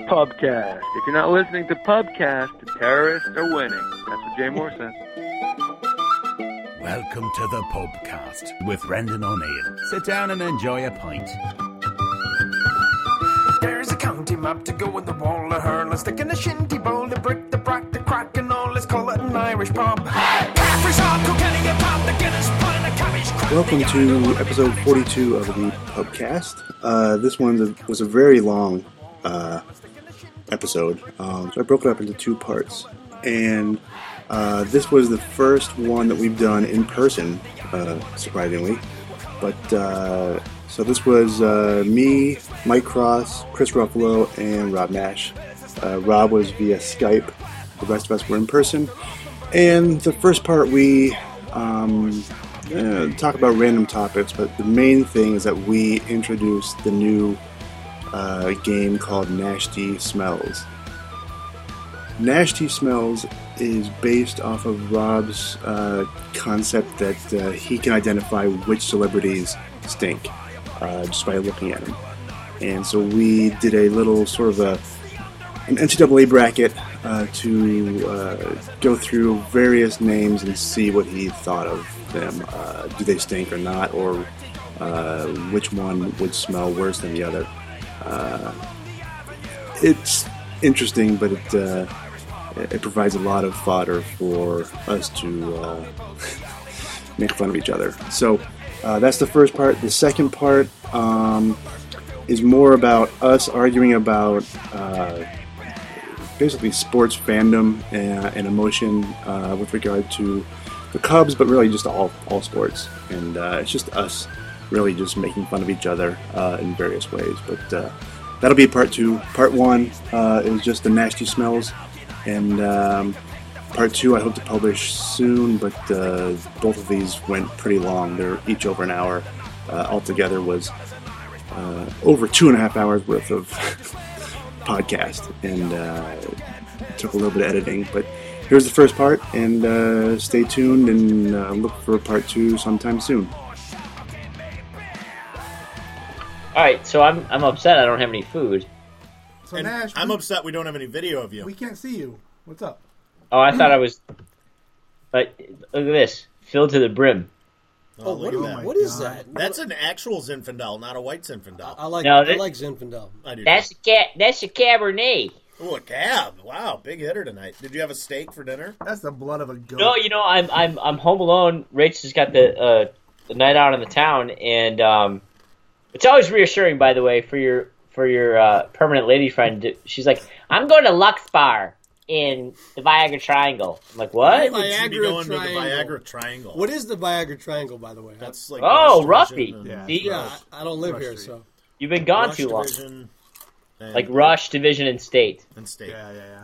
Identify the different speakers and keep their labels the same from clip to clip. Speaker 1: Pubcast. If you're not listening to Pubcast, the terrorists are winning. That's what Jay Moore says.
Speaker 2: Welcome to the Pubcast with Brendan O'Neill. Sit down and enjoy a pint.
Speaker 3: There's a county map to go in the wall, a hurl, a stick and a shinty bowl, a brick, the brack, the crack, and all. Let's call it an Irish pub. Caffrey's on, Kilkenny, a pub, the Guinness, pot and a cabbage crack.
Speaker 4: Welcome to episode 42 of the Pubcast. Uh, this one was a- was a very long uh, episode, um, so I broke it up into two parts. And uh, this was the first one that we've done in person, uh, surprisingly. But uh, so this was uh, me, Mike Cross, Chris Ruffalo, and Rob Nash. Uh, Rob was via Skype. The rest of us were in person. And the first part, we um, uh, talk about random topics, but the main thing is that we introduced the new uh, game called Nasty Smells. Nasty Smells is based off of Rob's uh, concept that uh, he can identify which celebrities stink uh, just by looking at them. And so we did a little sort of a an NCAA bracket uh, to uh, go through various names and see what he thought of them. Uh, do they stink or not, or uh, which one would smell worse than the other? Uh, it's interesting, but it uh, it provides a lot of fodder for us to uh, make fun of each other. So uh, that's the first part. The second part. Um, is more about us arguing about uh, basically sports fandom and, and emotion uh, with regard to the Cubs, but really just all all sports. And uh, it's just us really just making fun of each other uh, in various ways. But uh, that'll be part two. Part one uh, is just the nasty smells, and um, part two I hope to publish soon. But uh, both of these went pretty long. They're each over an hour. Uh, altogether was uh, over two and a half hours worth of podcast and uh, took a little bit of editing. But here's the first part, and uh, stay tuned and uh, look for part two sometime soon.
Speaker 5: All right, so I'm I'm upset. I don't have any food.
Speaker 6: So
Speaker 7: And
Speaker 6: Nash,
Speaker 7: I'm
Speaker 6: we,
Speaker 7: upset we don't have any video of you.
Speaker 6: we can't see you. What's up?
Speaker 5: Oh, I thought I was. But look at this, filled to the brim.
Speaker 7: oh, look at that.
Speaker 8: What is
Speaker 6: God.
Speaker 8: that?
Speaker 7: That's an actual Zinfandel, not a white Zinfandel.
Speaker 8: I like
Speaker 5: No,
Speaker 8: I
Speaker 5: that-
Speaker 8: like Zinfandel.
Speaker 7: I do.
Speaker 5: That's a cat. That's a cabernet.
Speaker 7: Ooh, a cab. Wow, big hitter tonight. Did you have a steak for dinner?
Speaker 6: That's the blood of a goat.
Speaker 5: No, you know I'm I'm I'm home alone. Rachel's got the uh, the night out in the town, and um, it's always reassuring, by the way, for your for your uh, permanent lady friend. to- She's like, I'm going to Lux Bar in the Viagra Triangle. I'm like, what?
Speaker 8: Viagra
Speaker 7: Should be going
Speaker 8: Triangle.
Speaker 7: to the Viagra Triangle.
Speaker 8: What is the Viagra Triangle, by the way?
Speaker 7: That's like
Speaker 5: Oh,
Speaker 7: Russian
Speaker 5: Ruffy.
Speaker 7: and
Speaker 6: Yeah.
Speaker 5: See,
Speaker 8: yeah, I, I don't live
Speaker 6: Rush
Speaker 8: here,
Speaker 6: Street.
Speaker 8: so
Speaker 5: you've been gone
Speaker 7: Rush
Speaker 5: too long.
Speaker 7: Division and-
Speaker 5: Like Rush Division and State.
Speaker 7: and steak
Speaker 6: Yeah, yeah, yeah.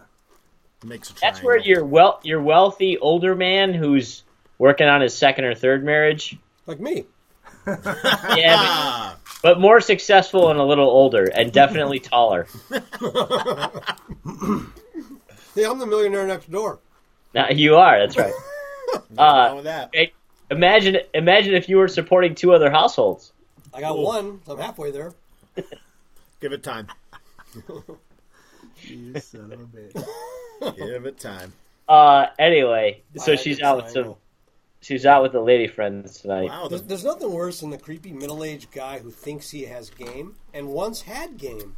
Speaker 7: makes a triangle.
Speaker 5: That's where your well your wealthy older man who's working on his second or third marriage.
Speaker 8: like me.
Speaker 5: Yeah,
Speaker 7: Ah,
Speaker 5: but, but more successful and a little older and definitely taller.
Speaker 8: Yeah, I'm the millionaire next door.
Speaker 5: Now you are, that's right. Uh,
Speaker 7: along with that.
Speaker 5: it- imagine imagine if you were supporting two other households.
Speaker 8: I got
Speaker 7: Ooh.
Speaker 8: one. So I'm halfway there.
Speaker 7: Give it time.
Speaker 6: You son of a bitch.
Speaker 7: Give it time.
Speaker 5: Uh anyway, so
Speaker 8: Viagra
Speaker 5: she's out with some
Speaker 8: Triangle.
Speaker 5: she's out with the lady friends tonight.
Speaker 7: Wow,
Speaker 8: There's,
Speaker 7: the-
Speaker 8: there's nothing worse than the creepy middle-aged guy who thinks he has game and once had game,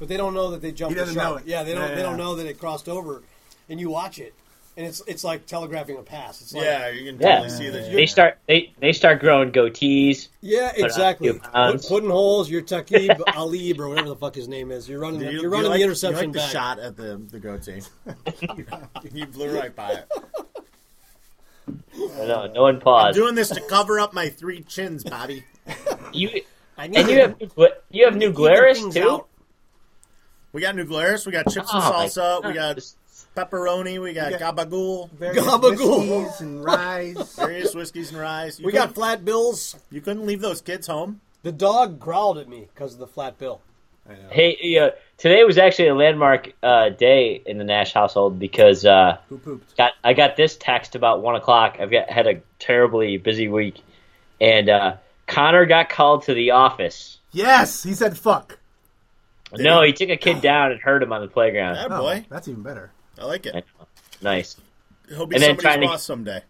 Speaker 8: but they don't know that they jumped.
Speaker 6: He doesn't
Speaker 8: the shark.
Speaker 6: know it.
Speaker 8: Yeah, they don't.
Speaker 6: Yeah,
Speaker 8: they don't
Speaker 6: yeah.
Speaker 8: know that it crossed over, and you watch it, and it's it's like telegraphing a pass. It's like,
Speaker 7: yeah, you can
Speaker 5: Yeah.
Speaker 7: totally see that.
Speaker 5: They start they they start growing goatees.
Speaker 8: Yeah,
Speaker 5: on
Speaker 8: exactly.
Speaker 5: two pounds.
Speaker 8: Put, putting holes, your Takib Alib or whatever the fuck his name is. You're running.
Speaker 7: Do
Speaker 8: You,
Speaker 7: you-
Speaker 8: are
Speaker 7: do you
Speaker 8: running
Speaker 7: like-
Speaker 8: the
Speaker 7: you
Speaker 8: interception
Speaker 7: like the
Speaker 8: back.
Speaker 7: shot at the the goatee. you blew right by it.
Speaker 5: I know, no one paused.
Speaker 7: Doing this to cover up my three chins, Bobby.
Speaker 5: You
Speaker 8: I need
Speaker 5: and you
Speaker 8: to
Speaker 5: have new gla- you have new
Speaker 8: even
Speaker 5: Glarus
Speaker 8: things
Speaker 5: too?
Speaker 8: out.
Speaker 7: We got Nuglaris, we got chips and
Speaker 5: Oh, my
Speaker 7: salsa, we
Speaker 5: God.
Speaker 7: got pepperoni, we got gabagool,
Speaker 6: Various
Speaker 8: Gabagool.
Speaker 6: whiskeys and rice.
Speaker 7: various whiskeys and ryes. You
Speaker 8: We got
Speaker 7: couldn't-
Speaker 8: flat bills.
Speaker 7: you couldn't leave those kids home.
Speaker 8: The dog growled at me because of the flat bill.
Speaker 5: Hey, yeah, today was actually a landmark uh, day in the Nash household because uh,
Speaker 6: Who pooped?
Speaker 5: got I got this text about one o'clock. I've got, had a terribly busy week, and uh, Connor got called to the office.
Speaker 6: Yes, he said fuck.
Speaker 5: No, he took a kid down and hurt him on the playground.
Speaker 7: That
Speaker 6: Oh,
Speaker 7: boy,
Speaker 6: that's even better.
Speaker 7: I like it.
Speaker 5: Nice.
Speaker 7: He'll be
Speaker 5: And then trying
Speaker 7: somebody's
Speaker 5: to-
Speaker 7: boss someday.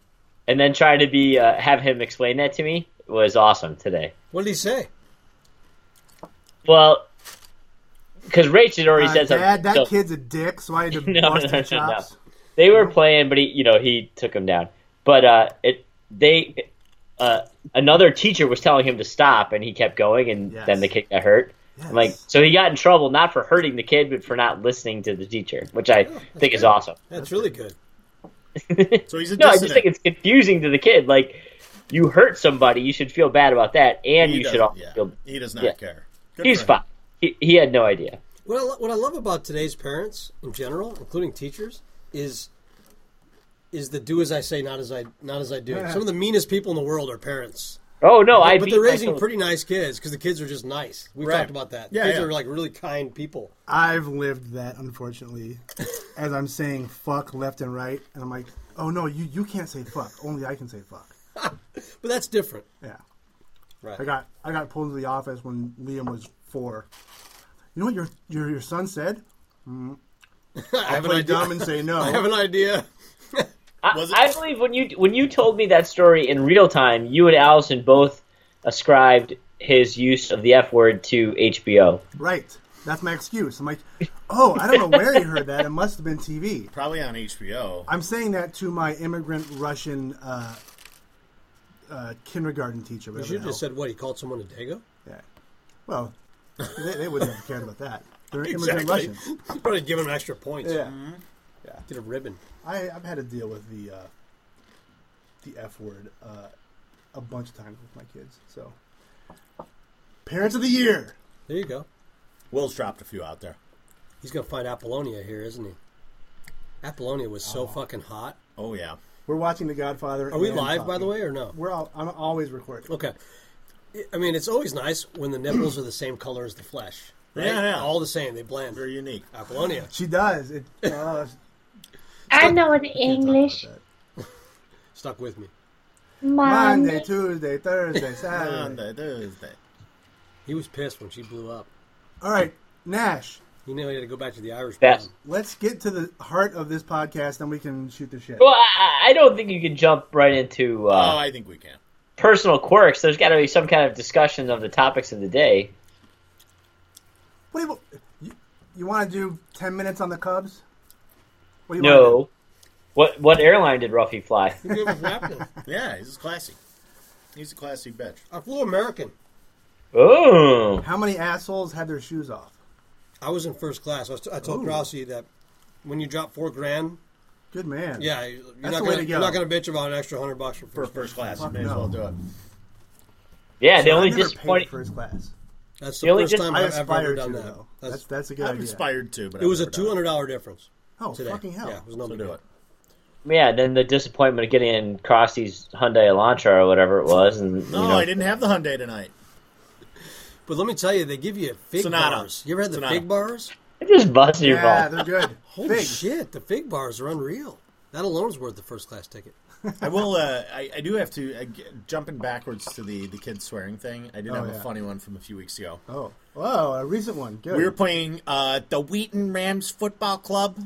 Speaker 5: And then trying to be uh, have him explain that to me was awesome today.
Speaker 8: What did he say?
Speaker 5: Well, because Rach had already
Speaker 6: Uh,
Speaker 5: said something.
Speaker 6: Dad, that
Speaker 5: so
Speaker 6: kid's a dick, so I had to
Speaker 5: No,
Speaker 6: bust
Speaker 5: no, no,
Speaker 6: his
Speaker 5: no, no.
Speaker 6: chops.
Speaker 5: They were playing, but he, you know, he took him down. But uh, it they uh, another teacher was telling him to stop, and he kept going, and
Speaker 6: Yes.
Speaker 5: then the kid got hurt.
Speaker 6: Yes.
Speaker 5: Like so, he got in trouble not for hurting the kid, but for not listening to the teacher, which I think is awesome.
Speaker 8: That's really good.
Speaker 7: So he's a
Speaker 5: No, I
Speaker 7: dissident.
Speaker 5: just think it's confusing to the kid. Like, you hurt somebody, you should feel bad about that, and
Speaker 7: He
Speaker 5: you should
Speaker 7: doesn't-
Speaker 5: also
Speaker 7: yeah,
Speaker 5: feel.
Speaker 7: He does not
Speaker 5: yeah.
Speaker 7: care. Good
Speaker 5: He's
Speaker 7: for him.
Speaker 5: fine. He, he had no idea.
Speaker 8: What I, lo- what I love about today's parents in general, including teachers, is is the do as I say, not as I not as I do. Some of the meanest people in the world are parents,
Speaker 5: Oh no, I.
Speaker 8: but
Speaker 5: beat
Speaker 8: they're raising
Speaker 5: myself.
Speaker 8: pretty nice kids because the kids are just nice. We've
Speaker 7: Right.
Speaker 8: talked about that.
Speaker 7: Yeah,
Speaker 8: kids
Speaker 7: yeah.
Speaker 8: are like really kind people.
Speaker 6: I've lived that, unfortunately, as I'm saying fuck left and right, and I'm like, oh no, you, you can't say fuck. Only I can say fuck.
Speaker 8: But that's different.
Speaker 6: Yeah.
Speaker 8: Right.
Speaker 6: I got I got pulled into the office when Liam was four. You know what your your, your son said? Mm.
Speaker 8: I have an
Speaker 6: Play
Speaker 8: idea.
Speaker 6: dumb and say no.
Speaker 8: I have an idea.
Speaker 5: I,
Speaker 7: Was it-
Speaker 5: I believe when you when you told me that story in real time, you and Allison both ascribed his use of the F word to HBO.
Speaker 6: Right. That's my excuse. I'm like, oh, I don't know where you heard that. It must have been TV.
Speaker 7: Probably on HBO.
Speaker 6: I'm saying that to my immigrant Russian uh, uh, kindergarten teacher.
Speaker 8: You
Speaker 6: whatever
Speaker 8: should
Speaker 6: the
Speaker 8: have just
Speaker 6: hell.
Speaker 8: said what he called someone a dago.
Speaker 6: Yeah. Well, they, they wouldn't have cared about that. They're immigrant
Speaker 8: Exactly.
Speaker 6: Russians.
Speaker 8: You Probably give him extra points.
Speaker 6: Yeah.
Speaker 8: Get a ribbon.
Speaker 6: I, I've had to deal with the uh, the F word uh, a bunch of times with my kids. So, parents of the year.
Speaker 8: There you go.
Speaker 7: Will's dropped a few out there.
Speaker 8: He's gonna find Apollonia here, isn't he? Apollonia was so fucking hot.
Speaker 7: Oh yeah.
Speaker 6: We're watching The Godfather.
Speaker 8: Are we
Speaker 6: and
Speaker 8: live, by the
Speaker 6: talking.
Speaker 8: way, or no?
Speaker 6: We're all. I'm always recording.
Speaker 8: Okay. I mean, it's always nice when the nipples are the same color as the flesh. Right?
Speaker 7: Yeah, yeah.
Speaker 8: All the same. They blend.
Speaker 7: Very unique.
Speaker 8: Apollonia.
Speaker 6: She does. It, uh,
Speaker 9: I know in English.
Speaker 8: Stuck with me.
Speaker 6: Monday,
Speaker 9: Monday.
Speaker 6: Tuesday, Thursday, Saturday.
Speaker 7: Monday, Thursday.
Speaker 8: He was pissed when she blew up.
Speaker 6: All right, Nash.
Speaker 8: He knew he had to go back to the Irish
Speaker 5: Yes.
Speaker 8: pub.
Speaker 6: Let's get to the heart of this podcast, and we can shoot the shit.
Speaker 5: Well, I, I don't think you can jump right into uh,
Speaker 7: Oh, I think we can.
Speaker 5: personal quirks. There's got to be some kind of discussion of the topics of the day.
Speaker 6: What do you, you, you want to do? Ten minutes on the Cubs? What do you wanna do?
Speaker 5: No, what what airline did Ruffy fly?
Speaker 8: Who gave us napkin?
Speaker 7: Yeah, he's classy. He's a classy bitch.
Speaker 8: I flew American.
Speaker 5: Oh,
Speaker 6: How many assholes had their shoes off?
Speaker 8: I was in first class. I, was t- I told
Speaker 6: Ooh.
Speaker 8: Rousey that when you drop four grand,
Speaker 6: Good man.
Speaker 8: yeah, you're
Speaker 6: That's
Speaker 8: not
Speaker 6: the way
Speaker 8: gonna
Speaker 6: to go.
Speaker 8: you're not gonna bitch about an extra hundred bucks for
Speaker 7: For
Speaker 8: first.
Speaker 7: first class, you
Speaker 6: Fuck
Speaker 7: may as
Speaker 6: no.
Speaker 7: well do it.
Speaker 5: yeah. The
Speaker 6: I
Speaker 5: only
Speaker 6: never paid
Speaker 5: disappointing.
Speaker 6: first class.
Speaker 8: That's the
Speaker 5: You only
Speaker 8: first
Speaker 5: just-
Speaker 8: time
Speaker 6: I
Speaker 8: I've ever
Speaker 6: aspire to
Speaker 8: done
Speaker 6: though.
Speaker 8: that.
Speaker 6: That's, that's a good
Speaker 7: I'm
Speaker 6: idea.
Speaker 7: inspired to, but
Speaker 8: it was a two
Speaker 7: two
Speaker 8: hundred dollar difference
Speaker 6: oh
Speaker 8: today.
Speaker 6: fucking hell!
Speaker 8: Yeah, it was no
Speaker 7: So
Speaker 8: big
Speaker 7: do
Speaker 8: deal.
Speaker 7: it.
Speaker 5: Yeah, then the disappointment of getting in Crossy's Hyundai Elantra or whatever it was, and you
Speaker 7: No,
Speaker 5: know,
Speaker 7: I didn't have the Hyundai tonight.
Speaker 8: But let me tell you, they give you fig
Speaker 7: Sonata.
Speaker 8: bars. You ever had the
Speaker 7: Sonata.
Speaker 8: fig bars?
Speaker 5: I just bust your
Speaker 6: yeah,
Speaker 5: balls.
Speaker 6: they're good.
Speaker 8: Holy
Speaker 6: Figs.
Speaker 8: shit, the fig bars are unreal. That alone is worth the first class ticket.
Speaker 7: I will. Uh, I, I do have to uh, g- jumping backwards to the the kids swearing thing. I did have
Speaker 6: Oh, yeah.
Speaker 7: a funny one from a few weeks ago.
Speaker 6: Oh, whoa, a recent one. Good.
Speaker 7: We were playing uh, the Wheaton Rams football club.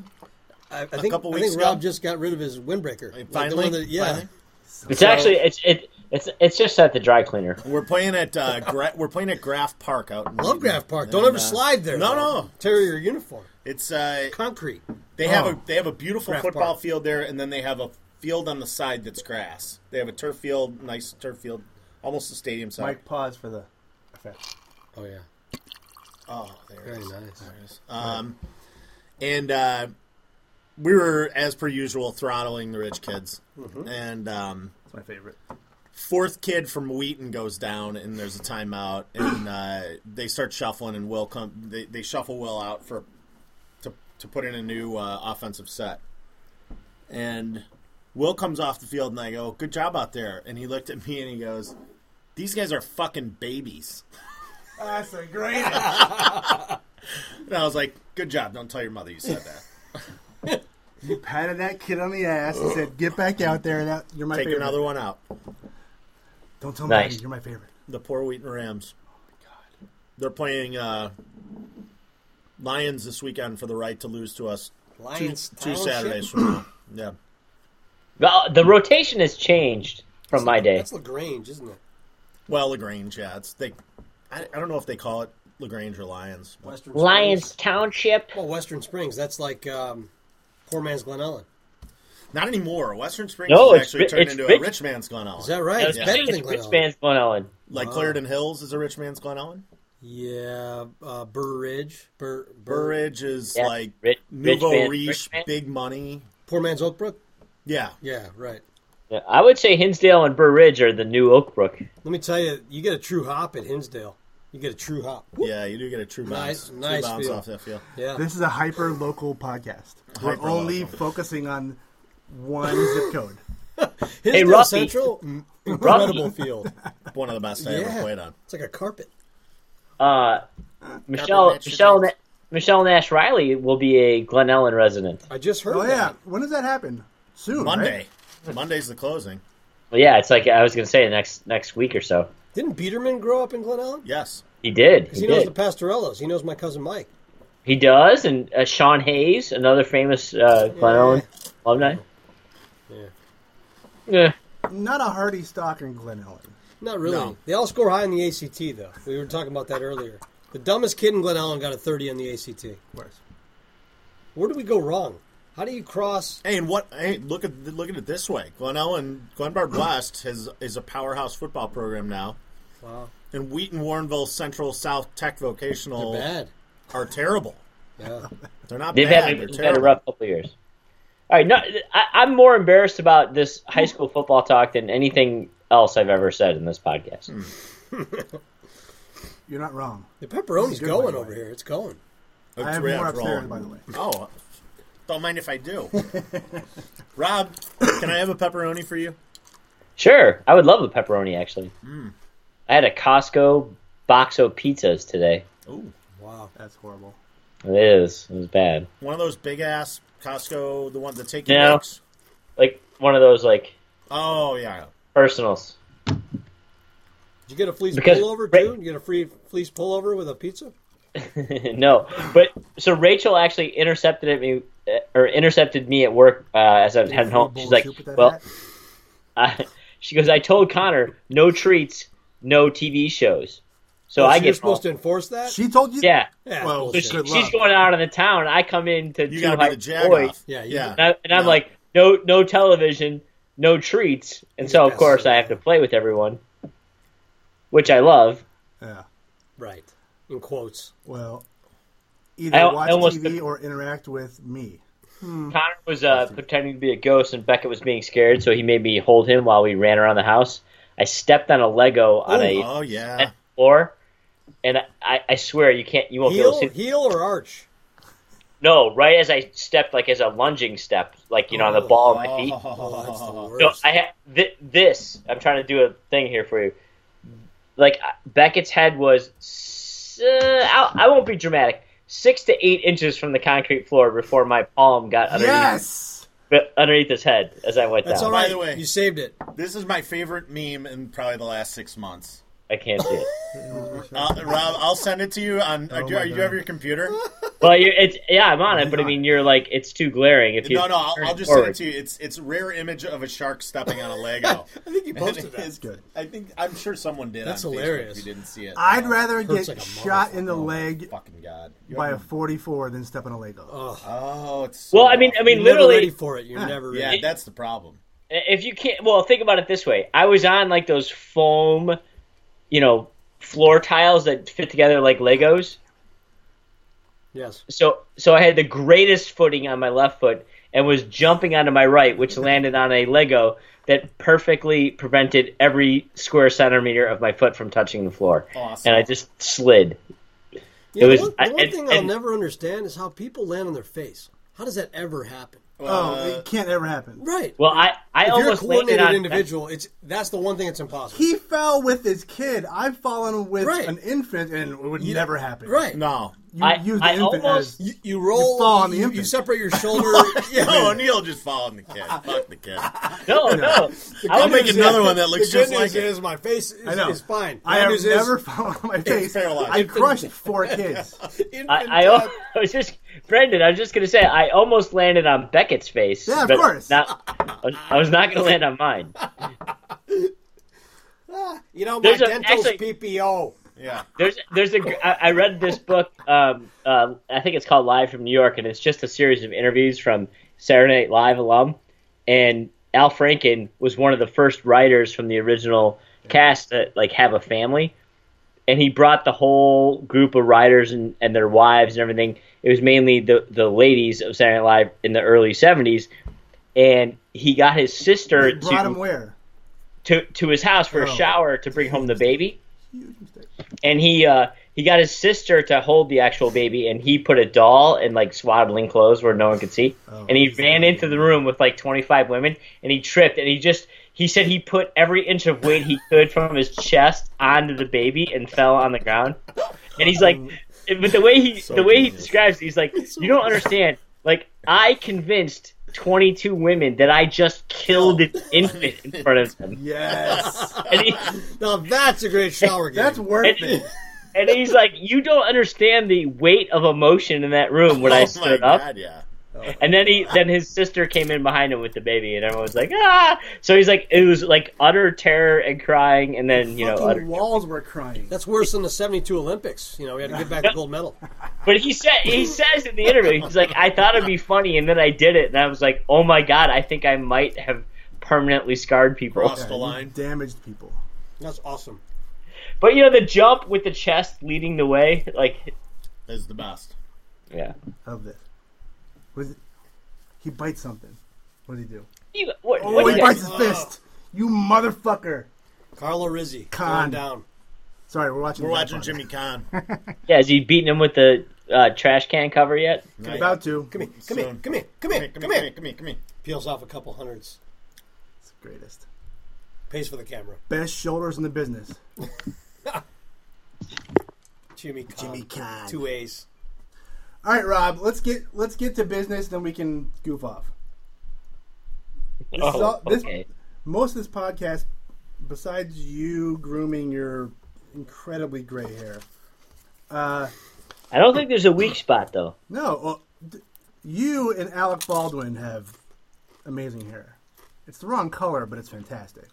Speaker 8: I, I think,
Speaker 7: couple
Speaker 8: I
Speaker 7: weeks
Speaker 8: think Rob
Speaker 7: ago?
Speaker 8: just got rid of his windbreaker. Like, the
Speaker 7: Finally,
Speaker 8: one that- yeah.
Speaker 7: finally.
Speaker 5: It's actually it's it, it's it's just at the dry cleaner.
Speaker 7: we're playing at uh, Gra- we're playing at Graff Park out. in Wheaton.
Speaker 8: Lovegraph Park. Don't
Speaker 7: And,
Speaker 8: ever
Speaker 7: uh,
Speaker 8: slide there.
Speaker 7: No, no.
Speaker 8: Tear your uniform.
Speaker 7: It's uh,
Speaker 8: Concrete.
Speaker 7: They have a they have a beautiful
Speaker 8: Graph
Speaker 7: football
Speaker 8: Oh. Park.
Speaker 7: field there, and then they have a field on the side that's grass. They have a turf field, nice turf field, almost a stadium size.
Speaker 6: Mike, pause for the effect.
Speaker 8: Oh yeah.
Speaker 7: Oh, there it
Speaker 8: Very
Speaker 7: is.
Speaker 8: nice.
Speaker 7: Um, and uh, we were, as per usual, throttling the rich kids.
Speaker 8: Mm-hmm.
Speaker 7: And um,
Speaker 6: That's my favorite.
Speaker 7: fourth kid from Wheaton goes down, and there's a timeout, and uh, they start shuffling, and Will come. They, they shuffle Will out for to to put in a new uh, offensive set, and Will comes off the field, and I go, "Good job out there." And he looked at me, and he goes, "These guys are fucking babies."
Speaker 6: That's a great.
Speaker 7: And I was like, "Good job. Don't tell your mother you said that."
Speaker 6: you patted that kid on the ass and said, "Get back out there." That you're my
Speaker 7: Take
Speaker 6: favorite.
Speaker 7: another one out.
Speaker 6: Don't tell
Speaker 5: Nice.
Speaker 6: me you're my favorite.
Speaker 7: The poor Wheaton Rams. They're playing uh, Lions this weekend for the right to lose to us
Speaker 8: Lions
Speaker 7: two
Speaker 8: township.
Speaker 7: Saturdays from now. Yeah.
Speaker 5: The, the rotation has changed from my day.
Speaker 8: That's Lagrange, isn't it?
Speaker 7: Well, Lagrange, yeah. It's they. I, I don't know if they call it Lagrange or Lions. but-
Speaker 8: Western
Speaker 5: Lions
Speaker 8: Springs.
Speaker 5: Township.
Speaker 8: Well, Western Springs. That's like um, poor man's Glen Ellen.
Speaker 7: Not anymore. Western Springs
Speaker 5: No,
Speaker 7: has
Speaker 5: it's
Speaker 7: actually
Speaker 5: ri-
Speaker 7: turned
Speaker 5: it's
Speaker 7: into
Speaker 5: rich-
Speaker 7: a rich man's Glen Ellen.
Speaker 8: Is that right?
Speaker 5: It's
Speaker 8: It's better than
Speaker 5: it's
Speaker 8: Glen
Speaker 5: Rich
Speaker 8: Ellen.
Speaker 5: Man's Glen Ellen.
Speaker 7: like Clarendon Hills is a rich man's Glen Ellen.
Speaker 8: Yeah, uh, Burr Ridge. Burr, Burr,
Speaker 7: Burridge is
Speaker 5: Yeah,
Speaker 7: like
Speaker 5: rich- rich
Speaker 7: nouveau
Speaker 5: man-
Speaker 7: riche,
Speaker 5: rich man.
Speaker 7: big money.
Speaker 8: Poor man's Oakbrook.
Speaker 7: Yeah.
Speaker 8: Yeah, right.
Speaker 5: Yeah, I would say Hinsdale and Burr Ridge are the new Oak Brook.
Speaker 8: Let me tell you, you get a true hop at Hinsdale. You get a true hop.
Speaker 7: Yeah, you do get a true bounce.
Speaker 8: Nice-
Speaker 7: True
Speaker 8: nice
Speaker 7: bounce
Speaker 8: feel.
Speaker 7: off that field.
Speaker 8: Yeah,
Speaker 6: This is a hyper local podcast. We're
Speaker 7: Hyper-local.
Speaker 6: only focusing on one zip code.
Speaker 8: Hinsdale
Speaker 5: Ruffy.
Speaker 8: Central, m- incredible
Speaker 5: Ruffy.
Speaker 8: field.
Speaker 7: One of the best I
Speaker 8: Yeah.
Speaker 7: ever played on.
Speaker 8: It's like a carpet.
Speaker 5: Uh, Michelle
Speaker 7: match
Speaker 5: Michelle
Speaker 7: your
Speaker 5: Na- Michelle Nash Riley will be a Glen Ellen resident.
Speaker 8: I just heard.
Speaker 6: Oh yeah,
Speaker 8: that.
Speaker 6: when does that happen? Soon.
Speaker 7: Monday.
Speaker 6: right?
Speaker 7: Monday's the closing.
Speaker 5: Well, yeah, it's like I was going to say the next next week or so.
Speaker 8: Didn't Biederman grow up in Glen Ellen?
Speaker 7: Yes.
Speaker 5: He did.
Speaker 8: Because
Speaker 5: He
Speaker 8: he knows
Speaker 5: did.
Speaker 8: the Pastorellos. He knows my cousin Mike.
Speaker 5: He does, and uh, Sean Hayes, another famous uh, Glen
Speaker 8: Yeah.
Speaker 5: Ellen alumni.
Speaker 8: Yeah.
Speaker 5: Yeah.
Speaker 6: Not a hardy stock in Glen Ellen.
Speaker 8: Not really.
Speaker 7: No.
Speaker 8: They all score high in the ACT, though. We were talking about that earlier. The dumbest kid in Glen Ellen got a 30 in the ACT.
Speaker 6: Of course.
Speaker 8: Where do we go wrong? How do you cross?
Speaker 7: Hey, and what? Hey, look at look at it this way. Glen Ellen, Glenbard West has is a powerhouse football program now,
Speaker 8: Wow,
Speaker 7: and Wheaton, Warrenville, Central, South Tech
Speaker 8: they're
Speaker 7: Vocational
Speaker 8: bad.
Speaker 7: are terrible.
Speaker 8: Yeah.
Speaker 7: They're not
Speaker 5: They've
Speaker 7: bad.
Speaker 5: had,
Speaker 7: they're
Speaker 5: a, they've had a
Speaker 7: terrible.
Speaker 5: rough couple of years. All right, no, I, I'm more embarrassed about this high school football talk than anything else I've ever said in this podcast.
Speaker 6: You're not wrong.
Speaker 8: The pepperoni's
Speaker 6: Good
Speaker 8: going
Speaker 6: one.
Speaker 8: over here. It's going.
Speaker 7: It's
Speaker 6: I have
Speaker 7: right
Speaker 6: more
Speaker 7: after all.
Speaker 6: upstairs, by the way.
Speaker 7: Oh, don't mind if I do. Rob, can I have a pepperoni for you?
Speaker 5: Sure, I would love a pepperoni actually. I had a Costco box of pizzas today.
Speaker 7: Ooh,
Speaker 8: Wow.
Speaker 6: That's horrible.
Speaker 5: It is. It was bad.
Speaker 7: one of those big ass Costco, the one that take
Speaker 5: No.
Speaker 7: your mix.
Speaker 5: Like one of those like
Speaker 7: Oh yeah,
Speaker 5: personals.
Speaker 8: Did you get a fleece
Speaker 5: Because-
Speaker 8: pullover too? You get a free fleece pullover with a pizza?
Speaker 5: no, but so Rachel actually intercepted at me uh, or intercepted me at work uh, as I was heading home. She's like,
Speaker 6: Soup with that
Speaker 5: "Well,
Speaker 6: hat?
Speaker 5: I, she goes, I told Connor no treats, no TV shows." So
Speaker 8: Oh,
Speaker 5: I
Speaker 8: so you're
Speaker 5: get home.
Speaker 8: supposed to enforce that?
Speaker 6: she told you.
Speaker 5: yeah.
Speaker 8: yeah,
Speaker 5: So
Speaker 6: Well,
Speaker 8: bullshit.
Speaker 5: she-
Speaker 6: good
Speaker 5: she's
Speaker 6: luck.
Speaker 5: going out of the town. I come in to
Speaker 7: you
Speaker 5: do
Speaker 7: got to
Speaker 5: my
Speaker 7: be the jag
Speaker 5: boys.
Speaker 7: off.
Speaker 8: Yeah, you
Speaker 7: yeah.
Speaker 5: and, I, and I'm
Speaker 7: No.
Speaker 5: like, no, no television, no treats, and so of
Speaker 8: Yes.
Speaker 5: course I have to play with everyone, which I love.
Speaker 6: Yeah.
Speaker 8: right. In quotes.
Speaker 6: Well, either
Speaker 5: I al-
Speaker 6: watch
Speaker 5: I almost-
Speaker 6: TV or interact with me.
Speaker 5: Connor was uh, pretending to be a ghost, and Beckett was being scared, so he made me hold him while we ran around the house. I stepped on a Lego on a
Speaker 7: Oh yeah,
Speaker 5: floor, and I, I swear you can't, you won't be able
Speaker 8: Heel,
Speaker 5: to see.
Speaker 8: heel or arch?
Speaker 5: No, right as I stepped, like as a lunging step, like you know, on the
Speaker 8: Oh.
Speaker 5: ball of my feet.
Speaker 8: Oh, that's the
Speaker 5: No,
Speaker 8: worst.
Speaker 5: I ha- th- this. I'm trying to do a thing here for you. Like I- Beckett's head was. s- Uh, I'll- I won't be dramatic. Six to eight inches from the concrete floor before my palm got underneath,
Speaker 6: Yes.
Speaker 5: b- underneath his head as I went
Speaker 8: That's
Speaker 5: down.
Speaker 8: all
Speaker 7: By
Speaker 8: right.
Speaker 7: the way-
Speaker 8: you saved it.
Speaker 7: this is my favorite meme in probably the last six months.
Speaker 5: I can't see it.
Speaker 7: Uh, Rob, I'll send it to you on. uh, do,
Speaker 6: Oh, my
Speaker 7: you
Speaker 6: God.
Speaker 7: have your computer?
Speaker 5: Well, you're, it's yeah, I'm on it, but I mean, you're like it's too glaring. If you
Speaker 7: No, no, I'll, I'll just send
Speaker 5: forward.
Speaker 7: it to you. It's it's rare image of a shark stepping on a Lego.
Speaker 8: I think you posted
Speaker 7: It's-
Speaker 8: that.
Speaker 6: Good.
Speaker 7: I think I'm sure someone did.
Speaker 8: That's
Speaker 7: on Facebook
Speaker 8: hilarious.
Speaker 7: If you didn't see it,
Speaker 6: I'd
Speaker 7: Oh,
Speaker 6: rather
Speaker 8: Hurts
Speaker 6: get
Speaker 8: like a Oh,
Speaker 6: shot in the
Speaker 7: motherfucker.
Speaker 6: leg
Speaker 7: Fucking god. You
Speaker 6: by a
Speaker 7: haven't-
Speaker 6: 44 than step on a Lego.
Speaker 8: Uh,
Speaker 7: oh, it's so
Speaker 5: Well, I mean, I
Speaker 7: awful.
Speaker 5: mean,
Speaker 8: You're never ready
Speaker 5: literally,
Speaker 8: for it. You're never ready.
Speaker 7: yeah, that's the problem.
Speaker 5: if you can't well think about it this way i was on like those foam you know floor tiles that fit together like legos
Speaker 8: Yes.
Speaker 5: so so i had the greatest footing on my left foot and was jumping onto my right which landed on a lego that perfectly prevented every square centimeter of my foot from touching the floor
Speaker 7: Awesome.
Speaker 5: and i just slid
Speaker 8: You
Speaker 5: It
Speaker 8: know,
Speaker 5: was-
Speaker 8: one, the
Speaker 5: I-
Speaker 8: one
Speaker 5: and-
Speaker 8: thing I'll
Speaker 5: and-
Speaker 8: never understand is how people land on their face. How does that ever happen?
Speaker 6: oh,
Speaker 7: Uh,
Speaker 6: it can't ever happen.
Speaker 8: Right.
Speaker 5: Well, I I
Speaker 8: if you're a
Speaker 5: almost landed
Speaker 8: coordinated
Speaker 5: on uh,
Speaker 8: individual, it's that's the one thing that's impossible.
Speaker 6: He fell with his kid. I've fallen with
Speaker 8: Right.
Speaker 6: an infant, and it would never happen.
Speaker 8: Right.
Speaker 7: No.
Speaker 6: You
Speaker 5: I-
Speaker 6: use the
Speaker 5: I
Speaker 6: infant
Speaker 5: almost-
Speaker 6: as
Speaker 8: You, you roll.
Speaker 6: You fall on the
Speaker 8: you, you
Speaker 6: infant.
Speaker 8: separate your shoulder.
Speaker 7: Yeah, oh, Neil just followed the kid. Fuck the kid.
Speaker 5: No, no. I
Speaker 7: I'll
Speaker 5: would
Speaker 7: make another one that looks
Speaker 8: the good
Speaker 7: just
Speaker 8: news
Speaker 7: like it.
Speaker 8: is my face is,
Speaker 6: I know.
Speaker 8: is fine.
Speaker 6: I
Speaker 8: Bad
Speaker 6: have
Speaker 8: news is
Speaker 6: never fallen on my face.
Speaker 7: paralyzed.
Speaker 6: I crushed four kids.
Speaker 8: infant
Speaker 5: I, I,
Speaker 8: death.
Speaker 5: al- I was just Brendan. I was just gonna say I almost landed on Beckett's face.
Speaker 6: Yeah, of
Speaker 5: but
Speaker 6: course.
Speaker 5: Not, I was not gonna land on mine.
Speaker 8: you know my
Speaker 5: There's a-
Speaker 8: dental's
Speaker 5: actually-
Speaker 8: PPO.
Speaker 7: Yeah.
Speaker 5: There's there's a gr- I, I read this book. Um, uh, I think it's called Live from New York, and it's just a series of interviews from Saturday Night Live alum, and Al Franken was one of the first writers from the original cast that like have a family, and he brought the whole group of writers and, and their wives and everything. It was mainly the the ladies of Saturday Night Live in the early '70s, and he got his sister
Speaker 6: You brought
Speaker 5: to
Speaker 6: him where?
Speaker 5: to to his house for a
Speaker 6: Oh.
Speaker 5: shower to bring home the baby
Speaker 6: Huge mistake.
Speaker 5: and he uh, he got his sister to hold the actual baby, and he put a doll in like swaddling clothes where no one could see, and he ran into the room with like twenty five women, and he tripped, and he just he said he put every inch of weight he could from his chest onto the baby and fell on the ground, and he's like, but the way he the way he describes, it, he's like, you don't understand, like I convinced. 22 women that I just killed an infant in front of them.
Speaker 6: Yes,
Speaker 5: And he,
Speaker 8: Now that's a great shower game.
Speaker 6: that's worth
Speaker 5: And-
Speaker 6: it.
Speaker 5: And he's like, "You don't understand the weight of emotion in that room when
Speaker 7: oh
Speaker 5: I
Speaker 7: my
Speaker 5: stood up."
Speaker 7: god, yeah.
Speaker 5: And then he, then his sister came in behind him with the baby, and everyone was like, "Ah!" So he's like, it was like utter terror and crying, and then you know,
Speaker 6: Fucking
Speaker 5: utter.
Speaker 6: walls were crying.
Speaker 8: That's worse than the '72 Olympics. You know, we had to get back the gold medal.
Speaker 5: But he said, he says in the interview, he's like, "I thought it'd be funny, and then I did it, and I was like, oh my god, I think I might have permanently scarred people."
Speaker 7: Crossed the
Speaker 6: You
Speaker 7: line.
Speaker 6: damaged people.
Speaker 8: That's awesome.
Speaker 5: But you know, the jump with the chest leading the way, like,
Speaker 7: Is the best.
Speaker 5: yeah.
Speaker 6: Of this, was it, he bites something? What did he do?
Speaker 5: You, what,
Speaker 6: Oh,
Speaker 5: what
Speaker 6: he
Speaker 5: did-
Speaker 6: bites his fist. You motherfucker!
Speaker 8: Carlo Rizzi,
Speaker 6: Con.
Speaker 8: going down.
Speaker 6: Sorry, we're watching.
Speaker 7: We're
Speaker 6: the
Speaker 7: watching
Speaker 6: Godfather.
Speaker 7: Jimmy Con.
Speaker 5: yeah, is he beating him with the uh, trash can cover yet?
Speaker 6: About to.
Speaker 8: Come here, come here,
Speaker 7: Soon.
Speaker 8: come here, come here,
Speaker 7: Come here, come here, come here.
Speaker 8: Peels off a couple hundreds,
Speaker 6: It's the greatest.
Speaker 8: pays for the camera.
Speaker 6: Best shoulders in the business.
Speaker 8: Jimmy Con.
Speaker 6: Jimmy Con.
Speaker 8: Two A's.
Speaker 6: Um, All right, Rob. Let's get let's get to business. Then we can goof off. This is all- this-
Speaker 5: Oh, okay.
Speaker 6: most of this podcast, besides you grooming your incredibly gray hair,
Speaker 5: I don't think there's a weak spot though.
Speaker 6: no, well, d- you and Alec Baldwin have amazing hair. It's the wrong color, but it's fantastic.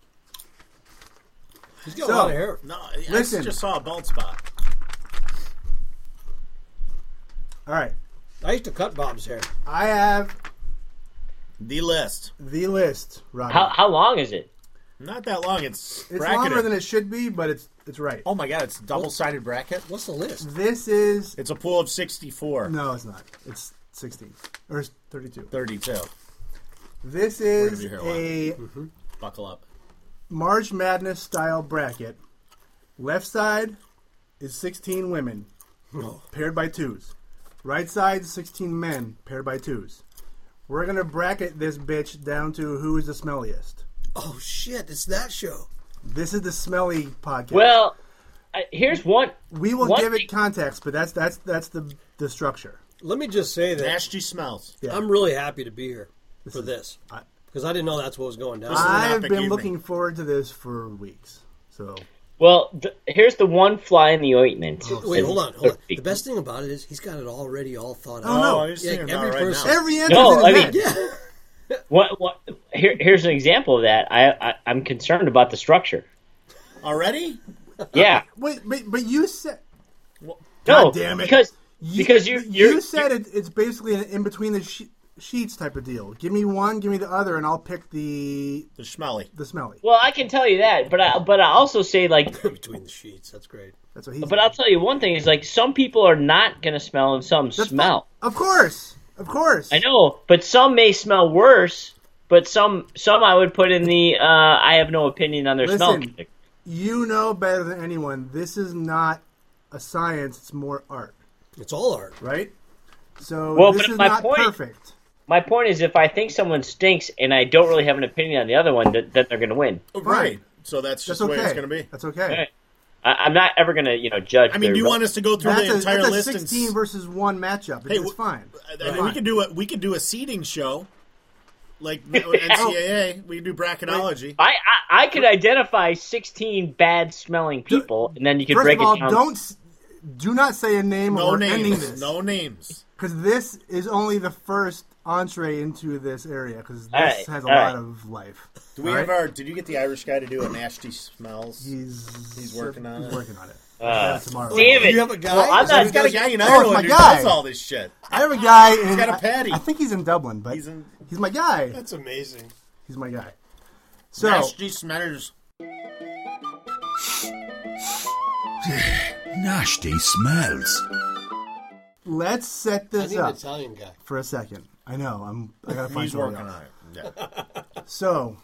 Speaker 8: He's got
Speaker 6: So-
Speaker 8: a lot of hair.
Speaker 7: No, I
Speaker 6: Listen.
Speaker 7: just saw a bald spot.
Speaker 6: All right,
Speaker 8: I used to cut Bob's hair.
Speaker 6: I have
Speaker 7: The list.
Speaker 6: the list, Rob.
Speaker 5: How how long is it?
Speaker 7: Not that long. It's
Speaker 6: it's
Speaker 7: bracketed.
Speaker 6: longer than it should be, but it's it's right.
Speaker 7: oh my god, it's double sided bracket.
Speaker 8: What's the list?
Speaker 6: This is
Speaker 7: It's a pool of 64.
Speaker 6: no, it's not. It's sixteen or it's thirty-two.
Speaker 7: 32.
Speaker 6: This
Speaker 7: be
Speaker 6: is
Speaker 7: here a while.
Speaker 6: a
Speaker 7: Buckle up.
Speaker 6: March Madness style bracket. Left side is 16 women paired by twos. Right side, 16 men paired by twos. We're going to bracket this bitch down to who is the smelliest.
Speaker 8: Oh shit! It's that show.
Speaker 6: This is the smelly podcast.
Speaker 5: Well, I, here's one.
Speaker 6: we will
Speaker 5: one
Speaker 6: give
Speaker 5: thing-
Speaker 6: it context, but that's that's that's the the structure.
Speaker 8: Let me just say that
Speaker 7: Nasty smells.
Speaker 6: Yeah.
Speaker 8: I'm really happy to be here for
Speaker 6: is-
Speaker 8: this
Speaker 6: I-
Speaker 8: because I didn't know that's what was going down.
Speaker 7: This is- an
Speaker 6: I've
Speaker 7: epic
Speaker 6: been
Speaker 7: evening.
Speaker 6: looking forward to this for weeks. So
Speaker 5: Well, th- here's the one fly in the ointment.
Speaker 8: Wait, hold on, hold on. The best thing about it is he's got it already all thought out.
Speaker 6: no.
Speaker 7: Oh, I was
Speaker 8: Yeah,
Speaker 7: thinking about
Speaker 8: every
Speaker 7: it right
Speaker 8: person-
Speaker 7: now.
Speaker 6: every answer
Speaker 5: No,
Speaker 6: in
Speaker 5: I
Speaker 6: his
Speaker 5: mean,
Speaker 6: head.
Speaker 8: Yeah.
Speaker 5: what, what, here, here's an example of that. I, I I'm concerned about the structure.
Speaker 7: Already?
Speaker 5: Yeah,
Speaker 6: Wait, but, but you said
Speaker 5: no,
Speaker 6: damn it.
Speaker 5: because
Speaker 6: You-
Speaker 5: because you
Speaker 6: you
Speaker 5: you're,
Speaker 6: said it, it's basically an in between the she- sheets type of deal. Give me one, give me the other, and I'll pick the
Speaker 7: The smelly.
Speaker 6: the smelly.
Speaker 5: well, I can tell you that, but I but I also say like,
Speaker 8: Between the sheets, that's great.
Speaker 6: That's what he.
Speaker 5: but I'll tell you one thing is like some people are not gonna smell and some smell.
Speaker 6: of course, of course.
Speaker 5: I know, but some may smell worse. But some some I would put in the uh, I have no opinion on their smell.
Speaker 6: Listen. You know better than anyone. This is not a science; it's more art,
Speaker 8: It's all art.
Speaker 6: right? So
Speaker 5: Well,
Speaker 6: this
Speaker 5: but
Speaker 6: is
Speaker 5: my
Speaker 6: not
Speaker 5: point-
Speaker 6: perfect.
Speaker 5: my point is, if I think someone stinks and I don't really have an opinion on the other one, th- then they're going to win.
Speaker 7: Oh, right. So that's
Speaker 6: That's
Speaker 7: just the way
Speaker 6: okay.
Speaker 7: it's going to be.
Speaker 6: That's okay.
Speaker 5: Right. I, I'm not ever going to, you know, judge.
Speaker 7: I mean,
Speaker 5: their-
Speaker 7: do you want us to go through
Speaker 6: That's
Speaker 7: the
Speaker 6: a,
Speaker 7: entire
Speaker 6: that's a
Speaker 7: list? and s-
Speaker 6: 16 versus 1 matchup. It's,
Speaker 7: Hey,
Speaker 6: it's
Speaker 7: wh-
Speaker 6: fine.
Speaker 7: I mean,
Speaker 6: Fine.
Speaker 7: we could do a we could do a seeding show, like NCAA. We could do bracketology.
Speaker 5: I, I I could identify 16 bad smelling people, and then you could
Speaker 6: First
Speaker 5: break
Speaker 6: of all,
Speaker 5: it down.
Speaker 6: don't s- do not say a name
Speaker 7: No
Speaker 6: or ending
Speaker 7: names.
Speaker 6: this
Speaker 7: No names.
Speaker 6: because this is only the first entree into this area because this
Speaker 5: All right,
Speaker 6: has a
Speaker 5: all
Speaker 6: lot
Speaker 5: right.
Speaker 6: of life.
Speaker 7: Do we
Speaker 6: All
Speaker 7: have
Speaker 6: right?
Speaker 7: our? Did you get the Irish guy to do a nasty smells?
Speaker 6: He's
Speaker 7: He's working on
Speaker 6: he's
Speaker 7: it.
Speaker 6: working on it.
Speaker 5: Uh,
Speaker 6: Yeah, tomorrow.
Speaker 5: damn it!
Speaker 8: You have a guy.
Speaker 5: Well, I'm
Speaker 8: Is
Speaker 5: not-
Speaker 8: that
Speaker 7: He's
Speaker 8: who
Speaker 7: got a
Speaker 8: does-
Speaker 7: guy in
Speaker 6: Oh, it's my
Speaker 7: Ireland who
Speaker 6: guy.
Speaker 7: does all this shit.
Speaker 6: I have a guy. In,
Speaker 7: got a
Speaker 6: I-
Speaker 7: patty.
Speaker 6: I, think he's in Dublin, but
Speaker 7: He's in
Speaker 6: he's my guy.
Speaker 8: That's amazing.
Speaker 6: He's my guy. So
Speaker 7: nasty smells.
Speaker 2: Nasty smells.
Speaker 6: let's set
Speaker 8: I
Speaker 6: this
Speaker 8: need an
Speaker 6: up
Speaker 8: Italian guy.
Speaker 6: for a second. I know. I'm. I gotta find
Speaker 7: He's
Speaker 6: somebody
Speaker 7: working
Speaker 6: else.
Speaker 7: on it. Yeah.
Speaker 6: So,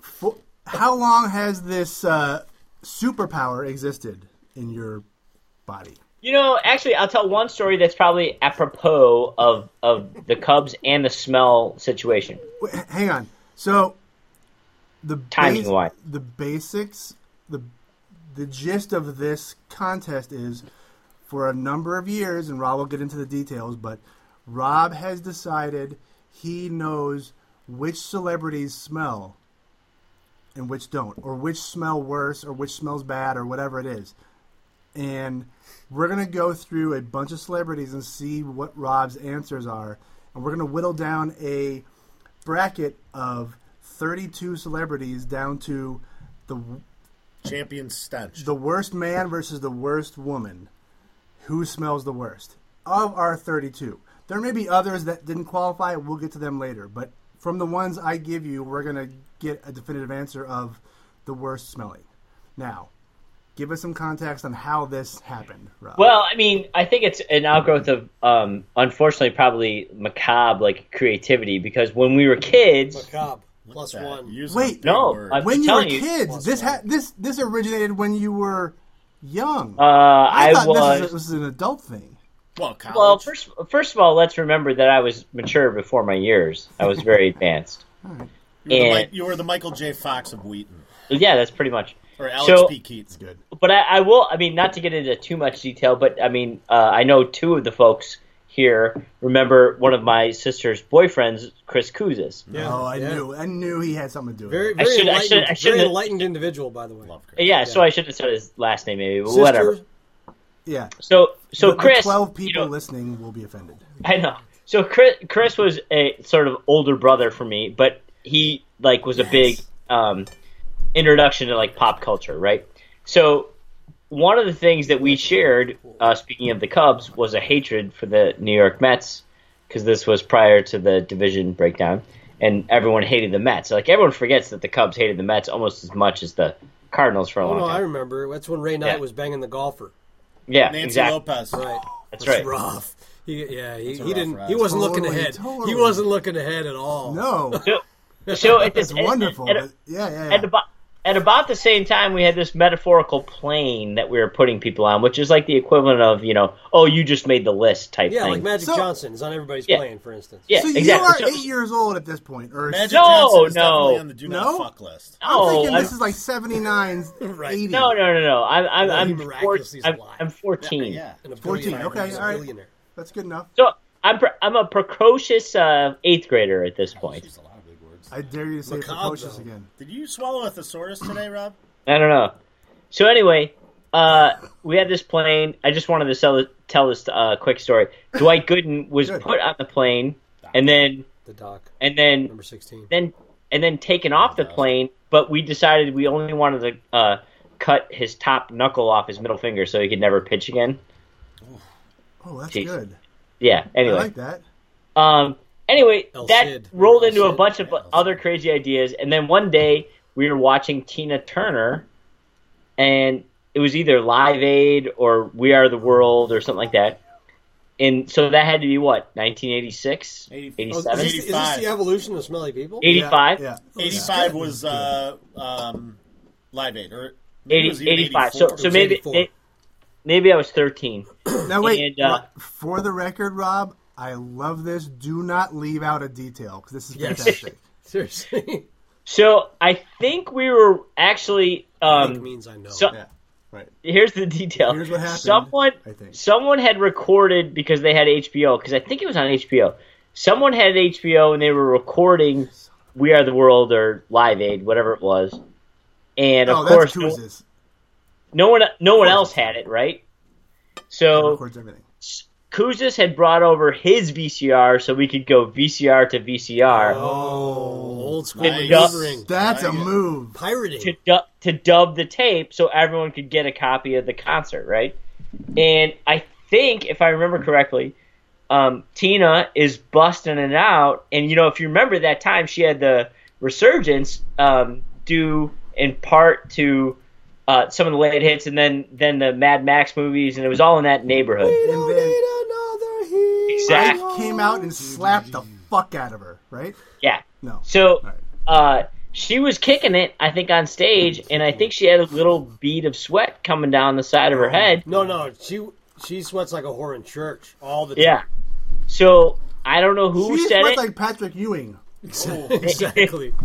Speaker 6: for, how long has this uh, superpower existed in your body?
Speaker 5: You know, actually, I'll tell one story that's probably apropos of of the Cubs and the smell situation.
Speaker 6: Wait, h- hang on. So the
Speaker 5: Timing wise.
Speaker 6: the basics, the the gist of this contest is for a number of years, and Rob will get into the details, but Rob has decided he knows which celebrities smell and which don't, or which smell worse, or which smells bad, or whatever it is. And we're gonna go through a bunch of celebrities and see what Rob's answers are, and we're gonna whittle down a bracket of 32 celebrities down to the
Speaker 7: Champion stench.
Speaker 6: the worst man versus the worst woman. Who smells the worst of our 32? There may be others that didn't qualify. We'll get to them later. But from the ones I give you, we're gonna get a definitive answer of the worst smelling. Now, give us some context on how this happened, Rob.
Speaker 5: Well, I mean, I think it's an outgrowth of, um, unfortunately, probably macabre like creativity because when we were kids,
Speaker 8: Macabre. Plus
Speaker 7: That-
Speaker 8: one.
Speaker 7: use
Speaker 6: Wait.
Speaker 7: a big
Speaker 5: No,
Speaker 7: word.
Speaker 5: I-
Speaker 6: when you were
Speaker 5: telling you-
Speaker 6: kids, this ha- this this originated when you were young.
Speaker 5: uh, I,
Speaker 6: thought
Speaker 5: was.
Speaker 6: this was, this was an adult thing.
Speaker 7: well, college.
Speaker 5: Well, first, first of all, let's remember that I was mature before my years. I was very advanced.
Speaker 7: you, were the, Mi-
Speaker 5: and-
Speaker 7: you were the Michael J. Fox of Wheaton
Speaker 5: Yeah, that's pretty much.
Speaker 7: or Alex
Speaker 5: So-
Speaker 7: P. Keats. Good.
Speaker 5: But I, I will. I mean, not to get into too much detail, but I mean, uh, I know two of the folks here remember one of my sister's boyfriends, Chris Kuzis.
Speaker 8: Yeah.
Speaker 6: Oh, I
Speaker 8: yeah.
Speaker 6: knew, I knew he had something to do with
Speaker 8: Very,
Speaker 6: it.
Speaker 8: very,
Speaker 5: I should- I
Speaker 8: enlightened,
Speaker 5: should- I shouldn't
Speaker 8: very
Speaker 5: have-
Speaker 8: enlightened individual, by the way.
Speaker 7: Love Chris.
Speaker 5: Yeah, so I should have said his last name, maybe, but
Speaker 8: Sister,
Speaker 5: whatever.
Speaker 6: Yeah.
Speaker 5: So,
Speaker 6: The-
Speaker 5: so
Speaker 6: the
Speaker 5: Chris,
Speaker 6: Twelve
Speaker 5: you
Speaker 6: people
Speaker 5: know-
Speaker 6: listening will be offended.
Speaker 5: I know. So Chris, Chris was a sort of older brother for me, but he like was a big um, introduction to like pop culture, right? So one of the things that we shared, uh, speaking of the Cubs, was a hatred for the New York Mets because this was prior to the division breakdown, and everyone hated the Mets. Like everyone forgets that the Cubs hated the Mets almost as much as the Cardinals for a
Speaker 8: Oh
Speaker 5: long
Speaker 8: no, I
Speaker 5: time.
Speaker 8: remember. That's when Ray Knight
Speaker 5: Yeah.
Speaker 8: was banging the golfer.
Speaker 5: Yeah,
Speaker 7: Nancy
Speaker 5: exactly.
Speaker 7: Lopez.
Speaker 8: Right.
Speaker 5: That's right.
Speaker 8: Rough. He, yeah, he,
Speaker 7: a
Speaker 8: he
Speaker 7: rough
Speaker 8: didn't.
Speaker 7: ride.
Speaker 8: He wasn't looking
Speaker 6: Totally,
Speaker 8: ahead.
Speaker 6: totally.
Speaker 8: He wasn't looking ahead at all.
Speaker 6: No,
Speaker 5: So at this
Speaker 6: it's wonderful.
Speaker 5: at- at-
Speaker 6: but yeah, yeah, yeah.
Speaker 5: at about at about the same time we had this metaphorical plane that we were putting people on, which is like the equivalent of you know, oh, you just made the list type
Speaker 8: Yeah,
Speaker 5: thing.
Speaker 8: like Magic
Speaker 6: So-
Speaker 8: Johnson is on everybody's
Speaker 5: Yeah.
Speaker 8: plane, for instance.
Speaker 5: yeah,
Speaker 6: so
Speaker 5: exactly.
Speaker 6: you are
Speaker 5: So-
Speaker 6: eight years old at this point, or
Speaker 7: Magic
Speaker 5: No,
Speaker 7: Johnson is
Speaker 5: no.
Speaker 7: definitely on the do not
Speaker 6: No?
Speaker 7: fuck list.
Speaker 6: I'm
Speaker 5: no,
Speaker 6: thinking
Speaker 5: Oh, I'm-
Speaker 6: this is like 79, 80.
Speaker 5: no, no, no, no. I'm I'm
Speaker 8: No, he
Speaker 5: I'm, four,
Speaker 8: miraculously is
Speaker 5: I'm,
Speaker 8: alive.
Speaker 5: I'm fourteen.
Speaker 7: Yeah.
Speaker 8: And a
Speaker 6: 14,
Speaker 8: billionaire.
Speaker 6: okay,
Speaker 8: He's a
Speaker 6: all right.
Speaker 8: billionaire.
Speaker 6: That's good enough.
Speaker 5: So I'm pre- I'm a precocious uh, eighth grader at this point.
Speaker 7: There's a lot of big words.
Speaker 6: I dare you to say
Speaker 8: Macabre,
Speaker 6: precocious
Speaker 8: though.
Speaker 6: again.
Speaker 7: Did you swallow a thesaurus today, Rob?
Speaker 5: I don't know. So anyway, uh, we had this plane. I just wanted to sell, tell this uh, quick story. Dwight Gooden was
Speaker 6: Good.
Speaker 5: put on the plane, and then
Speaker 8: The doc,
Speaker 5: and then
Speaker 8: number sixteen.
Speaker 5: then and then taken off the plane. But we decided we only wanted to uh, cut his top knuckle off his middle finger so he could never pitch again.
Speaker 6: Oh, that's
Speaker 5: Jeez.
Speaker 6: good.
Speaker 5: Yeah.
Speaker 6: I
Speaker 5: Anyway.
Speaker 6: like that.
Speaker 5: Um, anyway,
Speaker 8: El
Speaker 5: that
Speaker 8: Cid.
Speaker 5: rolled
Speaker 8: El
Speaker 5: into a
Speaker 8: Cid.
Speaker 5: bunch of other crazy ideas, and then one day we were watching Tina Turner, and it was either Live Aid or We Are the World or something like that. And so that had to be what 1986,
Speaker 7: Eighty-
Speaker 8: Oh, is,
Speaker 5: 87,
Speaker 8: this, is this
Speaker 7: 85.
Speaker 8: the evolution of smelly people?
Speaker 5: 85.
Speaker 6: Yeah. yeah.
Speaker 7: 85 was uh, um, Live Aid. Or maybe it
Speaker 5: 80,
Speaker 7: was even
Speaker 5: 85.
Speaker 7: 84.
Speaker 5: So,
Speaker 8: It
Speaker 5: so
Speaker 8: was
Speaker 5: maybe
Speaker 8: 84.
Speaker 5: may- maybe I was 13.
Speaker 6: Now, wait.
Speaker 5: And, uh,
Speaker 6: Ro- for the record, Rob, I love this. Do not leave out a detail because this is
Speaker 8: Yes.
Speaker 6: fantastic.
Speaker 8: Seriously.
Speaker 5: So I think we were actually.
Speaker 8: Pink
Speaker 5: Um,
Speaker 8: means I know.
Speaker 5: so
Speaker 6: yeah, right.
Speaker 5: here's the detail.
Speaker 6: Here's what happened,
Speaker 5: Someone,
Speaker 6: I think.
Speaker 5: someone had recorded because they had HBO. Because I think it was on HBO. Someone had HBO and they were recording "We Are the World" or "Live Aid," whatever it was. And
Speaker 6: Oh,
Speaker 5: of
Speaker 6: that's
Speaker 5: course, no,
Speaker 6: Kuz's.
Speaker 5: no one, no one else had it, right?
Speaker 6: He
Speaker 5: So
Speaker 6: records everything.
Speaker 5: Kuzis had brought over his VCR so we could go VCR to
Speaker 6: Oh,
Speaker 5: VCR.
Speaker 8: Old school
Speaker 5: Nice.
Speaker 8: maneuvering.
Speaker 6: That's a
Speaker 7: Nice.
Speaker 6: move.
Speaker 5: to
Speaker 8: Pirating.
Speaker 5: du- to dub the tape so everyone could get a copy of the concert, right? And I think, if I remember correctly, um, Tina is busting it out, and you know, if you remember that time, she had the resurgence um, due in part to uh, some of the late hits, and then then the Mad Max movies, and it was all in that neighborhood.
Speaker 6: And then
Speaker 5: Exactly.
Speaker 6: came out and slapped the fuck out of her. Right?
Speaker 5: Yeah.
Speaker 6: No.
Speaker 5: So
Speaker 6: All right.
Speaker 5: uh, she was kicking it, I think, on stage, and I think she had a little bead of sweat coming down the side of
Speaker 6: Oh,
Speaker 5: her head.
Speaker 8: No, no. She she sweats like a whore in church all the time.
Speaker 5: Yeah. So I don't know who
Speaker 6: she
Speaker 5: said
Speaker 6: sweats
Speaker 5: it.
Speaker 6: like Patrick Ewing.
Speaker 8: exactly.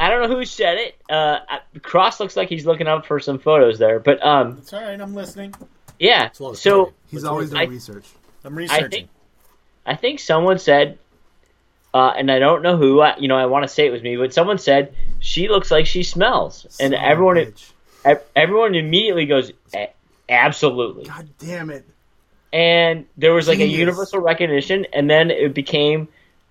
Speaker 5: I don't know who said it. Uh, I- Cross looks like he's looking up for some photos there, but um,
Speaker 7: It's all right. I'm listening.
Speaker 5: yeah.
Speaker 8: It's a lot of
Speaker 5: So
Speaker 8: sweating.
Speaker 6: He's always
Speaker 5: I-
Speaker 6: doing research.
Speaker 7: I'm
Speaker 5: I
Speaker 7: researching.
Speaker 5: think I think someone said, uh, and I don't know who. I, you know, I want to say it was me, but someone said she looks like she smells, and
Speaker 6: Son of a
Speaker 5: everyone
Speaker 6: bitch.
Speaker 5: e- everyone immediately goes, "A- absolutely.
Speaker 6: God damn it!
Speaker 5: and there was like
Speaker 6: Genius.
Speaker 5: a universal recognition and then it became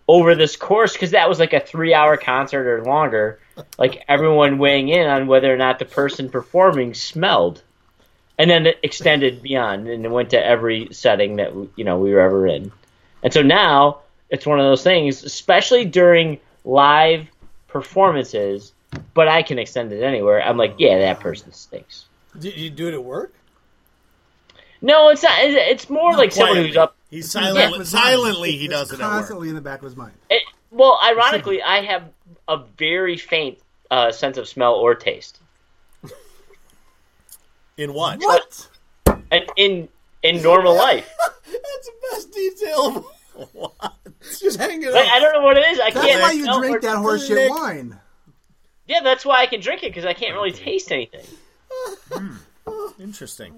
Speaker 5: over this course because that was like a three hour concert or longer like everyone weighing in on whether or not the person performing smelled and then it extended beyond and it went to every setting that you know we were ever in and so now it's one of those things especially during live performances but i can extend it anywhere i'm like yeah that person stinks
Speaker 8: Do you do it at work?
Speaker 5: no it's not it's more like someone
Speaker 7: Quietly.
Speaker 5: who's up
Speaker 7: He's
Speaker 6: Back of
Speaker 7: silent,
Speaker 6: his
Speaker 7: silently.
Speaker 6: mind.
Speaker 7: He
Speaker 6: It's
Speaker 7: does it at work.
Speaker 6: constantly in the back of his mind.
Speaker 5: It, well, ironically, I have a very faint uh, sense of smell or taste,
Speaker 7: In what?
Speaker 6: What?
Speaker 5: and in in normal life,
Speaker 7: That's the best detail. of- what?
Speaker 8: Just hang it
Speaker 5: like, I don't know what it is. I
Speaker 6: That's
Speaker 5: can't.
Speaker 6: why you
Speaker 5: smell or-
Speaker 6: drink that horseshit
Speaker 8: Nick.
Speaker 6: wine.
Speaker 5: Yeah, that's why I can drink it because I can't really taste anything.
Speaker 7: Interesting.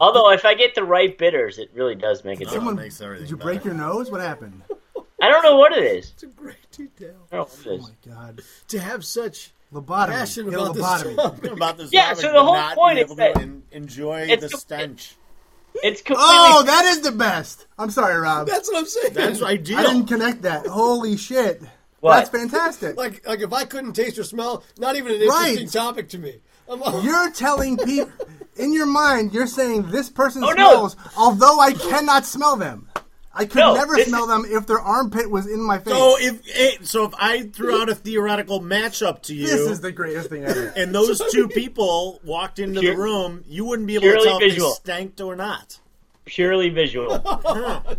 Speaker 5: Although, if I get the right bitters, it really does make a difference.
Speaker 7: Someone
Speaker 6: Someone-
Speaker 7: makes everything.
Speaker 6: Did you break
Speaker 7: better.
Speaker 6: your nose? What happened? Oh
Speaker 5: I don't know what it is.
Speaker 8: It's a great detail.
Speaker 5: I don't know what it is.
Speaker 6: Oh my god!
Speaker 8: To have such
Speaker 6: Lobotomy.
Speaker 8: passion
Speaker 6: Get a
Speaker 8: about this
Speaker 6: lobotomy.
Speaker 8: topic.
Speaker 7: about this?
Speaker 5: Yeah,
Speaker 7: topic,
Speaker 5: so the whole
Speaker 7: not
Speaker 5: point
Speaker 7: be
Speaker 5: is
Speaker 7: able
Speaker 5: that
Speaker 7: to en- enjoy
Speaker 5: it's
Speaker 7: the
Speaker 5: com-
Speaker 7: stench.
Speaker 5: It's completely.
Speaker 6: Oh, that is the best. I'm sorry, Rob.
Speaker 8: That's what I'm saying.
Speaker 7: That's ideal.
Speaker 6: I didn't connect that. Holy shit!
Speaker 5: What?
Speaker 6: That's fantastic.
Speaker 8: like like if I couldn't taste or smell, not even an
Speaker 6: Right.
Speaker 8: interesting topic to me. I'm all,
Speaker 6: You're telling people in your mind. You're saying this person
Speaker 5: Oh, no.
Speaker 6: smells, although I cannot smell them. I could
Speaker 5: No,
Speaker 6: never
Speaker 5: this
Speaker 6: smell them if their armpit was in my face.
Speaker 7: So if eh, so, if I threw out a theoretical matchup to you,
Speaker 6: this is the greatest thing ever.
Speaker 7: and those two people walked into
Speaker 5: Pure-
Speaker 7: the room, you wouldn't be able to
Speaker 5: purely
Speaker 7: tell
Speaker 5: visual.
Speaker 7: if they stank or not.
Speaker 5: purely visual.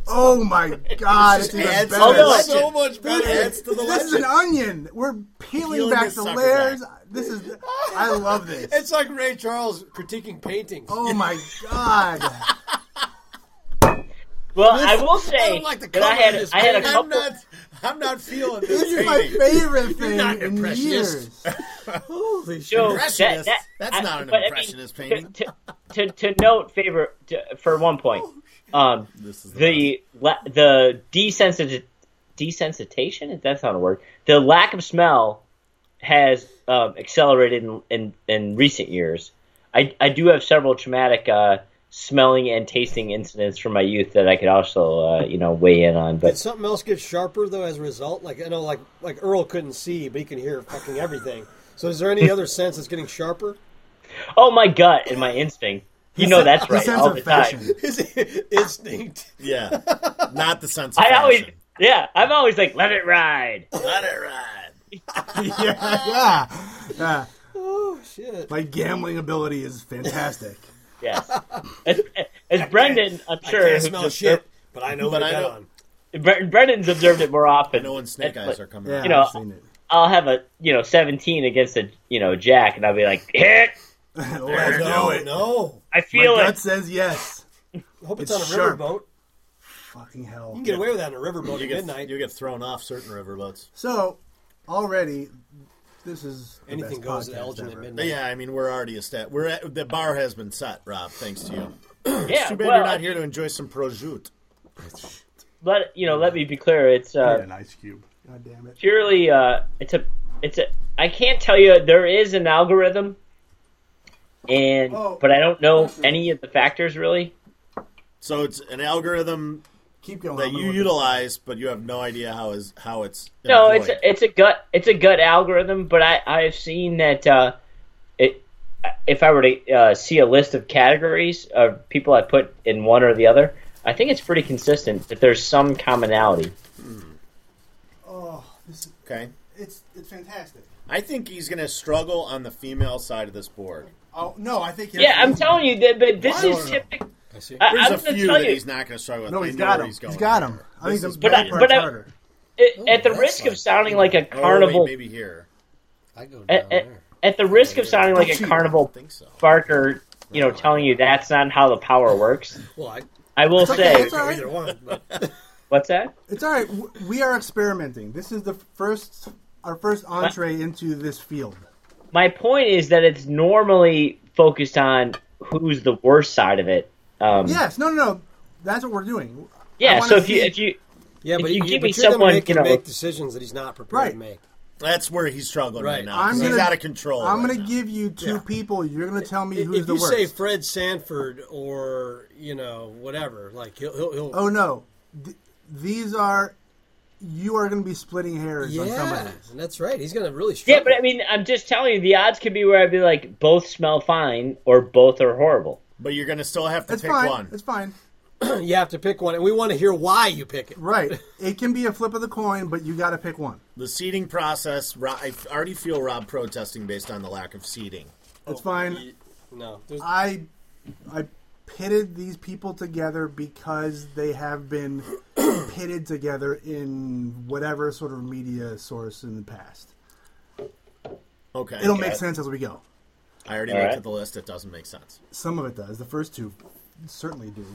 Speaker 6: Oh my god! It's the
Speaker 7: adds
Speaker 6: best.
Speaker 7: to the
Speaker 5: Although-
Speaker 7: legend.
Speaker 8: so much
Speaker 6: This,
Speaker 8: better.
Speaker 7: Adds
Speaker 6: is,
Speaker 7: to the
Speaker 6: this is an
Speaker 7: legend.
Speaker 6: onion. We're peeling
Speaker 7: Peeling
Speaker 6: back
Speaker 7: this
Speaker 6: the
Speaker 7: sucker
Speaker 6: layers.
Speaker 7: back.
Speaker 6: This is. I love this.
Speaker 8: It's like Ray Charles critiquing paintings.
Speaker 6: Oh my god!
Speaker 5: Well, I will
Speaker 8: I
Speaker 5: say
Speaker 8: don't like the
Speaker 5: that
Speaker 8: color
Speaker 5: I had
Speaker 8: of this
Speaker 5: I had a
Speaker 8: painting.
Speaker 5: couple.
Speaker 7: I'm not. I'm not feeling
Speaker 6: This
Speaker 7: this.
Speaker 6: is my
Speaker 7: painting.
Speaker 6: favorite thing
Speaker 7: not
Speaker 6: in
Speaker 7: impressionist.
Speaker 6: years.
Speaker 8: Holy shit.
Speaker 5: So
Speaker 7: Impressionist?
Speaker 5: that- that-
Speaker 7: That's
Speaker 5: I-
Speaker 7: not an
Speaker 5: but I mean,
Speaker 7: impressionist painting.
Speaker 5: To, to, to note, favor to, for one point,
Speaker 7: Oh,
Speaker 5: um, the la- the desensit desensitization. That's not a word. The lack of smell has um, accelerated in, in in recent years. I I do have several traumatic uh, smelling and tasting incidents from my youth that I could also uh, you know weigh in on,
Speaker 8: Did
Speaker 5: but.
Speaker 8: something else get sharper though as a result? Like I know, like like Earl couldn't see, but he can hear fucking everything. So is there any other sense that's getting sharper?
Speaker 5: Oh my gut and my instinct. You know that's right
Speaker 6: sense
Speaker 5: all
Speaker 6: of
Speaker 5: the
Speaker 6: fashion.
Speaker 5: time.
Speaker 8: His instinct.
Speaker 7: Yeah, not the sense. Of
Speaker 5: I always,
Speaker 7: fashion.
Speaker 5: yeah, I'm always like, let it ride.
Speaker 7: let it ride.
Speaker 6: yeah, yeah.
Speaker 8: Oh shit!
Speaker 6: My gambling ability is fantastic.
Speaker 5: Yes. As, as Brendan, I'm sure.
Speaker 8: I can't
Speaker 5: who's
Speaker 8: smell
Speaker 5: observed-
Speaker 8: shit, but I know
Speaker 7: But
Speaker 8: what
Speaker 7: I
Speaker 8: I
Speaker 7: know-
Speaker 8: on.
Speaker 5: Bre- Brendan's observed it more often.
Speaker 7: No one snake
Speaker 5: It's
Speaker 7: eyes
Speaker 5: like,
Speaker 7: are coming.
Speaker 6: Yeah,
Speaker 5: You know,
Speaker 6: I've seen it.
Speaker 5: I'll have a you know 17 against a you know Jack, and I'll be like, hit.
Speaker 6: Let's do
Speaker 8: No,
Speaker 6: it.
Speaker 8: no.
Speaker 5: I
Speaker 6: My
Speaker 5: feel
Speaker 6: gut
Speaker 5: it.
Speaker 6: says yes.
Speaker 8: I hope it's,
Speaker 6: It's
Speaker 8: on a
Speaker 6: sharp.
Speaker 8: riverboat.
Speaker 6: fucking hell.
Speaker 8: You can get away with that in a riverboat
Speaker 7: You
Speaker 8: at
Speaker 7: get
Speaker 8: midnight.
Speaker 7: you get thrown off certain riverboats.
Speaker 6: So already, this is the
Speaker 8: Anything
Speaker 6: best
Speaker 8: goes
Speaker 6: podcast
Speaker 8: at Elgin at
Speaker 6: ever.
Speaker 8: midnight.
Speaker 7: But yeah, I mean we're already a stat. We're at, the bar has been set, Rob. Thanks to you.
Speaker 5: yeah,
Speaker 7: Too bad
Speaker 5: well,
Speaker 7: you're not here to enjoy some prosciutto.
Speaker 5: Let you know. Let me be clear. It's uh,
Speaker 10: an ice cube.
Speaker 6: God damn it!
Speaker 5: purely uh, it's a it's a I can't tell you there is an algorithm and
Speaker 6: Oh,
Speaker 5: but I don't know any of the factors really.
Speaker 7: So it's an algorithm
Speaker 6: Keep going.
Speaker 7: that
Speaker 6: I'm
Speaker 7: you
Speaker 6: gonna look
Speaker 7: utilize, but you have no idea how is how it's.
Speaker 5: No,
Speaker 7: employed.
Speaker 5: it's a, it's a gut it's a gut algorithm, but I I've seen that uh, it if I were to uh, see a list of categories of people I put in one or the other, I think it's pretty consistent that there's some commonality.
Speaker 6: at- Oh, this is,
Speaker 7: okay.
Speaker 6: it's it's fantastic.
Speaker 7: I think he's going to struggle on the female side of this board.
Speaker 6: Oh no, I think
Speaker 5: Yeah, I'm telling you that, but this
Speaker 6: No, no,
Speaker 5: is
Speaker 6: no.
Speaker 5: typical.
Speaker 8: I see.
Speaker 5: I,
Speaker 7: There's
Speaker 5: I'm
Speaker 7: a
Speaker 5: gonna
Speaker 7: few
Speaker 5: tell
Speaker 7: that
Speaker 5: you,
Speaker 7: he's not going to struggle with.
Speaker 6: No,
Speaker 7: I
Speaker 6: he's
Speaker 7: know
Speaker 6: got
Speaker 7: where
Speaker 6: him.
Speaker 7: He's,
Speaker 6: He's,
Speaker 7: going.
Speaker 6: got him. I
Speaker 7: This
Speaker 6: think
Speaker 7: is
Speaker 6: the
Speaker 7: bad.
Speaker 6: bad
Speaker 5: But
Speaker 6: part's
Speaker 5: I-
Speaker 6: harder.
Speaker 5: at- at the
Speaker 8: that's
Speaker 5: risk
Speaker 8: fine.
Speaker 5: of sounding like a
Speaker 7: Oh,
Speaker 5: carnival
Speaker 7: wait, maybe here.
Speaker 8: I go down
Speaker 5: at, at,
Speaker 8: there.
Speaker 5: at the risk of sounding like a carnival
Speaker 7: I think so.
Speaker 5: barker, you know, telling you that's not how the power works,
Speaker 8: Well, I
Speaker 5: I will
Speaker 6: okay,
Speaker 5: say,
Speaker 6: it's all right.
Speaker 8: either one. But
Speaker 5: what's that?
Speaker 6: It's all right. W- We are experimenting. This is the first our first entree into this field.
Speaker 5: My point is that it's normally focused on who's the worst side of it. Um, yeah,
Speaker 6: Yes. No. No. No. That's what we're doing. I wanna
Speaker 5: So if you
Speaker 6: see-
Speaker 5: if you
Speaker 8: yeah, but
Speaker 5: you
Speaker 8: you,
Speaker 5: give
Speaker 8: you,
Speaker 5: me
Speaker 8: but you're
Speaker 5: someone,
Speaker 8: gonna make
Speaker 5: you
Speaker 8: him
Speaker 5: know-
Speaker 8: make decisions that he's not prepared
Speaker 6: Right.
Speaker 8: to make.
Speaker 7: That's where he's struggling right,
Speaker 8: Right.
Speaker 7: now.
Speaker 6: I'm
Speaker 7: 'cause he's
Speaker 6: gonna-
Speaker 7: out of control.
Speaker 6: I'm
Speaker 7: right
Speaker 6: going to
Speaker 7: now.
Speaker 6: give you two
Speaker 8: Yeah.
Speaker 6: people. You're going to tell me
Speaker 8: If
Speaker 6: who's
Speaker 8: if
Speaker 6: the
Speaker 8: you
Speaker 6: worst.
Speaker 8: say Fred Sanford or you know whatever, like he'll he'll, he'll
Speaker 6: oh no, Th- these are you are going to be splitting hairs on
Speaker 8: yeah,
Speaker 6: somebody.
Speaker 8: that's right. He's gonna really
Speaker 5: yeah,
Speaker 8: struggle.
Speaker 5: but I mean, I'm just telling you, the odds could be where I'd be like, both smell fine or both are horrible.
Speaker 7: But you're going to still have to
Speaker 6: It's
Speaker 7: pick
Speaker 6: fine.
Speaker 7: one.
Speaker 6: It's fine.
Speaker 8: you have to pick one, and we want to hear why you pick it.
Speaker 6: Right. it can be a flip of the coin, but you got to pick one.
Speaker 7: The seating process. Ro- I already feel Rob protesting based on the lack of seating.
Speaker 8: Oh,
Speaker 6: It's fine.
Speaker 8: Ye- No, there's,
Speaker 6: I I pitted these people together because they have been pitted together in whatever sort of media source in the past.
Speaker 7: Okay,
Speaker 6: It'll
Speaker 7: I-
Speaker 6: make sense as we go.
Speaker 7: I already
Speaker 5: All
Speaker 7: looked
Speaker 5: right.
Speaker 7: at the list. It doesn't make sense.
Speaker 6: Some of it does. The first two certainly do.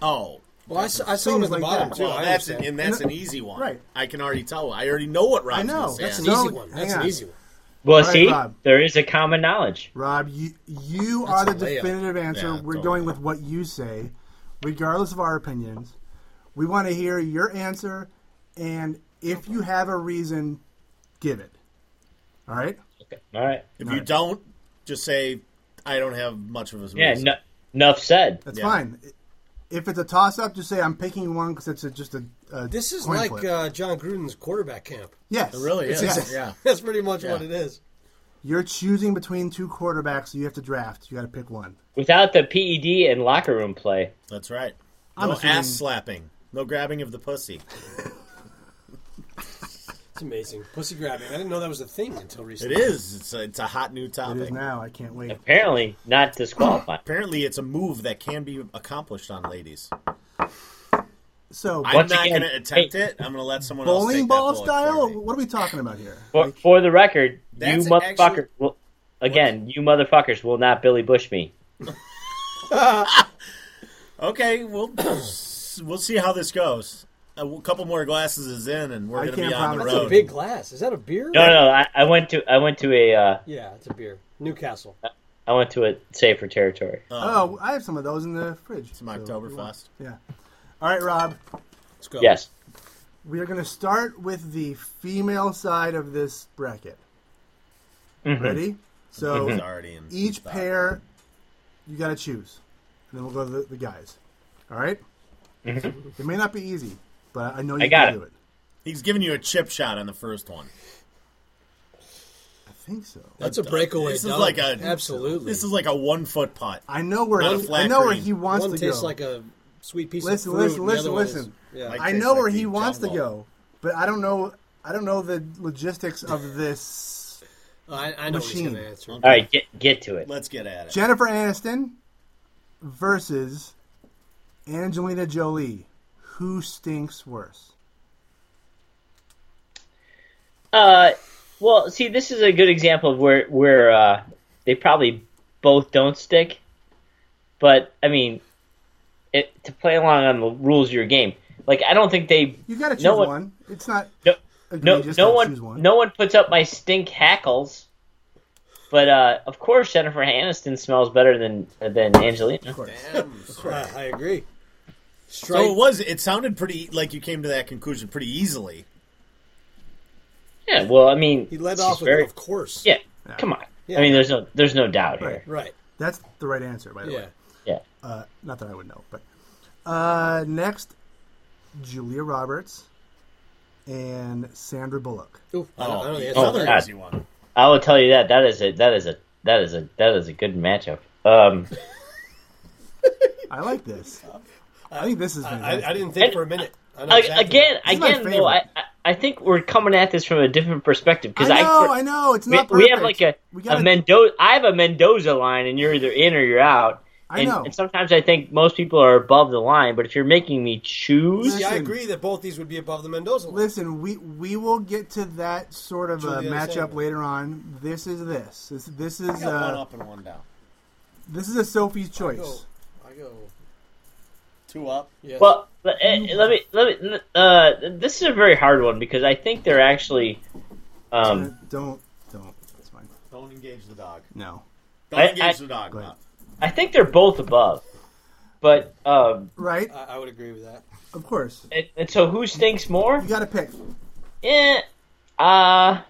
Speaker 7: Oh,
Speaker 8: well, I, s- I saw him
Speaker 6: Things
Speaker 8: at the
Speaker 6: like
Speaker 8: bottom
Speaker 6: that.
Speaker 8: too.
Speaker 7: well,
Speaker 8: I
Speaker 7: that's
Speaker 8: understand.
Speaker 7: and that's an easy one.
Speaker 6: Right.
Speaker 7: I can already tell. I already know what Rob's
Speaker 6: I know.
Speaker 7: gonna say.
Speaker 8: that's an
Speaker 6: So-
Speaker 8: easy one.
Speaker 6: hang
Speaker 8: That's an
Speaker 6: on.
Speaker 8: easy one.
Speaker 5: Well,
Speaker 6: All right,
Speaker 5: see,
Speaker 6: Rob.
Speaker 5: there is a common knowledge.
Speaker 6: Rob, you you
Speaker 8: That's
Speaker 6: are
Speaker 8: a
Speaker 6: the
Speaker 8: layup.
Speaker 6: definitive answer.
Speaker 7: Yeah,
Speaker 6: We're
Speaker 7: totally.
Speaker 6: going with what you say, regardless of our opinions. We want to hear your answer, and if you have a reason, give it. All right.
Speaker 5: All right.
Speaker 7: If you don't, just say I don't have much of a
Speaker 5: Yeah,
Speaker 7: reason."
Speaker 5: no, enough said.
Speaker 6: That's
Speaker 7: Yeah.
Speaker 6: fine. If it's a toss up, just say I'm picking one because it's a, just a, a.
Speaker 8: This is
Speaker 6: coin
Speaker 8: like
Speaker 6: flip.
Speaker 8: uh, John Gruden's quarterback camp.
Speaker 6: yes,
Speaker 7: It really is.
Speaker 6: Yes.
Speaker 7: Yeah.
Speaker 8: That's pretty much what
Speaker 7: Yeah.
Speaker 8: it is.
Speaker 6: You're choosing between two quarterbacks. So you have to draft. You got to pick one.
Speaker 5: Without the PED and locker room play,
Speaker 7: that's right.
Speaker 6: I'm
Speaker 7: no
Speaker 6: assuming-
Speaker 7: ass slapping, no grabbing of the pussy.
Speaker 8: It's amazing. Pussy grabbing. I didn't know that was a thing until
Speaker 7: It
Speaker 8: recently.
Speaker 7: is. It's a, it's a hot new
Speaker 6: It
Speaker 7: topic.
Speaker 6: is now. I can't wait.
Speaker 5: apparently not disqualified.
Speaker 7: Apparently, it's a move that can be accomplished on ladies.
Speaker 6: So
Speaker 7: I'm
Speaker 5: Once
Speaker 7: not
Speaker 5: again,
Speaker 7: going to attempt
Speaker 5: hey.
Speaker 7: it. I'm going to let someone else
Speaker 6: bowling
Speaker 7: take
Speaker 6: ball
Speaker 7: that bullet
Speaker 6: style.
Speaker 7: for me.
Speaker 6: What are we talking about here?
Speaker 5: For, for the record,
Speaker 7: That's
Speaker 5: you motherfuckers
Speaker 7: actually-
Speaker 5: will, again, you motherfuckers will not Billy Bush me.
Speaker 7: Okay, we'll we'll see how this goes. A w- couple more glasses is in, and
Speaker 6: I
Speaker 7: we're going to
Speaker 6: can't
Speaker 7: be on the
Speaker 6: promise
Speaker 8: That's
Speaker 7: road.
Speaker 8: a big glass. Is that a beer?
Speaker 5: No, no, I, I went to I went to a uh,
Speaker 8: Yeah, it's a beer. Newcastle.
Speaker 5: I went to a safer territory.
Speaker 7: Um,
Speaker 6: Oh, I have some of those in the fridge.
Speaker 7: Some Oktoberfest.
Speaker 6: Yeah. All right, Rob.
Speaker 8: Let's go.
Speaker 5: Yes,
Speaker 6: We are going to start with the female side of this bracket.
Speaker 5: Mm-hmm.
Speaker 6: Ready? So
Speaker 5: Hmm.
Speaker 7: He's already in.
Speaker 6: each
Speaker 7: thought.
Speaker 6: pair, you got to choose, and then we'll go to the, the guys. All right? it may not be easy, but I know you
Speaker 5: Mm-hmm. I got
Speaker 6: can
Speaker 5: it.
Speaker 6: do it.
Speaker 7: He's giving you a chip shot on the first one.
Speaker 6: I think so.
Speaker 8: That's a breakaway.
Speaker 7: This is
Speaker 8: dub.
Speaker 7: like a-
Speaker 8: absolutely.
Speaker 7: This is like a one foot putt.
Speaker 6: I know where
Speaker 7: Not a
Speaker 6: he,
Speaker 7: flat
Speaker 6: I know where
Speaker 7: green.
Speaker 6: he wants
Speaker 8: one
Speaker 6: to
Speaker 8: tastes
Speaker 6: go.
Speaker 8: like a sweet piece
Speaker 6: Listen,
Speaker 8: of fruit.
Speaker 6: listen,
Speaker 8: and the other
Speaker 6: listen,
Speaker 8: one is-
Speaker 6: listen.
Speaker 8: yeah.
Speaker 7: Like-
Speaker 6: I
Speaker 7: tastes
Speaker 6: know where
Speaker 7: the
Speaker 6: he wants to
Speaker 7: jungle.
Speaker 6: go, but I don't know. I don't know the logistics of this.
Speaker 8: I, I know what he's
Speaker 6: Machine.
Speaker 8: going to answer.
Speaker 5: all right, get get to it.
Speaker 7: Let's get at it.
Speaker 6: Jennifer Aniston versus Angelina Jolie. Who stinks worse?
Speaker 5: Uh, well, see, this is a good example of where where uh, they probably both don't stick, but I mean, it, to play along on the rules of your game. Like I don't think they
Speaker 6: You got to choose
Speaker 5: No one-
Speaker 6: one. It's not.
Speaker 5: no no
Speaker 6: egregious
Speaker 5: no
Speaker 6: to
Speaker 5: one,
Speaker 6: choose one.
Speaker 5: no one puts up my stink hackles. But uh, of course, Jennifer Aniston smells better than than Angelina.
Speaker 8: Uh, I agree. Strike.
Speaker 7: So it was. It sounded pretty like you came to that conclusion pretty easily.
Speaker 5: Yeah, well, I mean,
Speaker 8: he led
Speaker 5: she's
Speaker 8: off with,
Speaker 5: very-
Speaker 8: of course.
Speaker 5: yeah, Come on, I mean, there's no there's no doubt here.
Speaker 8: Right.
Speaker 6: That's the right answer, by the way.
Speaker 8: Yeah.
Speaker 5: Yeah,
Speaker 6: Uh, not that I would know, but uh, next, Julia Roberts and Sandra Bullock.
Speaker 8: Ooh, I don't, I don't know the answer.
Speaker 7: another
Speaker 5: God.
Speaker 7: easy one.
Speaker 5: I will tell you that that is a that is a that is a that is a good matchup. Um,
Speaker 6: I like this. I think this is.
Speaker 8: I,
Speaker 6: fantastic.
Speaker 8: I didn't think for a minute. I know
Speaker 5: I-
Speaker 8: exactly.
Speaker 5: again,
Speaker 6: This is my
Speaker 5: again, though, I,
Speaker 6: favorite.
Speaker 5: I I think we're coming at this from a different perspective because
Speaker 6: I know, I, know. It's
Speaker 5: we,
Speaker 6: not
Speaker 5: we have like
Speaker 6: perfect.
Speaker 5: a,
Speaker 6: We
Speaker 5: a
Speaker 6: gotta-
Speaker 5: Mendoza. I have a Mendoza line, and you're either in or you're out.
Speaker 6: I
Speaker 5: and,
Speaker 6: know.
Speaker 5: and sometimes I think most people are above the line, but if you're making me choose,
Speaker 8: See, I
Speaker 6: Listen.
Speaker 8: agree that both these would be above the Mendoza line.
Speaker 6: Listen, we we will get to that sort of uh,
Speaker 8: Julia
Speaker 6: matchup
Speaker 8: Sandra.
Speaker 6: later on. This is this. This, this
Speaker 7: I
Speaker 6: is
Speaker 7: got one
Speaker 6: uh,
Speaker 7: up and one down.
Speaker 6: this is a Sophie's choice.
Speaker 8: I go. I go.
Speaker 7: Two up.
Speaker 8: Yes.
Speaker 5: well, let, eh, let me let me. Uh, this is a very hard one because I think they're actually.
Speaker 6: Uh,
Speaker 5: Um,
Speaker 6: don't don't. It's fine.
Speaker 7: Don't engage the dog.
Speaker 6: No.
Speaker 7: Don't
Speaker 5: I-
Speaker 7: engage
Speaker 5: I-
Speaker 7: the dog.
Speaker 6: Go ahead.
Speaker 7: Bob.
Speaker 5: I think they're both above, but um,
Speaker 6: Right?
Speaker 8: I, I would agree with that.
Speaker 6: Of course.
Speaker 5: and, and so who stinks more?
Speaker 6: You got to pick.
Speaker 5: Eh, uh,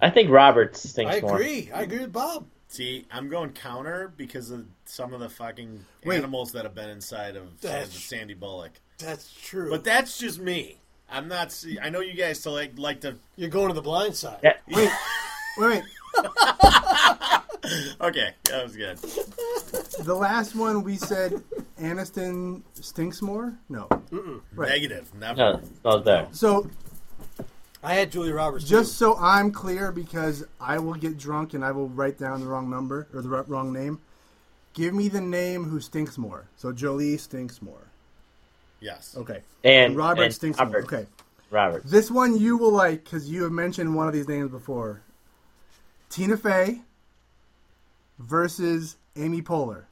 Speaker 5: I think Roberts stinks
Speaker 8: I
Speaker 5: more.
Speaker 8: agree. I agree with Bob.
Speaker 7: See, I'm going counter because of some of the fucking
Speaker 6: Wait.
Speaker 7: animals that have been inside of
Speaker 8: That's-
Speaker 7: of Sandy Bullock.
Speaker 8: That's true.
Speaker 7: But that's just me. I'm not. See, I know you guys to like like to.
Speaker 8: You're going to the blind side.
Speaker 5: Yeah.
Speaker 6: Wait. wait, wait.
Speaker 7: Okay, that was good.
Speaker 6: The last one we said Aniston stinks more? No.
Speaker 7: Negative. Never.
Speaker 5: No, it smells better.
Speaker 6: So,
Speaker 8: I had Julia Roberts.
Speaker 6: just
Speaker 8: too.
Speaker 6: so I'm clear because I will get drunk and I will write down the wrong number or the r- wrong name. Give me the name who stinks more. So Jolie stinks more.
Speaker 7: Yes.
Speaker 6: Okay.
Speaker 5: And,
Speaker 6: And Robert
Speaker 5: and
Speaker 6: stinks
Speaker 5: Robert,
Speaker 6: more. Okay.
Speaker 5: Roberts.
Speaker 6: This one you will like because you have mentioned one of these names before. Tina Fey versus Amy Poehler.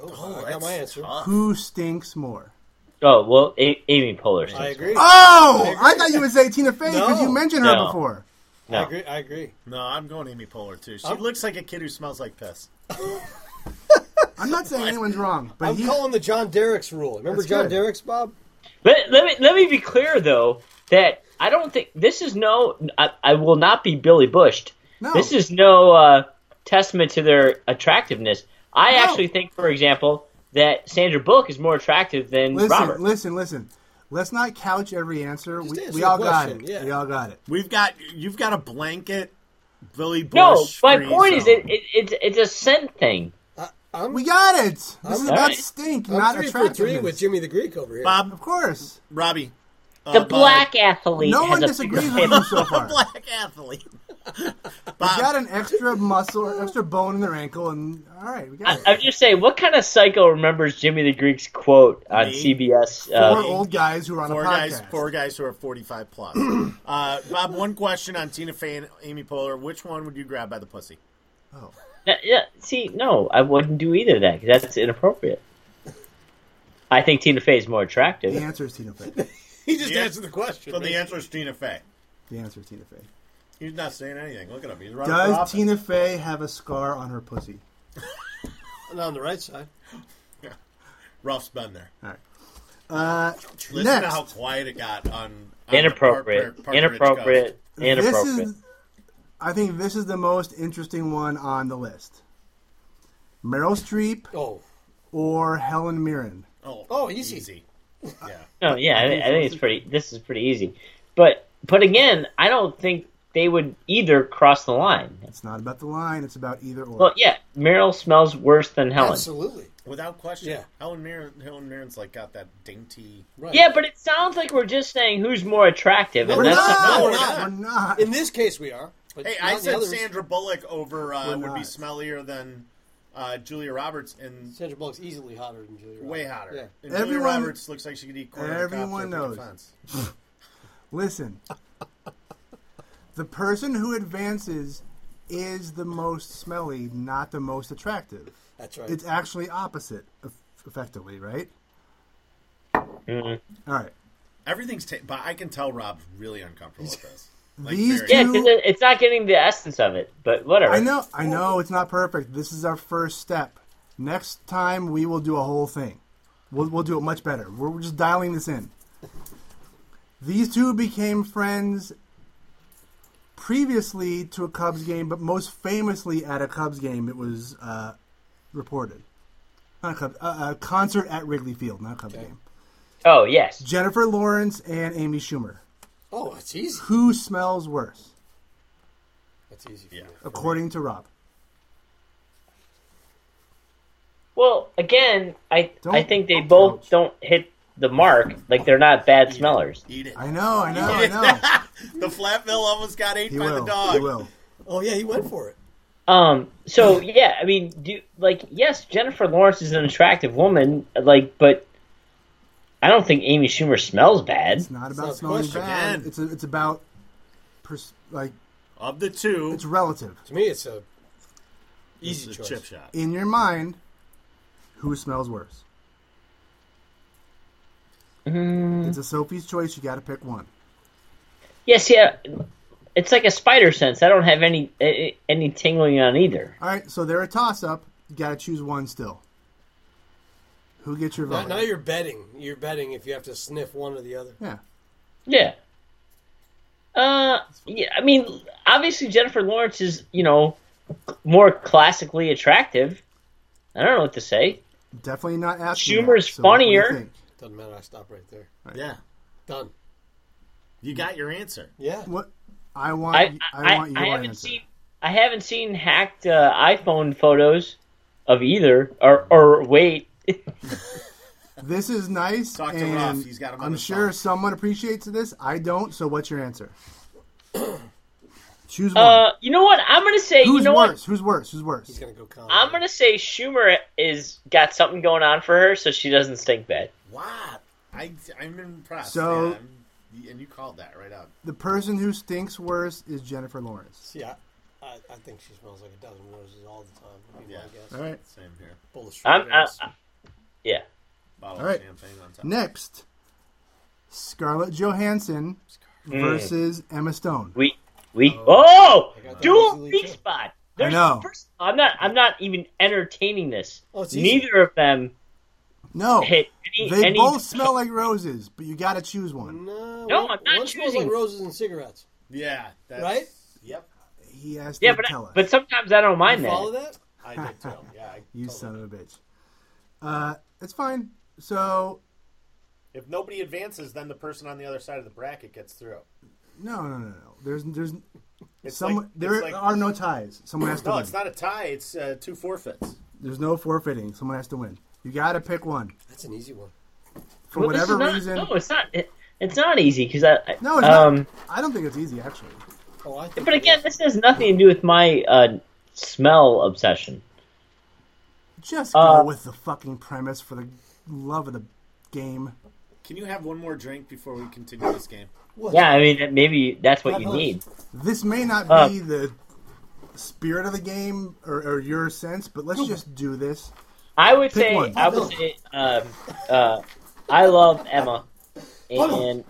Speaker 8: Oh, I got my answer.
Speaker 6: Who stinks more?
Speaker 5: Oh well, A- Amy Poehler.
Speaker 8: I
Speaker 5: stinks.
Speaker 8: agree.
Speaker 6: Oh, I thought you would say Tina Fey
Speaker 8: No.
Speaker 6: because you mentioned her
Speaker 5: No.
Speaker 6: before.
Speaker 8: I
Speaker 5: No.
Speaker 8: agree. I agree.
Speaker 7: No, I'm going Amy Poehler too. She
Speaker 8: I'm-
Speaker 7: looks like a kid who smells like piss.
Speaker 6: I'm not saying anyone's wrong, but
Speaker 8: I'm
Speaker 6: he,
Speaker 8: calling the John Derrick's rule. Remember
Speaker 6: That's
Speaker 8: John
Speaker 6: good.
Speaker 8: Derrick's, Bob?
Speaker 5: Let, let me let me be clear though that I don't think this is no. I, I will not be Billy Bushed.
Speaker 6: No.
Speaker 5: This is no uh, testament to their attractiveness. I
Speaker 6: No.
Speaker 5: actually think, for example, that Sandra Bullock is more attractive than
Speaker 6: listen,
Speaker 5: Robert.
Speaker 6: listen, listen. Let's not couch every answer. We,
Speaker 8: answer
Speaker 6: we
Speaker 8: the
Speaker 6: all
Speaker 8: question,
Speaker 6: got it.
Speaker 8: yeah.
Speaker 6: We all got it.
Speaker 7: We've got you've got a blanket, Billy Bush.
Speaker 5: no, my
Speaker 7: free
Speaker 5: point is
Speaker 7: zone.
Speaker 5: it, it, it's it's a scent thing.
Speaker 8: I'm,
Speaker 6: We got it. This is about
Speaker 5: Alright.
Speaker 6: stink,
Speaker 8: I'm
Speaker 6: not
Speaker 8: three for
Speaker 6: attractiveness.
Speaker 8: three with Jimmy the Greek over here.
Speaker 6: Of
Speaker 7: Bob
Speaker 6: course.
Speaker 7: Robbie. uh,
Speaker 5: The
Speaker 7: Bob,
Speaker 5: black athlete.
Speaker 6: No
Speaker 5: has
Speaker 6: one
Speaker 5: a bigger
Speaker 6: disagrees
Speaker 5: hip.
Speaker 6: with you so far.
Speaker 7: black athlete.
Speaker 6: We got an extra muscle, or extra bone in their ankle, and all right, we got
Speaker 5: I,
Speaker 6: it.
Speaker 5: I'm just saying, what kind of psycho remembers Jimmy the Greek's quote on
Speaker 7: Me?
Speaker 5: CBS?
Speaker 6: Four
Speaker 5: Uh,
Speaker 6: old guys who are on
Speaker 7: Four
Speaker 6: a podcast.
Speaker 7: guys, four guys who are forty-five plus. uh, Bob, one question on Tina Fey and Amy Poehler: Which one would you grab by the pussy?
Speaker 6: Oh.
Speaker 5: Yeah, yeah, see, no, I wouldn't do either of that 'cause that's inappropriate. I think Tina Fey is more attractive.
Speaker 6: The answer is Tina Fey.
Speaker 8: he just
Speaker 7: Yeah.
Speaker 8: answered the question.
Speaker 7: So the answer is Tina Fey.
Speaker 6: The answer is Tina Fey.
Speaker 7: He's not saying anything. Look at him. He's running for
Speaker 6: Does
Speaker 7: office.
Speaker 6: Tina Fey have a scar on her pussy?
Speaker 8: Not on the right side.
Speaker 7: Ralph's been there.
Speaker 6: All right. Uh,
Speaker 7: Listen to
Speaker 6: next,
Speaker 7: how quiet it got on. on
Speaker 5: inappropriate,
Speaker 7: the Park- Park- Park Ridge
Speaker 5: inappropriate,
Speaker 7: Coast.
Speaker 6: this
Speaker 5: inappropriate.
Speaker 6: is. I think this is the most interesting one on the list. Meryl Streep
Speaker 8: Oh,
Speaker 6: or Helen Mirren?
Speaker 7: Oh,
Speaker 8: Oh, easy.
Speaker 7: Yeah.
Speaker 5: No, yeah, I, thi- I think it's pretty. This is pretty easy, but but again, I don't think they would either cross the line.
Speaker 6: It's not about the line; it's about either or.
Speaker 5: Well, yeah, Meryl smells worse than Helen.
Speaker 8: absolutely.
Speaker 7: Without question.
Speaker 8: Yeah.
Speaker 7: Helen Mirren, Helen Mirren's like got that dainty.
Speaker 8: Right.
Speaker 5: Yeah, but it sounds like we're just saying who's more attractive,
Speaker 6: we're
Speaker 5: and that's
Speaker 6: not.
Speaker 7: no,
Speaker 6: Ah! we're
Speaker 7: we're
Speaker 6: not.
Speaker 7: not.
Speaker 6: We're not.
Speaker 8: In this case, we are. But
Speaker 7: Hey,
Speaker 8: not
Speaker 7: I
Speaker 8: in the
Speaker 7: said
Speaker 8: others.
Speaker 7: Sandra Bullock over uh,
Speaker 6: We're
Speaker 7: would be
Speaker 6: not.
Speaker 7: smellier than uh, Julia Roberts and
Speaker 8: Sandra Bullock's easily hotter than Julia. Roberts.
Speaker 7: way hotter.
Speaker 8: Yeah.
Speaker 7: And Julia
Speaker 6: Everyone-
Speaker 7: Roberts looks like she could eat corn.
Speaker 6: everyone
Speaker 7: on the cob
Speaker 6: knows.
Speaker 7: to a fence.
Speaker 6: Listen, the person who advances is the most smelly, not the most attractive.
Speaker 8: That's right.
Speaker 6: It's actually opposite of effectively, right?
Speaker 5: Mhm.
Speaker 6: All right.
Speaker 7: Everything's. Ta- but I can tell Rob's really uncomfortable with this. Like,
Speaker 6: These
Speaker 7: very-
Speaker 5: Yeah,
Speaker 6: two-
Speaker 5: because it's not getting the essence of it. But whatever.
Speaker 6: I know, I know, it's not perfect. This is our first step. Next time we will do a whole thing. We'll we'll do it much better. We're we're just dialing this in. These two became friends previously to a Cubs game, but most famously at a Cubs game, it was uh, reported. Not a, Cubs, uh, a concert at Wrigley Field, not a Cubs game.
Speaker 5: Oh yes.
Speaker 6: Jennifer Lawrence and Amy Schumer.
Speaker 8: Oh, it's easy.
Speaker 6: Who smells worse,
Speaker 8: That's easy. For
Speaker 7: Yeah.
Speaker 8: me.
Speaker 6: according to Rob?
Speaker 5: Well, again, I
Speaker 6: Don't-
Speaker 5: I think they both
Speaker 6: Ouch.
Speaker 5: don't hit the mark. Like they're not bad smellers.
Speaker 7: Eat it.
Speaker 6: I know, I know, I know.
Speaker 7: the Flatville almost got ate
Speaker 6: He
Speaker 7: by
Speaker 6: will.
Speaker 7: the dog.
Speaker 6: He will.
Speaker 8: Oh yeah, he went for it.
Speaker 5: Um. So yeah, I mean, do like yes, Jennifer Lawrence is an attractive woman. Like, but I don't think Amy Schumer smells bad.
Speaker 6: It's not about
Speaker 8: not a
Speaker 6: smelling
Speaker 8: question.
Speaker 6: bad.
Speaker 7: Again.
Speaker 6: It's a, it's about pers- like
Speaker 7: Of the two,
Speaker 6: it's relative
Speaker 8: To me, it's a
Speaker 7: this
Speaker 8: easy
Speaker 7: is a
Speaker 8: choice.
Speaker 7: chip shot.
Speaker 6: in your mind. Who smells worse?
Speaker 5: Mm-hmm.
Speaker 6: It's a Sophie's choice. You got to pick one.
Speaker 5: Yes, yeah. It's like a spider sense. I don't have any eh, any tingling on either.
Speaker 6: All right, so they're a toss up. You got to choose one still. Who gets your
Speaker 8: Now,
Speaker 6: vote?
Speaker 8: now you're betting. You're betting if you have to sniff one or the other.
Speaker 6: yeah,
Speaker 5: Yeah. Uh, yeah. I mean, obviously Jennifer Lawrence is you know more classically attractive. I don't know what to say.
Speaker 6: definitely not asking.
Speaker 5: Schumer's
Speaker 6: that, so what do you
Speaker 5: funnier.
Speaker 6: think?
Speaker 8: Doesn't matter. I stop right there.
Speaker 7: Yeah,
Speaker 8: Done.
Speaker 7: you got your answer.
Speaker 8: Yeah.
Speaker 6: What I want,
Speaker 5: I
Speaker 6: I,
Speaker 5: I,
Speaker 6: want your
Speaker 5: I haven't
Speaker 6: answer.
Speaker 5: seen I haven't seen hacked uh, iPhone photos of either or or wait.
Speaker 6: This is nice,
Speaker 7: Talk to
Speaker 6: and
Speaker 7: Ruff. He's got him on
Speaker 6: I'm
Speaker 7: his
Speaker 6: sure
Speaker 7: phone.
Speaker 6: someone appreciates this. I don't. So, what's your answer? choose one.
Speaker 5: Uh, you know what? I'm gonna say.
Speaker 6: Who's
Speaker 5: you know what?
Speaker 6: worse? Who's worse? Who's worse?
Speaker 8: He's gonna go calm.
Speaker 5: I'm gonna say Schumer is got something going on for her, so she doesn't stink bad.
Speaker 7: Wow, I I'm impressed.
Speaker 6: So-
Speaker 7: yeah, I'm- and you called that right out.
Speaker 6: The person who stinks worse is Jennifer Lawrence.
Speaker 8: See, I, I, I think she smells like a dozen roses all the time. Would be
Speaker 7: Yeah.
Speaker 8: my guess.
Speaker 6: All right.
Speaker 7: Same here.
Speaker 8: Full of
Speaker 5: I'm, I,
Speaker 8: strawberries.
Speaker 5: I- yeah.
Speaker 7: Bottle
Speaker 6: All right.
Speaker 7: of champagne on top.
Speaker 6: Next, Scarlett Johansson
Speaker 7: Mm.
Speaker 6: versus Emma Stone.
Speaker 5: We we oh,
Speaker 8: got that
Speaker 5: dual
Speaker 8: easily,
Speaker 5: weak
Speaker 8: too.
Speaker 5: spot. There's,
Speaker 6: know.
Speaker 5: First, I'm not. I'm not even entertaining this.
Speaker 8: Oh, it's easy.
Speaker 5: Neither of them
Speaker 6: No,
Speaker 5: hit any.
Speaker 6: they
Speaker 5: any-
Speaker 6: both smell like roses, but you got to choose one.
Speaker 8: No,
Speaker 5: No,
Speaker 8: one-
Speaker 5: I'm not
Speaker 8: one smells
Speaker 5: choosing.
Speaker 8: like roses and cigarettes.
Speaker 7: Yeah, that's,
Speaker 8: Right?
Speaker 7: Yep.
Speaker 6: He has to
Speaker 5: Yeah, but
Speaker 6: tell us.
Speaker 5: but sometimes I don't mind
Speaker 8: You
Speaker 5: that.
Speaker 8: follow that?
Speaker 7: I did tell. Yeah. I
Speaker 6: you
Speaker 7: told
Speaker 6: son
Speaker 7: him.
Speaker 6: of a bitch. Uh, it's fine. So
Speaker 7: If nobody advances, then the person on the other side of the bracket gets through.
Speaker 6: no, no, no, no. There's there's
Speaker 7: It's
Speaker 6: some
Speaker 7: like,
Speaker 6: there
Speaker 7: it's like,
Speaker 6: are no ties. Someone has to
Speaker 7: no,
Speaker 6: win.
Speaker 7: it's not a tie. It's uh, two forfeits.
Speaker 6: There's no forfeiting. Someone has to win. You got to pick one
Speaker 8: That's an easy one.
Speaker 6: for
Speaker 5: Well, this
Speaker 6: whatever
Speaker 5: is not-
Speaker 6: reason.
Speaker 5: No, it's not. It, it's not easy because I. I-
Speaker 6: No, it's
Speaker 5: um,
Speaker 6: not. I don't think it's easy actually.
Speaker 8: Oh, I think
Speaker 5: But
Speaker 8: it
Speaker 5: again,
Speaker 8: is.
Speaker 5: this has nothing to do with my uh, smell obsession.
Speaker 6: Just go
Speaker 5: Uh,
Speaker 6: with the fucking premise for the love of the game.
Speaker 7: Can you have one more drink before we continue this game?
Speaker 8: What?
Speaker 5: Yeah, I mean that- maybe that's what
Speaker 8: God
Speaker 5: you
Speaker 8: knows.
Speaker 5: need.
Speaker 6: This may not
Speaker 5: Uh,
Speaker 6: be the spirit of the game or, or your sense, but let's just do this.
Speaker 5: I would
Speaker 6: Pick
Speaker 5: say
Speaker 6: one.
Speaker 5: I would say um, uh, I love Emma, and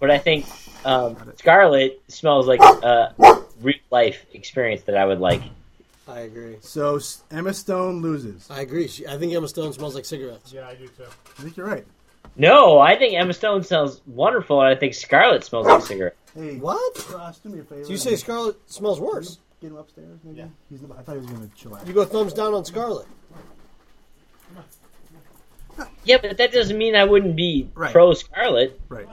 Speaker 5: but I think um, Scarlet smells like a real life experience that I would like.
Speaker 8: I agree.
Speaker 6: So S- Emma Stone loses.
Speaker 8: I agree. She, I think Emma Stone smells like cigarettes.
Speaker 10: Yeah, I do too.
Speaker 6: I think you're right.
Speaker 5: No, I think Emma Stone smells wonderful, and I think Scarlet smells like cigarette.
Speaker 6: Hey,
Speaker 8: What?
Speaker 6: Ross, do me a favor.
Speaker 8: So you say Scarlet smells worse?
Speaker 6: get him upstairs? Maybe.
Speaker 7: Yeah.
Speaker 6: He's, I thought he was going to chill out.
Speaker 8: You go thumbs down on Scarlet.
Speaker 5: Yeah, but that doesn't mean I wouldn't be
Speaker 6: Right.
Speaker 5: pro Scarlet.
Speaker 6: Right.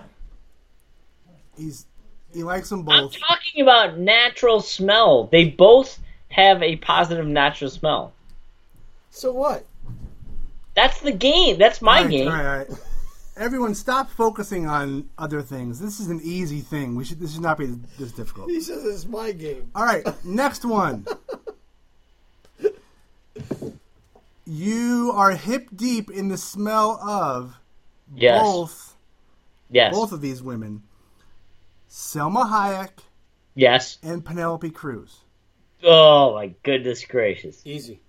Speaker 6: He's he likes them
Speaker 5: I'm
Speaker 6: both.
Speaker 5: talking about natural smell. They both have a positive natural smell.
Speaker 8: So what?
Speaker 5: That's the game. That's my
Speaker 6: All right,
Speaker 5: game.
Speaker 6: All right, all right. Everyone, stop focusing on other things. This is an easy thing. We should. This should not be this difficult.
Speaker 8: He says it's my game.
Speaker 6: All right, next one. You are hip deep in the smell of
Speaker 5: Yes.
Speaker 6: both
Speaker 5: yes.
Speaker 6: both of these women, Selma Hayek
Speaker 5: Yes.
Speaker 6: and Penelope Cruz.
Speaker 5: Oh my goodness gracious.
Speaker 8: Easy.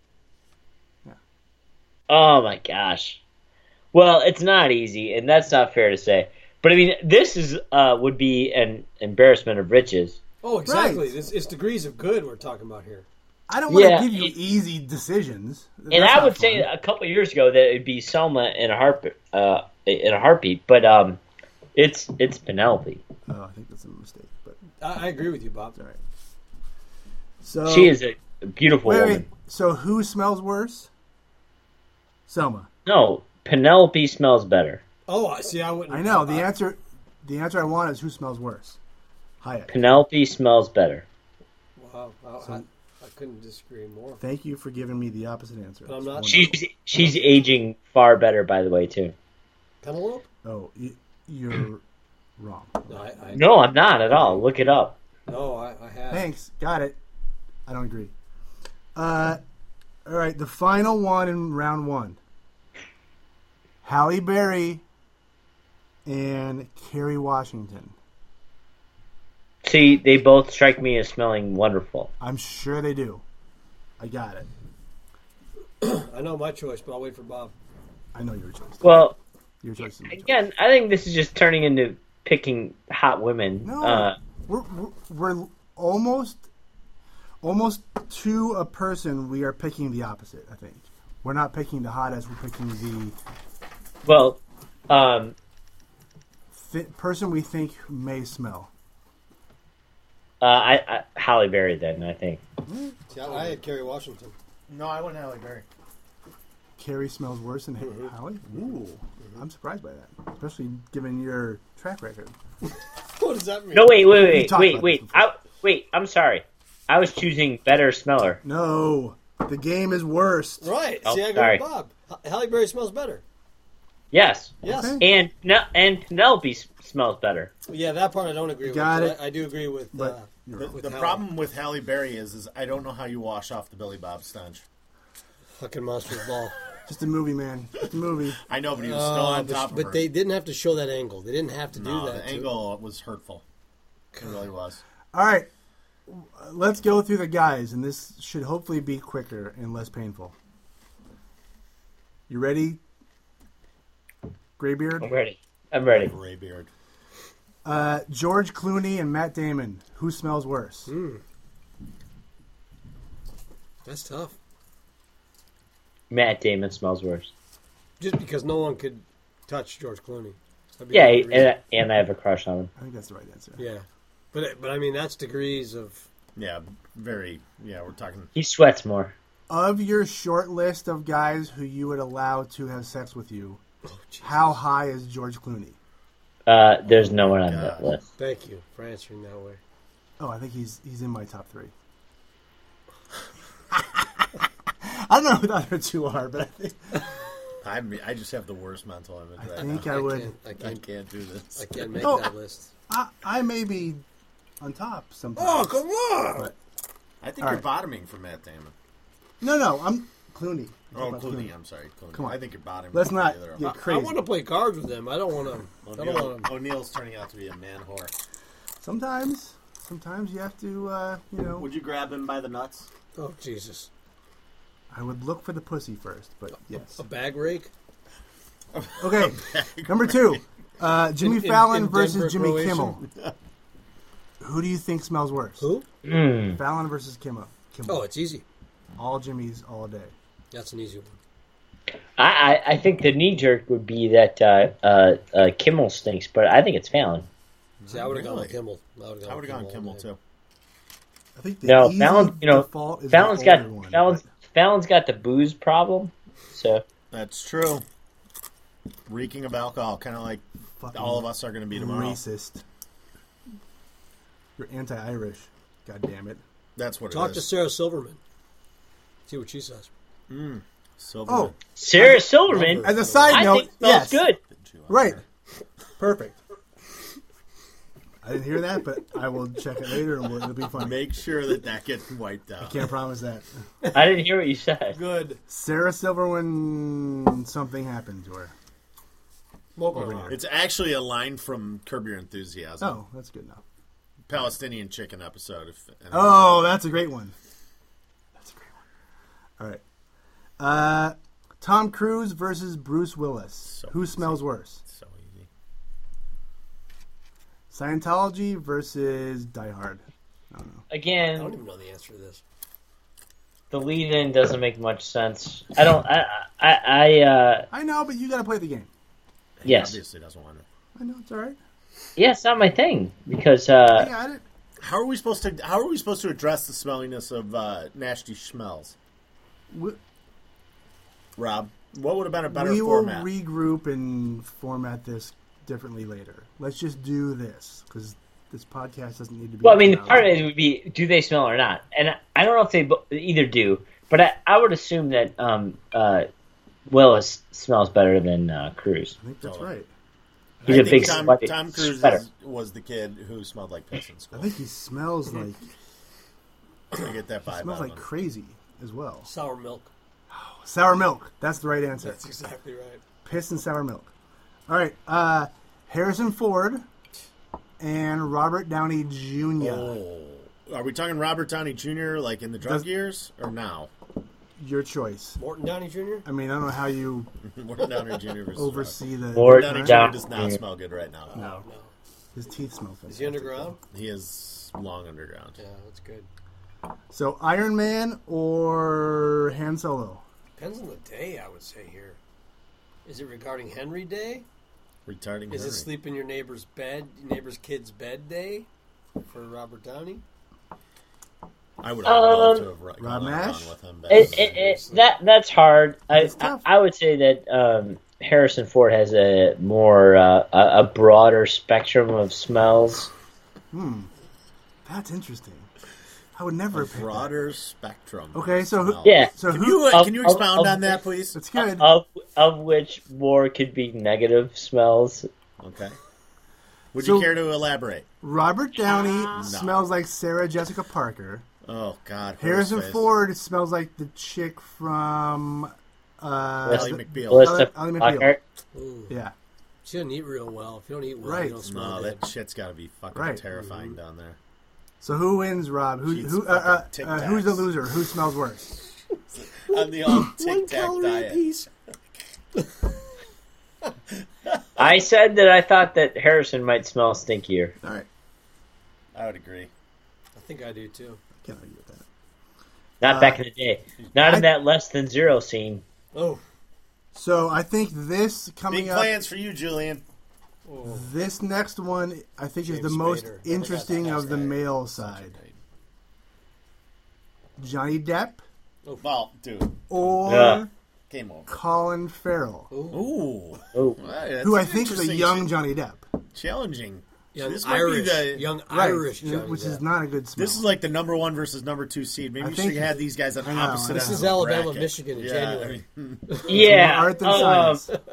Speaker 5: Oh my gosh. Well, it's not easy, and that's not fair to say. But I mean, this is uh, would be an embarrassment of riches.
Speaker 8: Oh, exactly.
Speaker 6: Right.
Speaker 8: It's, it's degrees of good we're talking about here.
Speaker 6: I don't want to
Speaker 5: Yeah,
Speaker 6: give you
Speaker 5: it-
Speaker 6: easy decisions.
Speaker 5: And I would say a couple years ago that it'd be Selma in a harp uh, in a heartbeat, but um, it's it's Penelope.
Speaker 6: Oh, I think that's a mistake. But
Speaker 8: I, I agree with you, Bob.
Speaker 6: all right. So
Speaker 5: She is a beautiful
Speaker 6: Oh. Wait,
Speaker 5: woman.
Speaker 6: wait. So who smells worse? Selma.
Speaker 5: No, Penelope smells better.
Speaker 8: Oh, I see. I wouldn't.
Speaker 6: I know
Speaker 5: Uh,
Speaker 6: the answer. The answer I want is who smells worse. Hyatt.
Speaker 5: Penelope smells better.
Speaker 8: Wow, wow, I, I couldn't disagree more.
Speaker 6: Thank you for giving me the opposite answer.
Speaker 8: But I'm not-
Speaker 5: She's she's aging far better, by the way, too.
Speaker 8: Penelope?
Speaker 6: Oh, you, you're wrong.
Speaker 8: No, I, I,
Speaker 5: No, I'm not at all. Look it up.
Speaker 8: no, I, I have.
Speaker 6: Thanks. Got it. I don't agree. Uh, all right. The final one in round one. Halle Berry and Kerry Washington.
Speaker 5: See, they both strike me as smelling wonderful.
Speaker 6: I'm sure they do. I got it.
Speaker 8: I know my choice, but I'll wait for Bob.
Speaker 6: I know your choice.
Speaker 5: Well,
Speaker 6: Your choice is my choice.
Speaker 5: again, I think this is just turning into picking hot women.
Speaker 6: No.
Speaker 5: Uh,
Speaker 6: we're, we're we're almost almost to a person we are picking the opposite i think we're not picking the hottest we're picking the
Speaker 5: well, um,
Speaker 6: thi person we think may smell
Speaker 5: uh, I, I Halle Berry then I think.
Speaker 8: See, I, I had Kerry Washington.
Speaker 7: No, I wouldn't Halle Berry.
Speaker 6: carrie smells worse than mm Hallie? ooh i'm surprised by that especially given your track record
Speaker 8: What does that mean?
Speaker 5: No, wait, wait, wait,
Speaker 6: talked
Speaker 5: wait,
Speaker 6: about
Speaker 5: wait.
Speaker 6: this before.
Speaker 5: I, wait, I'm sorry. I was choosing better smeller.
Speaker 6: no the game is worst
Speaker 8: Right.
Speaker 5: Oh,
Speaker 8: see, I agree
Speaker 5: sorry.
Speaker 8: with Bob. H- Halle Berry smells better.
Speaker 5: Yes,
Speaker 8: Yes.
Speaker 6: Okay.
Speaker 5: and no, and Penelope s- smells better.
Speaker 8: Yeah, that part I don't agree with.
Speaker 6: Got
Speaker 8: but
Speaker 6: it.
Speaker 8: I, I do agree with.
Speaker 6: But
Speaker 8: uh,
Speaker 6: you're
Speaker 7: The,
Speaker 6: wrong.
Speaker 7: the
Speaker 8: Halle.
Speaker 7: problem with Halle Berry is, is I don't know how you wash off the Billy Bob stench.
Speaker 8: fucking monster ball.
Speaker 6: just a movie man just a movie
Speaker 7: I know, but he was still on
Speaker 8: Oh, but
Speaker 7: top of
Speaker 8: but
Speaker 7: her.
Speaker 8: they didn't have to show that angle. They didn't have to
Speaker 7: No,
Speaker 8: do that.
Speaker 7: the
Speaker 8: to-
Speaker 7: angle was hurtful. It really was.
Speaker 6: all right let's go through the guys and this should hopefully be quicker and less painful you ready graybeard
Speaker 5: I'm ready. I'm ready.
Speaker 7: Gray beard.
Speaker 6: Uh, George Clooney and Matt Damon. Who smells worse?
Speaker 8: Hmm. That's tough.
Speaker 5: Matt Damon smells worse.
Speaker 8: Just because no one could touch George Clooney. That'd be
Speaker 5: Yeah,
Speaker 8: another reason.
Speaker 5: and, and I have a crush on him.
Speaker 6: I think that's the right answer.
Speaker 8: yeah. But but I mean that's degrees of
Speaker 7: Yeah, very. Yeah, we're talking.
Speaker 5: He sweats more.
Speaker 6: Of your short list of guys who you would allow to have sex with you,
Speaker 8: Oh,
Speaker 6: how high is George Clooney?
Speaker 5: Uh, there's no one on that list.
Speaker 8: thank you for answering that way.
Speaker 6: Oh, I think he's he's in my top three. I don't know who the other two are, but I think
Speaker 7: I mean, I just have the worst mental image
Speaker 6: I,
Speaker 7: right
Speaker 6: think
Speaker 7: now.
Speaker 6: I would.
Speaker 8: Can't, I
Speaker 7: I
Speaker 8: can't
Speaker 7: can't do this.
Speaker 8: I can't make
Speaker 6: Oh.
Speaker 8: that list.
Speaker 6: I, I may be on top sometimes.
Speaker 7: Oh!
Speaker 8: come on.
Speaker 7: I think
Speaker 6: All
Speaker 7: you're
Speaker 6: right.
Speaker 7: bottoming for Matt Damon.
Speaker 6: No, no, I'm Clooney.
Speaker 7: Oh,
Speaker 6: I'm
Speaker 7: Clooney. I'm sorry, Clooney.
Speaker 6: Come on.
Speaker 7: I think you're bottoming.
Speaker 6: Let's
Speaker 7: for
Speaker 6: not
Speaker 7: the other
Speaker 6: get
Speaker 7: one.
Speaker 6: crazy.
Speaker 8: I want to play cards with them. I don't want to. I don't
Speaker 7: O'Neal-
Speaker 8: want to.
Speaker 7: O'Neal's turning out to be a man whore.
Speaker 6: Sometimes, sometimes you have to, uh, you know.
Speaker 7: Would you grab him by the nuts?
Speaker 8: Oh Jesus!
Speaker 6: I would look for the pussy first, but yes.
Speaker 8: A bag rake.
Speaker 6: Okay, number two, uh, Jimmy
Speaker 8: In- in-
Speaker 6: Fallon
Speaker 8: in
Speaker 6: versus
Speaker 8: Denver,
Speaker 6: Jimmy
Speaker 8: Croatia?
Speaker 6: Kimmel. Who do you think smells worse?
Speaker 8: Who?
Speaker 6: Fallon versus Kimmel. Kimmel.
Speaker 8: Oh, it's easy.
Speaker 6: all Jimmy's all day.
Speaker 8: That's an easy one.
Speaker 5: I, I, I think the knee jerk would be that uh, uh, uh, Kimmel stinks, but I think it's Fallon.
Speaker 8: See, I would have gone
Speaker 7: Really?
Speaker 8: with Kimmel. I would have gone,
Speaker 7: I would have gone Kimmel too.
Speaker 6: I think the
Speaker 5: No,
Speaker 6: easy
Speaker 5: Fallon. You know,
Speaker 6: default is
Speaker 5: Fallon's
Speaker 6: the older
Speaker 5: got
Speaker 6: one,
Speaker 5: Fallon's Fallon's got the booze problem. So
Speaker 7: That's true. Reeking of alcohol, kind of like
Speaker 6: but fucking
Speaker 7: all of us are going to be tomorrow.
Speaker 6: Racist. You're anti-Irish. God damn it.
Speaker 7: That's what
Speaker 8: Talk
Speaker 7: it
Speaker 8: to
Speaker 7: is.
Speaker 8: Sarah Silverman. See what she says.
Speaker 7: Silverman.
Speaker 6: Oh,
Speaker 5: Sarah Silverman,
Speaker 6: as a side
Speaker 5: I
Speaker 6: note,
Speaker 5: think smells
Speaker 6: yes,
Speaker 5: good.
Speaker 6: right, perfect. I didn't hear that, but I will check it later, and we'll- it'll be fine.
Speaker 7: Make sure that that gets wiped out.
Speaker 6: Can't promise that.
Speaker 5: I didn't hear what you said.
Speaker 8: Good.
Speaker 6: Sarah Silverman, something happened to her.
Speaker 7: It's actually a line from Curb Your Enthusiasm,
Speaker 6: Oh, that's good enough.
Speaker 7: Palestinian chicken episode. If
Speaker 6: Oh, that's a great one. That's a great one. All right. Uh, Tom Cruise versus Bruce Willis. Who smells worse?
Speaker 7: So easy.
Speaker 6: Scientology versus Die Hard.
Speaker 8: I don't
Speaker 5: Again,
Speaker 8: even know the answer to this.
Speaker 5: the lead-in doesn't make much sense. I don't. I. I. I uh,
Speaker 6: I know, but you got to play the game.
Speaker 7: He
Speaker 5: Yes.
Speaker 7: obviously doesn't want it.
Speaker 6: I know it's all right.
Speaker 5: yeah, it's not my thing because uh,
Speaker 6: I got it.
Speaker 7: How are we supposed to? How are we supposed to address the smelliness of uh, nasty smells,
Speaker 6: We,
Speaker 7: Rob? What would have been a better
Speaker 6: we will
Speaker 7: format?
Speaker 6: regroup and format this differently later. Let's just do this because this podcast doesn't need to be.
Speaker 5: Well, I mean,
Speaker 6: an
Speaker 5: part
Speaker 6: hour.
Speaker 5: of it would be do they smell or not, and I don't know if they bo- either do, but I, I would assume that um, uh, Willis smells better than uh, Cruz.
Speaker 6: I think that's right.
Speaker 5: He's
Speaker 7: I
Speaker 5: a
Speaker 7: think
Speaker 5: big
Speaker 7: Tom,
Speaker 5: sweaty
Speaker 7: Tom Cruise
Speaker 5: sweater.
Speaker 7: is- was the kid who smelled like piss in
Speaker 6: I
Speaker 7: school.
Speaker 6: think he smells like
Speaker 7: Mm-hmm. I get that vibe.
Speaker 6: smells
Speaker 7: out of
Speaker 6: like
Speaker 7: him.
Speaker 6: crazy as well.
Speaker 8: Sour milk.
Speaker 6: Sour milk. That's the right answer.
Speaker 8: That's exactly right.
Speaker 6: Piss and sour milk. All right. Uh, Harrison Ford and Robert Downey Jr.
Speaker 7: Oh, are we talking Robert Downey Jr. like in the drug
Speaker 6: Does-
Speaker 7: years or now?
Speaker 6: Your choice.
Speaker 8: Morton Downey Jr.
Speaker 6: I mean, I don't know how you
Speaker 7: Robert Downey Jr. versus
Speaker 6: oversee the.
Speaker 5: Ford
Speaker 7: Robert Downey Jr.
Speaker 5: Down-
Speaker 7: does not smell good right now.
Speaker 6: No. His teeth smell
Speaker 8: Is he
Speaker 6: fantastic.
Speaker 8: underground?
Speaker 7: He is long underground.
Speaker 8: Yeah, that's good.
Speaker 6: So Iron Man or Han Solo?
Speaker 8: Depends on the day, I would say here. Is it regarding Henry Day?
Speaker 7: Retarding.
Speaker 8: Is it
Speaker 7: Henry.
Speaker 8: sleep in your neighbor's bed, neighbor's kid's bed day for Robert Downey?
Speaker 7: I would have loved
Speaker 5: Um,
Speaker 7: to have ro-
Speaker 6: Rob
Speaker 7: gone
Speaker 6: Nash?
Speaker 7: with him. but-
Speaker 5: It, it, it, that that's hard. I,
Speaker 6: That's
Speaker 5: I
Speaker 6: tough.
Speaker 5: I would say that um, Harrison Ford has a more uh, a, a broader spectrum of smells.
Speaker 6: That's interesting. I would never have picked that.
Speaker 7: broader spectrum.
Speaker 6: Okay, so who-
Speaker 5: Yeah.
Speaker 6: So
Speaker 7: Can
Speaker 6: who?
Speaker 7: you, uh,
Speaker 5: Of-
Speaker 7: can you
Speaker 5: of-
Speaker 7: expound
Speaker 5: of-
Speaker 7: on that, please?
Speaker 6: that's good.
Speaker 5: Of of which more could be negative smells.
Speaker 7: Okay. Would
Speaker 6: So-
Speaker 7: you care to elaborate?
Speaker 6: Robert Downey smells like Sarah Jessica Parker.
Speaker 7: Oh God,
Speaker 6: Harrison
Speaker 7: Horseface.
Speaker 6: Ford smells like the chick from. Uh,
Speaker 7: Ally
Speaker 6: the-
Speaker 7: McBeal.
Speaker 5: Melissa
Speaker 6: Ally McBeal.
Speaker 5: Flockhart.
Speaker 8: Ooh,
Speaker 6: yeah,
Speaker 8: she doesn't eat real well. If you don't eat well,
Speaker 6: Right.
Speaker 8: you don't smell
Speaker 7: No,
Speaker 8: good.
Speaker 7: Oh, that shit's got to be fucking
Speaker 6: Right.
Speaker 7: terrifying down there.
Speaker 6: So who wins, Rob? Who,
Speaker 7: Jeez,
Speaker 6: who, uh, uh,
Speaker 7: fucking
Speaker 6: uh,
Speaker 7: Tic
Speaker 6: who's the
Speaker 7: Tacs.
Speaker 6: loser? Who smells worse?
Speaker 7: On the old Tic Tac diet.
Speaker 8: piece.
Speaker 5: I said that I thought that Harrison might smell stinkier.
Speaker 6: All right,
Speaker 7: I would agree.
Speaker 8: I think I do too.
Speaker 6: can't argue with that.
Speaker 5: Not back in the day. Not
Speaker 6: Uh, I-
Speaker 5: in that less than zero scene.
Speaker 8: Oh,
Speaker 6: So I think this
Speaker 7: Big
Speaker 6: coming up,
Speaker 7: plans for you, Julian.
Speaker 6: this next one, I think is
Speaker 8: James
Speaker 6: the most
Speaker 8: Spader.
Speaker 6: interesting of the
Speaker 7: Hashtag.
Speaker 6: male side. Johnny Depp
Speaker 8: Oh.
Speaker 7: Well, dude,
Speaker 6: or
Speaker 5: Yeah.
Speaker 7: game over.
Speaker 6: Colin Farrell,
Speaker 7: Ooh,
Speaker 5: Oh,
Speaker 6: who I think is a young Johnny Depp,
Speaker 7: challenging.
Speaker 8: young
Speaker 7: this might be
Speaker 8: Irish,
Speaker 7: the-
Speaker 8: young
Speaker 6: Right,
Speaker 8: Irish, Johnny
Speaker 6: which is
Speaker 8: Depp.
Speaker 6: not a good smell.
Speaker 7: This is like the number one versus number two seed. Maybe
Speaker 6: I
Speaker 7: you
Speaker 6: think-
Speaker 7: should have had these guys on
Speaker 6: I know,
Speaker 7: opposite
Speaker 6: this
Speaker 7: ends
Speaker 8: is
Speaker 7: of the
Speaker 8: Alabama,
Speaker 7: bracket.
Speaker 8: Michigan in
Speaker 7: yeah,
Speaker 8: January.
Speaker 7: I mean,
Speaker 5: yeah.
Speaker 6: Art and
Speaker 5: um,
Speaker 6: science.
Speaker 5: it,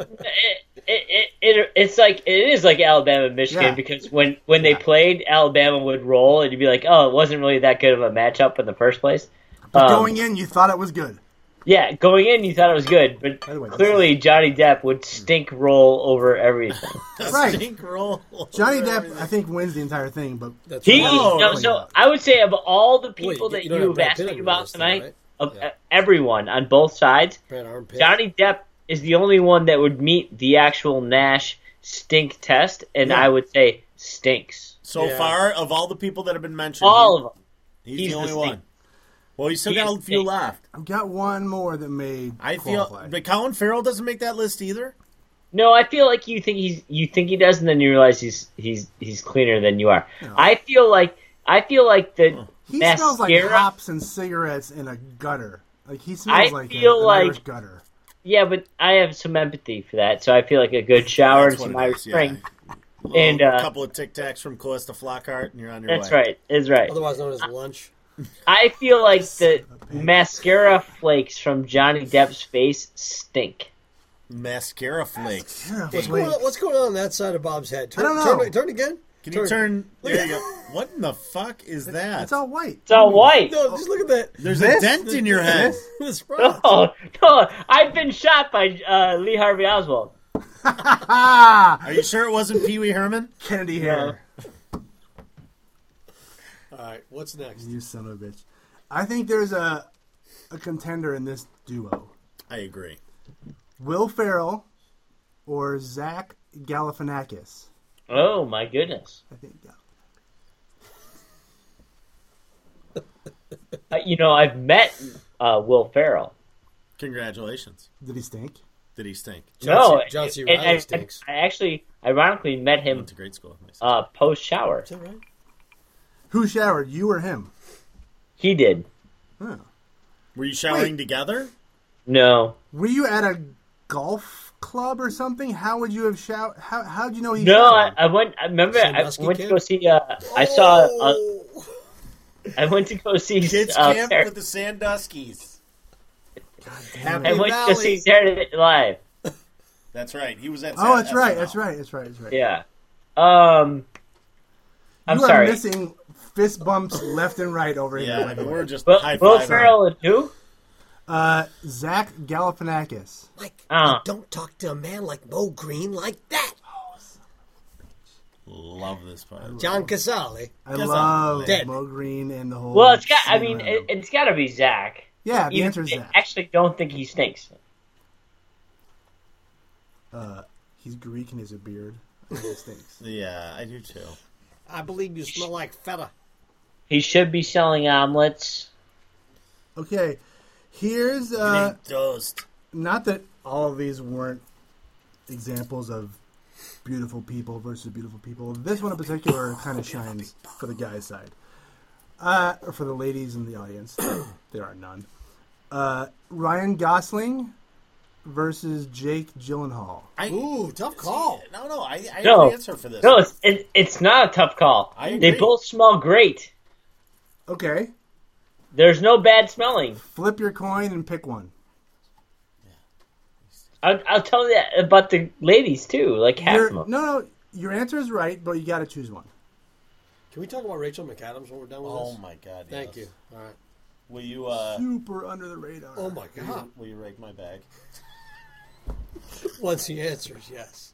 Speaker 5: it, it, it's like it is like Alabama and Michigan
Speaker 6: Yeah.
Speaker 5: because when when they played, Alabama would roll, and you'd be like, "Oh, it wasn't really that good of a matchup in the first place."
Speaker 6: But
Speaker 5: Um,
Speaker 6: going in, you thought it was good.
Speaker 5: yeah, going in, you thought it was good, but
Speaker 6: By the way, this
Speaker 5: clearly Johnny Depp would stink roll over everything.
Speaker 6: Right.
Speaker 7: Stink roll.
Speaker 6: Johnny Depp, I think, wins the entire thing, but
Speaker 8: That's
Speaker 5: He,
Speaker 8: right.
Speaker 5: no, so I would say of all the people
Speaker 8: Wait,
Speaker 5: that
Speaker 8: you don't
Speaker 5: you
Speaker 8: have
Speaker 5: have
Speaker 8: Brad
Speaker 5: asked
Speaker 8: Pitt on
Speaker 5: me
Speaker 8: your
Speaker 5: about
Speaker 8: list, though,
Speaker 5: tonight,
Speaker 8: right?
Speaker 5: of
Speaker 8: Yeah.
Speaker 5: uh, everyone on both sides,
Speaker 8: Brad Armpit.
Speaker 5: Johnny Depp is the only one that would meet the actual Nash stink test, and I would say stinks.
Speaker 7: So
Speaker 8: Yeah.
Speaker 7: far, of all the people that have been mentioned,
Speaker 5: All of them.
Speaker 7: he's,
Speaker 5: he's
Speaker 7: the
Speaker 5: the
Speaker 7: only
Speaker 5: stink.
Speaker 7: one. Well, you still
Speaker 5: He's
Speaker 7: got a
Speaker 5: the
Speaker 7: few
Speaker 5: stink.
Speaker 7: left.
Speaker 6: I've got one more that made
Speaker 7: I
Speaker 6: qualify.
Speaker 7: feel, but Colin Farrell doesn't make that list either.
Speaker 5: No, I feel like you think he's you think he does, and then you realize he's he's he's cleaner than you are. I feel like I feel like the
Speaker 6: He
Speaker 5: mascara.
Speaker 6: smells like hops and cigarettes in a gutter. Like he smells
Speaker 5: I
Speaker 6: like
Speaker 5: feel
Speaker 6: a, an
Speaker 5: like-
Speaker 6: Irish gutter.
Speaker 5: Yeah, but I have some empathy for that, so I feel like a good shower and
Speaker 7: That's
Speaker 5: some
Speaker 7: what it
Speaker 5: Irish
Speaker 7: is, yeah.
Speaker 5: spring. And,
Speaker 7: Little-
Speaker 5: uh,
Speaker 7: couple of Tic Tacs from Calista Flockhart, and you're on your
Speaker 5: That's
Speaker 7: way.
Speaker 5: right. That's right.
Speaker 8: otherwise known as lunch.
Speaker 5: I feel like the mascara flakes from Johnny Depp's face stink.
Speaker 7: Mascara flakes.
Speaker 6: Yeah,
Speaker 8: What's
Speaker 6: wait.
Speaker 8: going, on, what's going on on that side of Bob's head? Turn,
Speaker 6: I don't know.
Speaker 8: Turn, turn again.
Speaker 7: Can you turn? There you go. What in the fuck is that?
Speaker 6: It's all white.
Speaker 5: It's all white.
Speaker 8: Mm. No, just look at that.
Speaker 7: There's a dent in your head.
Speaker 8: the
Speaker 5: No,
Speaker 8: sprout.
Speaker 5: no, I've been shot by uh, Lee Harvey Oswald.
Speaker 6: Ah,
Speaker 7: Are you sure it wasn't Pee Wee Herman?
Speaker 6: Kennedy hair.
Speaker 8: All right, what's next?
Speaker 6: You son of a bitch. I think there's a a contender in this duo.
Speaker 7: I agree.
Speaker 6: Will Farrell or Zach Galifianakis?
Speaker 5: Oh my goodness!
Speaker 6: I think yeah.
Speaker 5: Uh, you know, I've met uh, Will Ferrell.
Speaker 7: Congratulations.
Speaker 6: Did he stink?
Speaker 7: Did he stink?
Speaker 8: John
Speaker 5: no,
Speaker 8: C- John C.
Speaker 5: and- and-
Speaker 8: Reilly stinks.
Speaker 5: I actually, ironically, met him
Speaker 7: Went to grade school with my sister.
Speaker 5: uh, post shower.
Speaker 8: Is that right?
Speaker 6: Who showered? You or him?
Speaker 5: He did.
Speaker 6: Huh.
Speaker 7: Were you showering
Speaker 6: wait.
Speaker 7: together?
Speaker 5: No,
Speaker 6: Were you at a golf club or something? How would you have shout? How how'd you know he?
Speaker 5: no, I,
Speaker 6: showered?
Speaker 5: I went. I remember
Speaker 8: Same
Speaker 5: I
Speaker 8: Muskie
Speaker 5: went
Speaker 8: kid? Oh!
Speaker 5: to go see. Uh, I saw. Uh, I went to go see.
Speaker 7: Kids
Speaker 5: uh,
Speaker 7: camp
Speaker 5: Sar-
Speaker 7: with the Sandusky's.
Speaker 8: Happy
Speaker 5: I went to go see
Speaker 8: Valley.
Speaker 5: Saturday Night Live.
Speaker 7: That's right. He was at.
Speaker 6: oh, that's right.
Speaker 7: SNL.
Speaker 6: That's right. That's right. That's right.
Speaker 5: Yeah. Um. I'm
Speaker 6: you
Speaker 5: sorry.
Speaker 6: are missing fist bumps left and right over
Speaker 7: Yeah, I
Speaker 6: here.
Speaker 7: mean, we're just
Speaker 5: Will,
Speaker 7: high
Speaker 5: Will
Speaker 7: five.
Speaker 5: Ferrell and who?
Speaker 6: Uh, Zach Galifianakis.
Speaker 8: Mike,
Speaker 5: Uh.
Speaker 8: you don't talk to a man like Mo Green like that.
Speaker 7: Love this part.
Speaker 8: John Casale.
Speaker 6: I
Speaker 7: That's
Speaker 6: love
Speaker 8: dead.
Speaker 6: Mo Green and the whole.
Speaker 5: Well, it's got. I mean,
Speaker 6: scenario.
Speaker 5: it, it's got to be Zach.
Speaker 6: yeah. The
Speaker 5: Even
Speaker 6: answer is
Speaker 5: if I
Speaker 6: Zach.
Speaker 5: actually don't think he stinks.
Speaker 6: He's Greek and he has a beard. I think it stinks.
Speaker 7: Yeah, I do too.
Speaker 8: I believe you smell like feta.
Speaker 5: He should be selling omelets.
Speaker 6: Okay, here's uh,
Speaker 7: Toast.
Speaker 6: not that all of these weren't examples of beautiful people versus beautiful people. This one in particular kind of shines for the guy's side. Uh, or for the ladies in the audience, there are none. Uh, Ryan Gosling versus Jake Gyllenhaal.
Speaker 7: I,
Speaker 8: Ooh, tough call.
Speaker 7: No, no, I, I
Speaker 5: No.
Speaker 7: have an answer for this.
Speaker 5: No, it's it, it's not a tough call.
Speaker 7: I
Speaker 5: They
Speaker 7: agree.
Speaker 5: both smell great.
Speaker 6: Okay,
Speaker 5: There's no bad smelling.
Speaker 6: flip your coin and pick one.
Speaker 5: I'll, I'll tell you that about the ladies too. Like half
Speaker 6: Your,
Speaker 5: of
Speaker 6: no,
Speaker 5: them.
Speaker 6: no, your answer is right, but you got to choose one.
Speaker 8: Can we talk about Rachel McAdams when we're done with
Speaker 7: oh
Speaker 8: this?
Speaker 7: my god.
Speaker 8: Thank
Speaker 7: yes.
Speaker 8: you. All right.
Speaker 7: Will you? uh
Speaker 6: Super under the radar.
Speaker 8: Oh my God.
Speaker 7: Will you rake my bag?
Speaker 8: Once he answers, yes.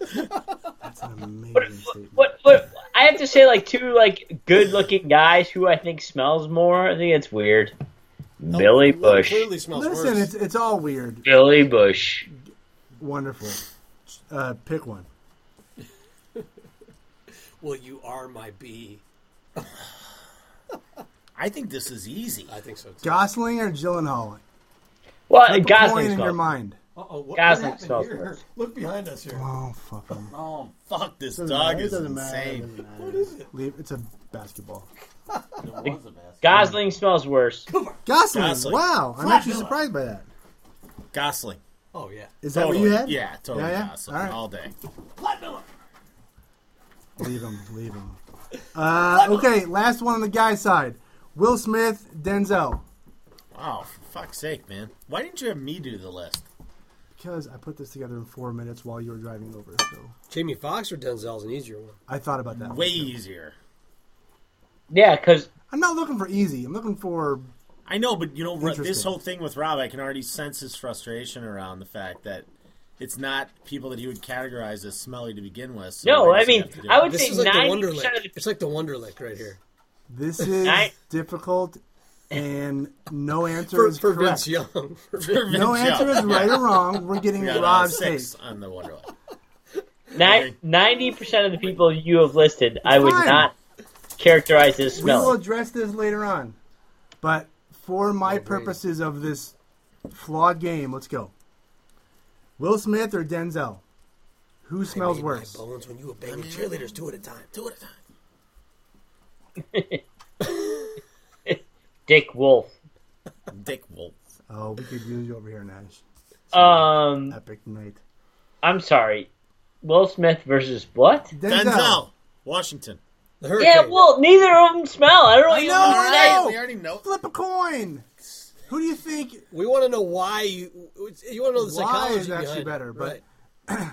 Speaker 6: That's an amazing statement.
Speaker 5: But but I have to say, like two like good-looking guys who I think smells more. I think it's weird. Billy
Speaker 8: Oh, well, it
Speaker 5: Bush.
Speaker 8: Clearly smells
Speaker 6: Listen, it's
Speaker 8: worse.
Speaker 6: it's all weird.
Speaker 5: Billy Bush.
Speaker 6: Wonderful. Uh, pick one.
Speaker 8: Well, you are my bee.
Speaker 7: I think this is easy.
Speaker 8: I think so too.
Speaker 6: Gosling or Gyllenhaal?
Speaker 5: Well,
Speaker 6: Flip a coin
Speaker 5: Gosling
Speaker 6: in your
Speaker 5: smells.
Speaker 6: mind.
Speaker 8: Uh-oh, what,
Speaker 5: Gosling
Speaker 8: what
Speaker 5: smells
Speaker 8: happened here?
Speaker 5: worse.
Speaker 8: Look behind us here.
Speaker 6: Oh fuck 'em.
Speaker 7: Oh, fuck! This
Speaker 6: Doesn't
Speaker 7: dog
Speaker 6: matter,
Speaker 7: is
Speaker 6: doesn't matter,
Speaker 7: insane.
Speaker 6: doesn't matter. What is it? Leave, it's a basketball.
Speaker 7: It was a basket.
Speaker 5: Gosling smells worse.
Speaker 6: Gosling.
Speaker 7: Gosling.
Speaker 6: Wow, I'm actually surprised by that.
Speaker 7: Gosling.
Speaker 8: Oh yeah.
Speaker 6: Is that
Speaker 7: totally.
Speaker 6: what you had?
Speaker 7: Yeah, totally
Speaker 6: Yeah, yeah?
Speaker 7: Gosling
Speaker 6: All right.
Speaker 7: all day.
Speaker 6: Leave him. Leave him. Uh, okay, last one on the guy's side. Will Smith, Denzel.
Speaker 7: Wow, Oh, for fuck's sake, man! Why didn't you have me do the list?
Speaker 6: Because I put this together in four minutes while you were driving over, so
Speaker 8: Jamie Foxx or Denzel's an easier one.
Speaker 6: I thought about that. one.
Speaker 7: Way easier.
Speaker 5: Yeah, because
Speaker 6: I'm not looking for easy. I'm looking for
Speaker 7: I know, but you know, Ro- this
Speaker 6: Interesting.
Speaker 7: whole thing with Rob, I can already sense his frustration around the fact that it's not people that he would categorize as smelly to begin with. So
Speaker 5: No,
Speaker 7: why
Speaker 5: I
Speaker 7: does he
Speaker 5: mean,
Speaker 7: have to do
Speaker 5: I
Speaker 7: it?
Speaker 5: would
Speaker 8: This
Speaker 5: say
Speaker 8: is like the
Speaker 5: ninety
Speaker 8: Wonderlick.
Speaker 5: percent of the
Speaker 8: It's like the Wonderlick right here.
Speaker 6: This is
Speaker 5: I-
Speaker 6: difficult, and no answer
Speaker 8: For,
Speaker 6: is
Speaker 8: for
Speaker 6: correct.
Speaker 8: Vince Young.
Speaker 6: No
Speaker 7: Yeah.
Speaker 6: answer is right or wrong. We're getting
Speaker 7: Yeah, no,
Speaker 6: Rob's
Speaker 7: six
Speaker 6: take.
Speaker 7: on the Wonderland.
Speaker 5: Ni- Ninety percent of the people you have listed, I would
Speaker 6: Fine.
Speaker 5: not characterize as
Speaker 6: We will
Speaker 5: smelly.
Speaker 6: address this later on, but for my purposes of this flawed game, let's go. Will Smith or Denzel? Who smells worse?
Speaker 8: My bones when you were banging cheerleaders two at a time. Two at a time.
Speaker 5: Dick Wolf.
Speaker 7: Dick Wolf.
Speaker 6: Oh, we could use you over here, Nash.
Speaker 5: Um,
Speaker 6: Epic night.
Speaker 5: I'm sorry. Will Smith versus what?
Speaker 6: Denzel.
Speaker 7: Denzel. Washington.
Speaker 8: The hurricane.
Speaker 5: Yeah, well, neither of them smell. I don't really
Speaker 6: know,
Speaker 5: know.
Speaker 6: I know.
Speaker 7: We already know.
Speaker 6: Flip a coin. Who do you think?
Speaker 8: we want to know why you. You want to know the
Speaker 6: Why
Speaker 8: psychology
Speaker 6: is actually
Speaker 8: behind it.
Speaker 6: better, but-
Speaker 8: Right.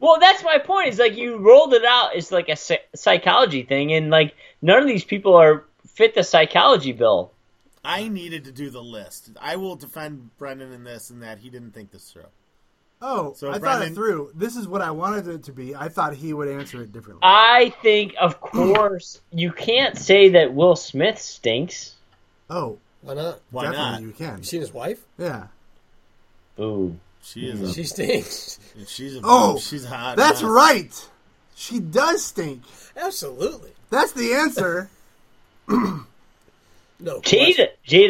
Speaker 5: Well, that's my point. Is like you rolled it out. It's like a psy- psychology thing, and like none of these people are fit the psychology bill.
Speaker 7: I needed to do the list. I will defend Brendan in this and that he didn't think this through.
Speaker 6: Oh,
Speaker 7: So
Speaker 6: I thought it
Speaker 7: Brendan-
Speaker 6: through. This is what I wanted it to be. I thought he would answer it differently.
Speaker 5: I think, of course, you can't say that Will Smith stinks.
Speaker 6: oh,
Speaker 8: Why not?
Speaker 7: Why
Speaker 6: definitely
Speaker 7: not?
Speaker 6: you can.
Speaker 8: You seen his wife?
Speaker 6: Yeah.
Speaker 5: Ooh.
Speaker 7: She is.
Speaker 8: She
Speaker 7: A,
Speaker 8: stinks.
Speaker 7: she's a.
Speaker 6: Oh,
Speaker 7: she's hot. Uh,
Speaker 6: That's
Speaker 7: mess.
Speaker 6: right. She does stink.
Speaker 8: Absolutely.
Speaker 6: That's the answer.
Speaker 8: No. question.
Speaker 5: Jada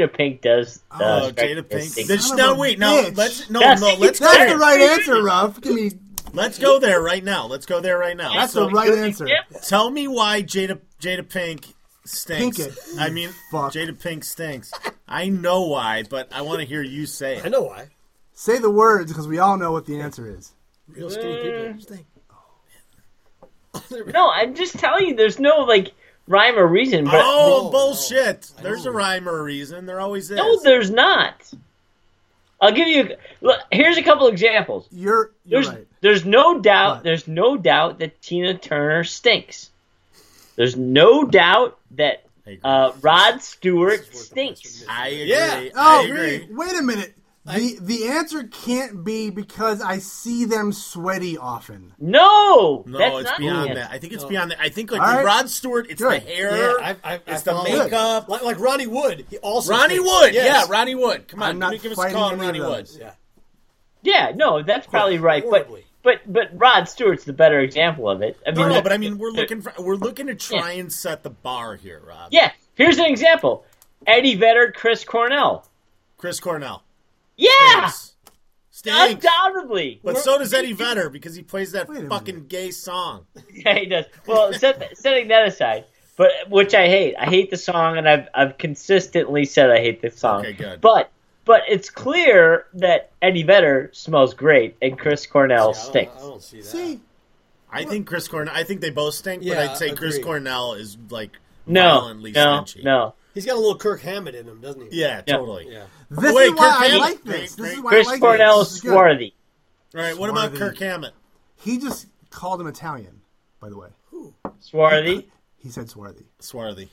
Speaker 5: Jada Pink does.
Speaker 7: Oh,
Speaker 5: Uh,
Speaker 7: Jada Pink.
Speaker 5: Stinks.
Speaker 7: This,
Speaker 6: Son of
Speaker 7: now
Speaker 6: a
Speaker 7: wait. Now
Speaker 6: bitch.
Speaker 7: let's no
Speaker 5: That's-
Speaker 7: no. Let's go,
Speaker 6: That's
Speaker 7: there.
Speaker 6: the right answer, Ruff. Give me.
Speaker 7: let's go there right now. Let's go there right now.
Speaker 6: That's
Speaker 7: So,
Speaker 6: the right answer.
Speaker 7: Tell me why Jada Jada Pink stinks.
Speaker 6: Pinkett.
Speaker 7: I mean,
Speaker 6: Fuck.
Speaker 7: Jada Pink stinks. I know why, but I want to hear you say
Speaker 8: I
Speaker 7: it.
Speaker 8: know why.
Speaker 6: Say the words because we all know what the answer is.
Speaker 8: Real skinny people stink.
Speaker 5: No, I'm just telling you. There's no like rhyme or reason. But
Speaker 7: Oh
Speaker 8: No,
Speaker 7: bullshit!
Speaker 8: no. I
Speaker 7: There's
Speaker 8: know.
Speaker 7: a rhyme or a reason. There always is.
Speaker 5: no, there's not. I'll give you. Look, here's a couple examples.
Speaker 6: You're you're
Speaker 5: There's
Speaker 6: right.
Speaker 5: there's no doubt.
Speaker 6: What?
Speaker 5: There's no doubt that Tina Turner stinks. There's no doubt that
Speaker 7: Hey,
Speaker 5: uh, Rod Stewart stinks.
Speaker 7: I agree.
Speaker 8: Yeah.
Speaker 7: I
Speaker 6: Oh,
Speaker 7: agree.
Speaker 6: wait a minute. The the answer can't be because I see them sweaty often.
Speaker 5: No,
Speaker 7: No,
Speaker 5: that's
Speaker 7: it's
Speaker 5: not
Speaker 7: beyond
Speaker 5: the
Speaker 7: that.
Speaker 5: answer.
Speaker 7: I think it's beyond that. I think like
Speaker 6: All right.
Speaker 7: Rod Stewart, it's
Speaker 6: Good.
Speaker 7: the hair.
Speaker 8: Yeah, I, I,
Speaker 7: It's the
Speaker 8: I follow.
Speaker 7: makeup.
Speaker 8: Like, like Ronnie Wood. He also
Speaker 7: Ronnie
Speaker 8: stinks.
Speaker 7: Wood.
Speaker 8: Yes.
Speaker 7: Yeah, Ronnie Wood. Come on,
Speaker 6: I'm not
Speaker 7: give us a
Speaker 6: fighting
Speaker 7: call on
Speaker 6: any
Speaker 7: Ronnie
Speaker 6: of
Speaker 7: Wood.
Speaker 6: those.
Speaker 8: Yeah.
Speaker 5: Yeah, no, that's probably right.
Speaker 8: horribly.
Speaker 5: But but but Rod Stewart's the better example of it. I mean,
Speaker 7: No, no,
Speaker 5: that-
Speaker 7: but I mean, we're looking for we're looking to try and set the bar here, Rob.
Speaker 5: yeah. Here's an example: Eddie Vedder, Chris Cornell.
Speaker 7: Chris Cornell.
Speaker 5: Yeah,
Speaker 7: Stinks. Stinks.
Speaker 5: undoubtedly.
Speaker 7: But so does Eddie Vedder because he plays that
Speaker 6: Wait a
Speaker 7: fucking
Speaker 6: minute.
Speaker 7: gay song.
Speaker 5: Yeah, he does. Well, set, setting that aside, but which I hate. I hate the song, and I've I've consistently said I hate this song.
Speaker 7: Okay, good.
Speaker 5: But but it's clear that Eddie Vedder smells great, and Chris Cornell
Speaker 8: I don't-
Speaker 5: stinks.
Speaker 8: I don't see that.
Speaker 6: See,
Speaker 7: I think Chris Cornell. I think they both stink,
Speaker 8: Yeah,
Speaker 7: but I'd say Chris
Speaker 8: agreed.
Speaker 7: Cornell is like
Speaker 5: No,
Speaker 7: violently
Speaker 5: no,
Speaker 7: stingy.
Speaker 5: no.
Speaker 8: He's got a little Kirk Hammett in him, doesn't he?
Speaker 7: Yeah,
Speaker 5: Yeah.
Speaker 7: totally.
Speaker 8: Yeah.
Speaker 6: this
Speaker 7: Oh, Wait,
Speaker 6: is why
Speaker 7: Kirk
Speaker 6: I
Speaker 7: Hammett.
Speaker 6: like this. This is why
Speaker 5: Chris
Speaker 6: I like
Speaker 5: Cornell
Speaker 6: this.
Speaker 5: is
Speaker 6: This is good.
Speaker 5: swarthy.
Speaker 7: All right, what about
Speaker 6: Swarthy.
Speaker 7: Kirk Hammett?
Speaker 6: He just called him Italian, by the way.
Speaker 5: Swarthy.
Speaker 6: He said swarthy.
Speaker 7: Swarthy.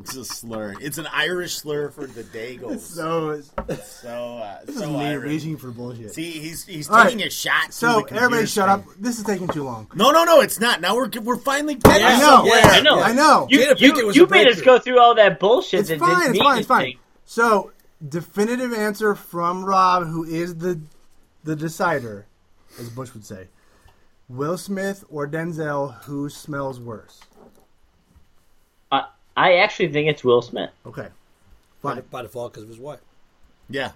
Speaker 7: it's a slur. It's an Irish slur for the Dago. So,
Speaker 6: So it's
Speaker 7: so, uh,
Speaker 6: this is
Speaker 7: so
Speaker 6: me
Speaker 7: Irish.
Speaker 6: reaching for bullshit.
Speaker 7: See, he's he's
Speaker 6: All
Speaker 7: taking
Speaker 6: right.
Speaker 7: a shot.
Speaker 6: so
Speaker 7: through the computer
Speaker 6: everybody, shut up.
Speaker 7: screen.
Speaker 6: This is taking too long.
Speaker 7: No, no, no, it's not. Now we're we're finally getting
Speaker 8: I
Speaker 6: I know.
Speaker 7: somewhere.
Speaker 8: Yeah,
Speaker 5: I know.
Speaker 6: I know.
Speaker 5: You,
Speaker 8: Jada Pinkett
Speaker 5: you,
Speaker 8: was
Speaker 5: you
Speaker 8: a
Speaker 5: made us
Speaker 8: breakthrough.
Speaker 5: go through all that bullshit
Speaker 6: it's
Speaker 5: that
Speaker 6: fine.
Speaker 5: didn't
Speaker 6: It's
Speaker 5: mean
Speaker 6: fine. It's fine.
Speaker 5: anything.
Speaker 6: So definitive answer from Rob, who is the the decider, as Bush would say. Will Smith or Denzel, who smells worse?
Speaker 5: I, I actually think it's Will Smith.
Speaker 6: Okay.
Speaker 8: By,
Speaker 6: Fine.
Speaker 8: by default, because of his wife.
Speaker 7: Yeah.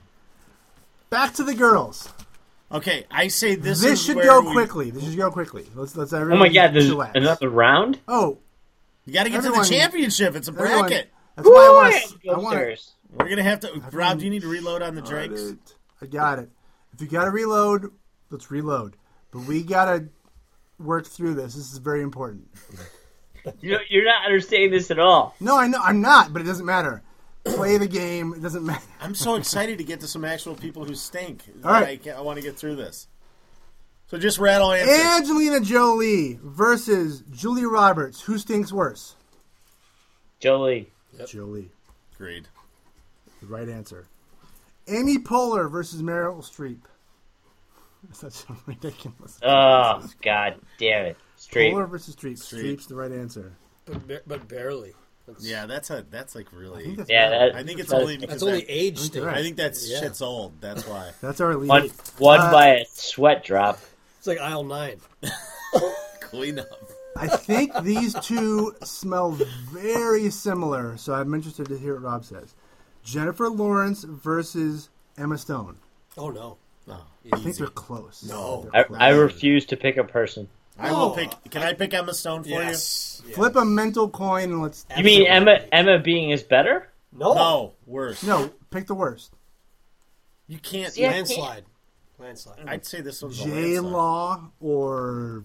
Speaker 6: Back to the girls.
Speaker 7: Okay, I say this.
Speaker 6: This,
Speaker 7: is
Speaker 6: should
Speaker 7: where
Speaker 6: go
Speaker 7: we-
Speaker 6: quickly. This should go quickly. Let's let's
Speaker 5: Oh
Speaker 6: everyone.
Speaker 5: my god, there's
Speaker 6: relax.
Speaker 5: another round.
Speaker 6: Oh,
Speaker 7: You got to get
Speaker 6: Everyone-
Speaker 7: to the championship. It's a
Speaker 6: everyone-
Speaker 7: bracket.
Speaker 6: That's why I want. I want.
Speaker 5: upstairs.
Speaker 7: We're gonna have to. Rob, do you need to reload
Speaker 6: Oh,
Speaker 7: on the drinks?
Speaker 6: I got it. If you gotta reload, let's reload. But we gotta work through this. This is very important.
Speaker 5: You know, you're not understanding this at all.
Speaker 6: No, I know I'm not, but it doesn't matter. Play the game. It doesn't matter.
Speaker 7: I'm so excited to get to some actual people who stink.
Speaker 6: All right.
Speaker 7: I, can't- I want to get through this. So just rattle answers.
Speaker 6: Angelina Jolie versus Julia Roberts. Who stinks worse?
Speaker 5: Jolie.
Speaker 6: Jolie.
Speaker 7: Agreed.
Speaker 6: The right answer. Amy Poehler versus Meryl Streep. That's so ridiculous.
Speaker 5: Oh god damn it. Straight.
Speaker 6: Poehler versus Streep.
Speaker 7: Streep.
Speaker 6: Streep's the right answer.
Speaker 8: But, ba- but barely. That's,
Speaker 7: Yeah, that's a that's like really. I think,
Speaker 6: that's
Speaker 5: Yeah,
Speaker 6: bad.
Speaker 5: that,
Speaker 7: it's only because
Speaker 8: That's only
Speaker 7: that-
Speaker 8: age
Speaker 6: you're
Speaker 8: stink.
Speaker 6: right.
Speaker 7: I think that's
Speaker 8: Yeah.
Speaker 7: shit's old. That's why.
Speaker 6: That's our lead.
Speaker 5: one, one
Speaker 6: Uh,
Speaker 5: by a sweat drop.
Speaker 8: It's like aisle nine.
Speaker 7: Clean up.
Speaker 6: I think these two smell very similar, so I'm interested to hear what Rob says. Jennifer Lawrence versus Emma Stone.
Speaker 8: Oh no.
Speaker 7: No,
Speaker 6: I think
Speaker 7: easy.
Speaker 6: they're close.
Speaker 7: No.
Speaker 6: They're
Speaker 5: I,
Speaker 6: close.
Speaker 5: I refuse to pick a person.
Speaker 7: I will pick.
Speaker 6: Oh.
Speaker 7: Can I pick Emma Stone for
Speaker 8: Yeah.
Speaker 6: Flip a mental coin and let's.
Speaker 5: You mean Emma Emma being is better?
Speaker 7: you?
Speaker 8: No. Oh.
Speaker 7: No, worse.
Speaker 6: No, pick the worst.
Speaker 7: you can't.
Speaker 5: Yeah.
Speaker 8: Landslide. Landslide.
Speaker 7: I'd say this one's a
Speaker 6: J
Speaker 7: landslide.
Speaker 6: Law or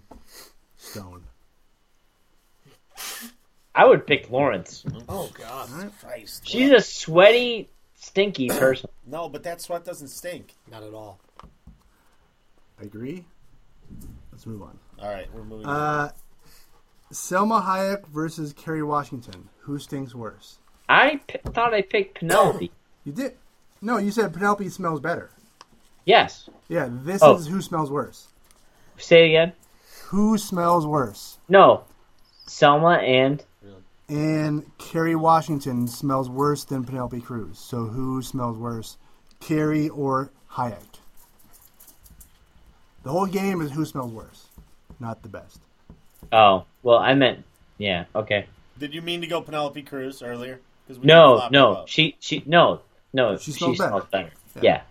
Speaker 6: Stone.
Speaker 5: I would pick Lawrence.
Speaker 8: Oh god.
Speaker 7: Christ.
Speaker 5: She's a sweaty, stinky person.
Speaker 7: No, but that sweat doesn't stink.
Speaker 8: Not at all.
Speaker 6: I agree. Let's move on.
Speaker 7: All right, we're moving. on.
Speaker 6: Uh, Selma Hayek versus Kerry Washington. Who stinks worse?
Speaker 5: I p- thought I picked Penelope.
Speaker 6: You did. No, you said Penelope smells better.
Speaker 5: Yes.
Speaker 6: Yeah, this
Speaker 5: Oh.
Speaker 6: is who smells worse.
Speaker 5: Say it again.
Speaker 6: Who smells worse?
Speaker 5: No. Selma and
Speaker 6: And Kerry Washington smells worse than Penelope Cruz. So who smells worse? Terry, or Hayek. The whole game is who smells worse, not the best.
Speaker 5: Oh, well, I meant, yeah, okay.
Speaker 7: Did you mean to go Penelope Cruz earlier? 'Cause we
Speaker 5: No,
Speaker 7: flip-flopped
Speaker 5: no,
Speaker 7: about-
Speaker 5: she, she, no, no,
Speaker 6: She
Speaker 5: she
Speaker 6: smells
Speaker 5: smells
Speaker 6: better.
Speaker 5: better. Yeah.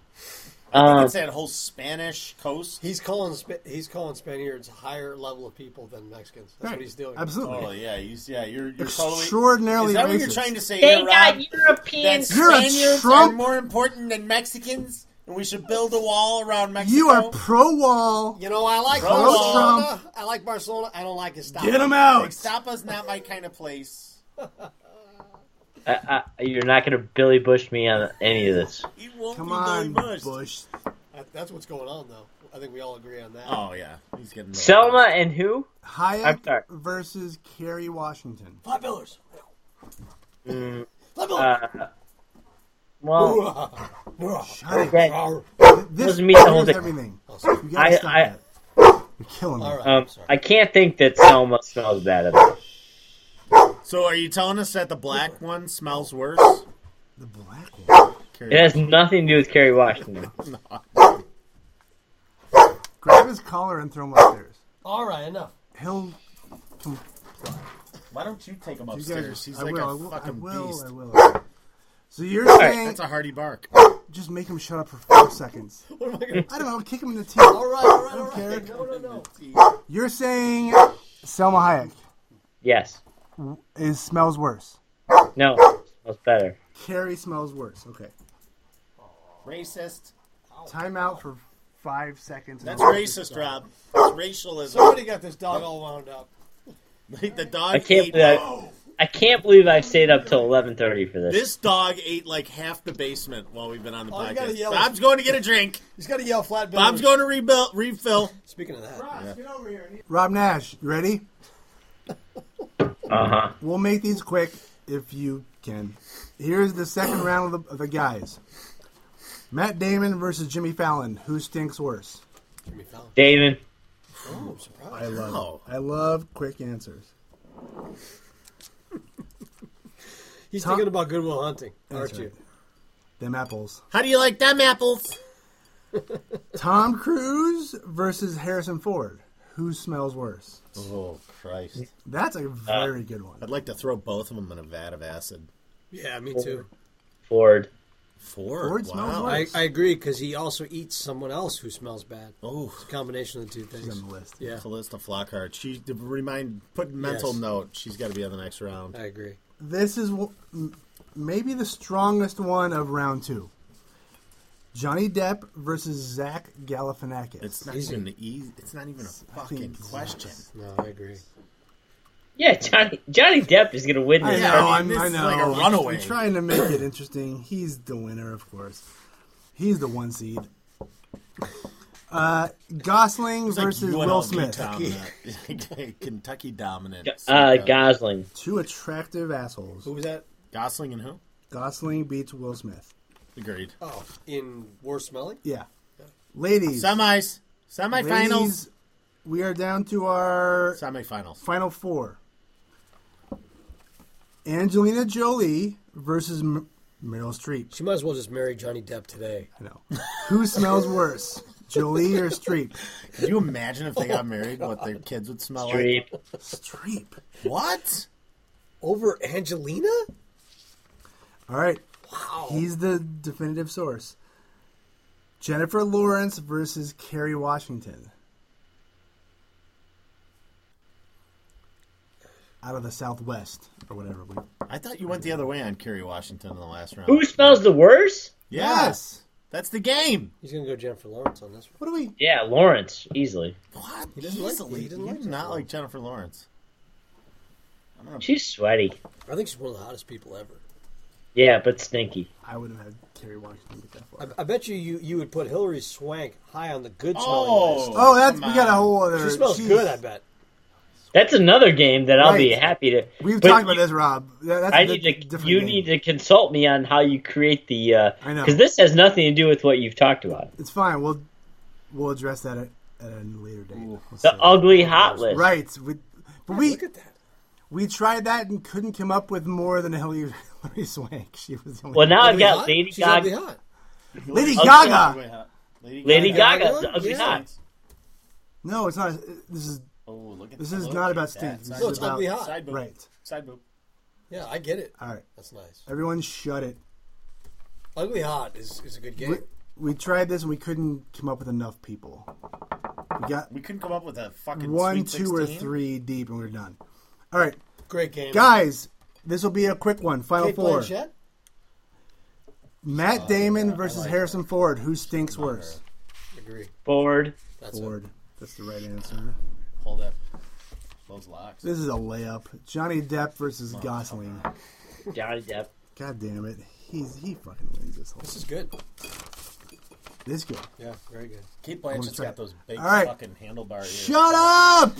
Speaker 7: I think
Speaker 5: Um,
Speaker 7: it's that whole Spanish coast.
Speaker 8: He's calling Spa- he's calling Spaniards higher level of people than Mexicans. That's
Speaker 6: Right.
Speaker 8: what he's doing.
Speaker 6: Absolutely.
Speaker 7: Oh yeah, you, yeah, you're you're totally.
Speaker 6: Extraordinarily
Speaker 7: Is that what
Speaker 6: racist.
Speaker 7: you're trying to say?
Speaker 9: They
Speaker 7: here,
Speaker 9: got
Speaker 7: Rob?
Speaker 9: European.
Speaker 7: that
Speaker 6: You're a
Speaker 7: Spaniards
Speaker 6: Trump-
Speaker 7: are more important than Mexicans, and we should build a wall around Mexico.
Speaker 6: You are pro wall.
Speaker 8: You know, I like
Speaker 7: Pro
Speaker 8: Barcelona. I like Barcelona. I don't like his style.
Speaker 6: Get him out.
Speaker 7: Ixtapa's not my kind of place.
Speaker 5: I, I, you're not going to Billy Bush me on any of this.
Speaker 7: He won't
Speaker 6: Come
Speaker 7: be
Speaker 6: on,
Speaker 7: Billy Bush.
Speaker 6: Bush.
Speaker 8: That- That's what's going on, though. I think we all agree on that.
Speaker 7: Oh yeah, he's getting real-
Speaker 5: Selma and who? I'm sorry.
Speaker 6: Hayek versus Kerry Washington.
Speaker 8: Fly Billers. Fly
Speaker 5: Uh, well,
Speaker 8: Billers.
Speaker 5: okay.
Speaker 6: This
Speaker 5: Doesn't mean the whole
Speaker 6: covers
Speaker 5: thing.
Speaker 6: everything. We
Speaker 5: I-
Speaker 6: gotta stop
Speaker 5: I-
Speaker 6: that. You're killing me.
Speaker 8: All right.
Speaker 5: Uh, um,
Speaker 8: I'm sorry.
Speaker 5: I can't think that Selma smells bad. At all.
Speaker 7: So are you telling us that the black one smells worse?
Speaker 6: The black one.
Speaker 5: It has nothing to do with Kerry Washington.
Speaker 6: Grab his collar and throw him upstairs.
Speaker 8: all right. Enough.
Speaker 6: He'll.
Speaker 7: Why don't you take him
Speaker 6: You
Speaker 7: upstairs?
Speaker 6: guys,
Speaker 7: He's
Speaker 6: I
Speaker 7: like
Speaker 6: will. I
Speaker 7: a
Speaker 6: will. I
Speaker 7: fucking
Speaker 6: will.
Speaker 7: beast.
Speaker 6: I will. So you're saying
Speaker 7: That's a hardy bark.
Speaker 6: just make him shut up for five seconds?
Speaker 8: What am I going to?
Speaker 6: I don't know. Kick him in the teeth.
Speaker 8: All right. All right. All
Speaker 6: I don't
Speaker 8: right. No, no, no.
Speaker 6: You're saying Selma Hayek
Speaker 5: Yes.
Speaker 6: is smells worse.
Speaker 5: No. it Smells better.
Speaker 6: Carrie smells worse. Okay.
Speaker 7: Racist.
Speaker 6: Time out for five seconds.
Speaker 7: That's racist, Rob. That's racialism.
Speaker 8: Somebody got this dog all wound up.
Speaker 7: Like the dog
Speaker 5: I can't
Speaker 7: ate.
Speaker 5: believe I, I can't believe I stayed up till 11:30 for this.
Speaker 7: This dog ate like half the basement while we've been on the
Speaker 8: Oh, you gotta
Speaker 7: podcast.
Speaker 8: yell.
Speaker 7: Bob's going to get a drink.
Speaker 8: He's got to yell flat. Billers.
Speaker 7: Bob's going to rebuild, refill.
Speaker 8: Speaking of that,
Speaker 6: Rob Nash, you ready?
Speaker 5: Uh huh.
Speaker 6: We'll make these quick if you can. Here's the second round of the, of the guys Matt Damon versus Jimmy Fallon. Who stinks worse?
Speaker 8: Jimmy Fallon.
Speaker 5: Damon.
Speaker 8: Oh, surprise.
Speaker 7: Oh,
Speaker 6: I love quick answers.
Speaker 8: He's thinking about Goodwill Hunting, aren't
Speaker 6: That's
Speaker 8: you?
Speaker 6: right. Them apples.
Speaker 7: how do you like them apples?
Speaker 6: Tom Cruise versus Harrison Ford. Who smells worse?
Speaker 7: Oh Christ!
Speaker 6: That's a very good one.
Speaker 7: I'd like to throw both of them in a vat of acid.
Speaker 8: Yeah, me too.
Speaker 5: Ford.
Speaker 7: Four.
Speaker 6: Ford smells
Speaker 7: wow.
Speaker 6: worse.
Speaker 8: I, I agree because he also eats someone else who smells bad.
Speaker 7: Oh,
Speaker 8: It's a combination of the two
Speaker 6: He's
Speaker 8: things.
Speaker 6: on the list.
Speaker 8: Yeah,
Speaker 7: Callista Flockhart. She to remind. Put mental
Speaker 8: Yes.
Speaker 7: note. She's got to be on the next round.
Speaker 8: I agree.
Speaker 6: This is w- m- maybe the strongest one of round two. Johnny Depp versus Zach Galifianakis.
Speaker 7: It's not
Speaker 8: Easy.
Speaker 7: even easy. It's not even a fucking
Speaker 6: think-
Speaker 7: question.
Speaker 8: No, I agree.
Speaker 5: Yeah, Johnny Johnny Depp is gonna win
Speaker 6: I
Speaker 5: this.
Speaker 6: know.
Speaker 7: I
Speaker 6: I'm,
Speaker 7: mean,
Speaker 6: I
Speaker 7: this is
Speaker 6: know.
Speaker 7: like a
Speaker 6: I'm-
Speaker 7: runaway.
Speaker 6: I'm trying to make it interesting. He's the winner, of course. He's the one seed. Uh, Gosling
Speaker 7: It's like
Speaker 6: versus
Speaker 7: UNLV
Speaker 6: Will Smith.
Speaker 7: dominant. Kentucky dominant.
Speaker 5: Uh, Gosling.
Speaker 6: Two attractive assholes.
Speaker 8: Who was that?
Speaker 7: Gosling and who?
Speaker 6: Gosling beats Will Smith.
Speaker 7: Agreed.
Speaker 8: Oh, in worse smelling.
Speaker 6: Yeah, ladies.
Speaker 7: Semis. Semifinals.
Speaker 6: ladies, we are down to our
Speaker 7: Semifinals.
Speaker 6: final four. Angelina Jolie versus M- Meryl Streep.
Speaker 8: She might as well just marry Johnny Depp today.
Speaker 6: I know. Who smells worse, Jolie or Streep?
Speaker 7: Can you imagine if they got married, what their kids would smell
Speaker 5: Streep.
Speaker 6: Streep.
Speaker 7: like? What?
Speaker 8: Over Angelina?
Speaker 6: All right.
Speaker 8: Wow.
Speaker 6: He's the definitive source. Jennifer Lawrence versus Kerry Washington. Out of the Southwest or whatever. We,
Speaker 7: I thought you went the other way on Kerry Washington in the last round.
Speaker 5: Who smells the worst?
Speaker 7: Yeah, That's the game.
Speaker 8: He's gonna go Jennifer Lawrence on this one.
Speaker 6: What do we?
Speaker 5: Yeah, Lawrence easily.
Speaker 7: What?
Speaker 8: He doesn't like-
Speaker 7: Easily.
Speaker 8: he doesn't
Speaker 7: you
Speaker 8: like
Speaker 7: do not
Speaker 8: Jennifer
Speaker 7: like Jennifer Lawrence.
Speaker 5: She's sweaty.
Speaker 8: I think she's one of the hottest people ever.
Speaker 5: Yeah, but stinky.
Speaker 6: I wouldn't have Kerry Washington get that far.
Speaker 8: I, I bet you, you you would put Hillary Swank high on the good smelling list.
Speaker 6: Oh, that's
Speaker 7: come
Speaker 6: we got a
Speaker 7: on.
Speaker 6: whole other.
Speaker 8: She smells
Speaker 6: she's-
Speaker 8: good. I bet.
Speaker 5: That's another game that I'll be
Speaker 6: Right.
Speaker 5: happy to.
Speaker 6: We've
Speaker 5: but
Speaker 6: talked about
Speaker 5: you-
Speaker 6: this, Rob. Yeah, That's
Speaker 5: I
Speaker 6: the-
Speaker 5: need to.
Speaker 6: different
Speaker 5: You
Speaker 6: game.
Speaker 5: need to consult me on how you create the. uh
Speaker 6: I know.
Speaker 5: 'cause this has nothing to do with what you've talked about.
Speaker 6: It's fine. We'll we'll address that at, at a later date. We'll
Speaker 5: The
Speaker 6: see.
Speaker 5: ugly hot list.
Speaker 6: right. We, but we
Speaker 8: Look at that.
Speaker 6: we tried that and couldn't come up with more than Hillary, Hillary Swank. She was the only
Speaker 5: Well, now I've
Speaker 8: Ugly
Speaker 5: got
Speaker 8: hot?
Speaker 5: Lady
Speaker 8: She's ugly
Speaker 5: Gaga.
Speaker 8: hot.
Speaker 6: Lady Gaga.
Speaker 7: Wait, huh?
Speaker 5: Lady Gaga,
Speaker 8: Gaga?
Speaker 5: the ugly
Speaker 8: Yeah.
Speaker 5: knots.
Speaker 6: No, it's not. This is
Speaker 7: Oh, look at
Speaker 6: This
Speaker 7: that.
Speaker 6: is
Speaker 7: Look
Speaker 6: not
Speaker 7: at
Speaker 6: about
Speaker 7: that.
Speaker 6: Steve.
Speaker 7: Side
Speaker 6: This
Speaker 8: No,
Speaker 6: is
Speaker 8: it's
Speaker 6: about
Speaker 8: ugly hot.
Speaker 7: Side boob.
Speaker 6: right.
Speaker 7: Side boob.
Speaker 8: Yeah, I get it.
Speaker 6: All right,
Speaker 8: That's nice.
Speaker 6: everyone, shut it.
Speaker 8: Ugly hot is, is a good game.
Speaker 6: We, we tried this and we couldn't come up with enough people. We got
Speaker 7: We couldn't come up with a fucking
Speaker 6: one,
Speaker 7: Sweet
Speaker 6: two, or
Speaker 7: 16?
Speaker 6: three deep, and we're done. All right,
Speaker 8: Great game.
Speaker 6: guys, this will be a quick one. Final
Speaker 8: Kate
Speaker 6: four:
Speaker 8: Blanchett?
Speaker 6: Matt Damon versus Harrison Ford. Who stinks worse?
Speaker 8: Agree.
Speaker 5: Forward.
Speaker 8: That's it.
Speaker 6: Ford. That's the right answer.
Speaker 7: Hold up. Those locks.
Speaker 6: This is a layup. Johnny Depp versus Gosling.
Speaker 5: Johnny Depp.
Speaker 6: God damn it, he's he fucking wins this whole.
Speaker 8: This is good.
Speaker 6: This guy.
Speaker 8: Yeah, very good.
Speaker 7: Kate
Speaker 6: wanna
Speaker 7: Blanchett's
Speaker 6: try
Speaker 7: got
Speaker 6: it.
Speaker 7: those big
Speaker 6: All right.
Speaker 7: fucking handlebar ears.
Speaker 6: Shut up!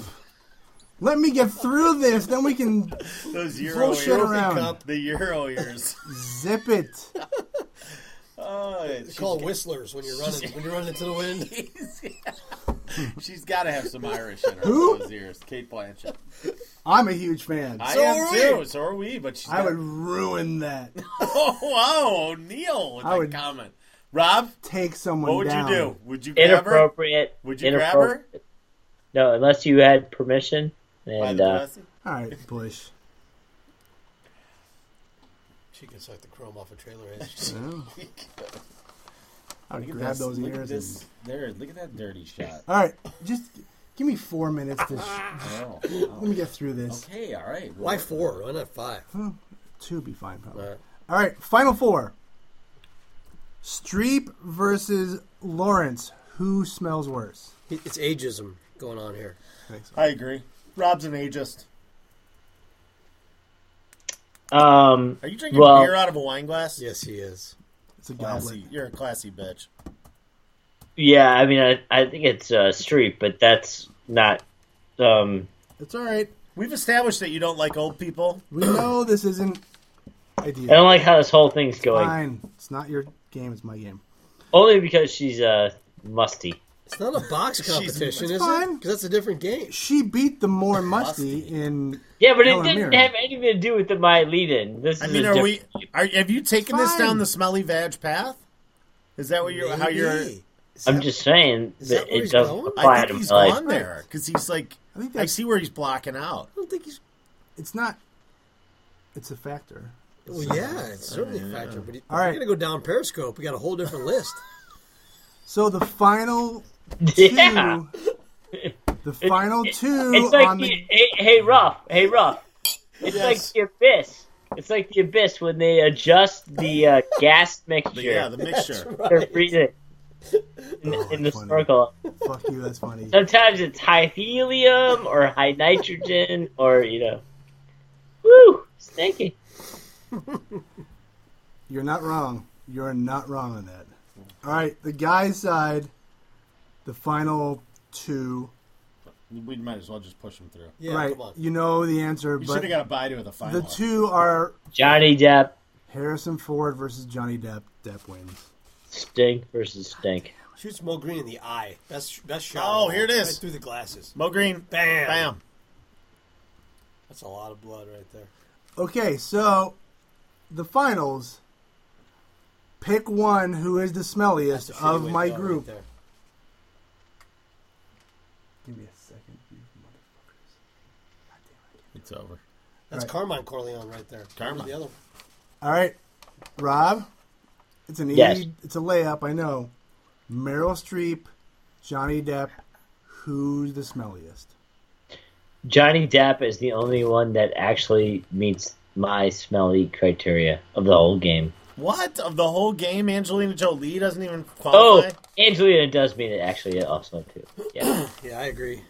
Speaker 6: Let me get through this, then we can
Speaker 7: Those
Speaker 6: Throw
Speaker 7: Euro ears.
Speaker 6: shit around.
Speaker 7: The Euro ears.
Speaker 6: zip it.
Speaker 7: oh,
Speaker 8: They
Speaker 7: she's
Speaker 8: call
Speaker 7: got-
Speaker 8: whistlers when you're running when you're running into the wind.
Speaker 7: she's got to have some Irish in her.
Speaker 6: Who?
Speaker 7: with Those ears. Kate Blanchett.
Speaker 6: I'm a huge fan.
Speaker 7: I
Speaker 8: So
Speaker 7: am
Speaker 8: are
Speaker 7: too.
Speaker 8: we.
Speaker 7: So are we. But she's
Speaker 6: I
Speaker 7: got-
Speaker 6: would ruin that.
Speaker 7: Oh, wow, Neil with
Speaker 6: I
Speaker 7: that
Speaker 6: would-
Speaker 7: comment. Rob,
Speaker 6: Take someone
Speaker 7: what would
Speaker 6: down.
Speaker 7: you do? Would you grab her?
Speaker 5: Inappropriate.
Speaker 7: Would you grab
Speaker 5: inappropriate.
Speaker 7: her?
Speaker 5: No, unless you had permission.
Speaker 7: By
Speaker 5: And
Speaker 7: the
Speaker 5: uh,
Speaker 7: pussy?
Speaker 6: All right, Bush.
Speaker 8: She can suck the chrome off a trailer. ain't she?
Speaker 6: I would
Speaker 7: Look at
Speaker 6: grab
Speaker 7: this,
Speaker 6: those
Speaker 7: look at
Speaker 6: ears.
Speaker 7: this.
Speaker 6: And...
Speaker 7: There, look at that dirty shot.
Speaker 6: All right, just give me four minutes to. Sh-
Speaker 7: Oh,
Speaker 6: let me get through this.
Speaker 7: okay, all right.
Speaker 8: Why four? Why not five?
Speaker 6: Two would be fine, probably.
Speaker 8: Alright.
Speaker 6: All right, final four. Streep versus Lawrence. Who smells worse?
Speaker 8: It's ageism going on here.
Speaker 7: I agree. Rob's an ageist.
Speaker 5: um,
Speaker 7: Are you drinking
Speaker 5: Well-
Speaker 7: beer out of a wine glass?
Speaker 8: Yes, he is.
Speaker 6: It's a goblet.
Speaker 7: Classy. You're a classy bitch.
Speaker 5: yeah, I mean, I, I think it's uh, Streep, but that's not. Um,
Speaker 6: It's all right.
Speaker 7: We've established that you don't like old people.
Speaker 6: We know this isn't
Speaker 5: I
Speaker 6: ideal.
Speaker 5: don't like how this whole thing's going.
Speaker 6: Fine. It's not your game. It's my game.
Speaker 5: Only because she's uh, musty.
Speaker 8: It's not a box competition, is it?
Speaker 6: fine.
Speaker 8: Because that's a different game.
Speaker 6: She beat the more musty in.
Speaker 5: Yeah, but it
Speaker 6: Helen
Speaker 5: didn't
Speaker 6: Mirren.
Speaker 5: have anything to do with the my lead-in. This
Speaker 7: I
Speaker 5: is
Speaker 7: mean,
Speaker 5: a
Speaker 7: are we?
Speaker 5: different-
Speaker 7: Are have you taken this
Speaker 6: Fine.
Speaker 7: down the smelly vag path? Is that what you're? How you're?
Speaker 8: Maybe. Is
Speaker 5: I'm
Speaker 8: that-
Speaker 5: just saying
Speaker 8: Is
Speaker 5: that
Speaker 8: that where
Speaker 5: it
Speaker 8: he's
Speaker 5: doesn't
Speaker 8: going?
Speaker 5: apply
Speaker 7: I
Speaker 5: to
Speaker 7: think he's
Speaker 5: my life.
Speaker 7: gone there because he's like.
Speaker 6: I think
Speaker 7: I,
Speaker 6: that's-
Speaker 7: see where he's blocking out.
Speaker 8: I don't think he's.
Speaker 6: It's not. It's a factor.
Speaker 8: Well, oh, yeah, it's certainly a factor. But
Speaker 6: All
Speaker 8: all
Speaker 6: right.
Speaker 8: right, we're gonna go down Periscope. We got a whole different list.
Speaker 6: So the final two.
Speaker 5: Yeah.
Speaker 6: The final two
Speaker 5: It's like
Speaker 6: on
Speaker 5: the,
Speaker 6: the.
Speaker 5: hey, hey, rough, hey, rough. It's like the abyss. It's like the abyss when they adjust the uh, gas mixture.
Speaker 7: Yeah, the mixture.
Speaker 5: They're breathing in, in the
Speaker 6: funny.
Speaker 5: snorkel.
Speaker 6: Fuck you. That's funny.
Speaker 5: Sometimes it's high helium or high nitrogen or you know, woo, stinky.
Speaker 6: You're not wrong. You're not wrong on that. All right, the guy's side. The final two.
Speaker 7: We might as well just push him through.
Speaker 8: Yeah,
Speaker 6: right.
Speaker 8: come on.
Speaker 6: You know the answer,
Speaker 7: We should
Speaker 6: but
Speaker 7: have got a bye to the final.
Speaker 6: the two are
Speaker 5: Johnny Depp,
Speaker 6: Harrison Ford versus Johnny Depp. Depp wins.
Speaker 5: stink versus stink.
Speaker 8: Shoots Mo Green in the eye. Best best shot.
Speaker 7: Oh, here it is.
Speaker 8: Right through the glasses.
Speaker 7: Mo Green.
Speaker 8: Bam.
Speaker 7: Bam.
Speaker 8: That's a lot of blood right there.
Speaker 6: Okay, so the finals. Pick one who is the
Speaker 8: That's
Speaker 6: smelliest
Speaker 8: a shitty
Speaker 6: of
Speaker 8: way to
Speaker 6: my
Speaker 8: go right
Speaker 6: group.
Speaker 8: there.
Speaker 6: Give me a second. you
Speaker 7: It's over.
Speaker 8: That's
Speaker 6: Right.
Speaker 8: Carmine Corleone right there.
Speaker 7: Carmine.
Speaker 8: The other one.
Speaker 6: motherfucker. All right, Rob. It's an
Speaker 5: Yes.
Speaker 6: easy. It's a layup. I know. Meryl Streep, Johnny Depp. Who's the smelliest?
Speaker 5: Johnny Depp is the only one that actually meets my smelly criteria of the whole game.
Speaker 7: What of the whole game? Angelina Jolie doesn't even
Speaker 5: Oh,
Speaker 7: qualify.
Speaker 5: Angelina does mean it actually also too. Yeah,
Speaker 8: Yeah, I agree.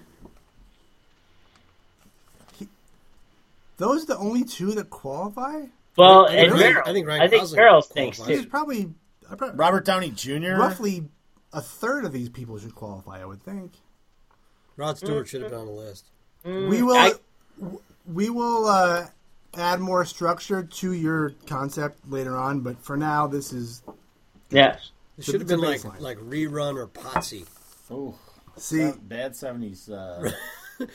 Speaker 6: Those are the only two that qualify.
Speaker 5: well,
Speaker 8: I
Speaker 5: and
Speaker 8: think- I think-
Speaker 5: Meryl.
Speaker 8: I think Ryan
Speaker 5: I think
Speaker 8: Gosling
Speaker 5: Meryl stinks
Speaker 8: qualifies.
Speaker 6: There's
Speaker 5: too.
Speaker 6: probably I prob-
Speaker 7: Robert Downey Jr.
Speaker 6: roughly a third of these people should qualify. I would think.
Speaker 8: Rod Stewart should have been on the list.
Speaker 6: we will
Speaker 5: Mm, I-
Speaker 6: w- we will uh, add more structure to your concept later on but for now this is
Speaker 5: Yeah,
Speaker 8: It should have
Speaker 6: it's a
Speaker 8: been like
Speaker 6: baseline.
Speaker 8: like rerun or Potsy.
Speaker 7: Oh,
Speaker 6: see
Speaker 7: bad seventies. Uh,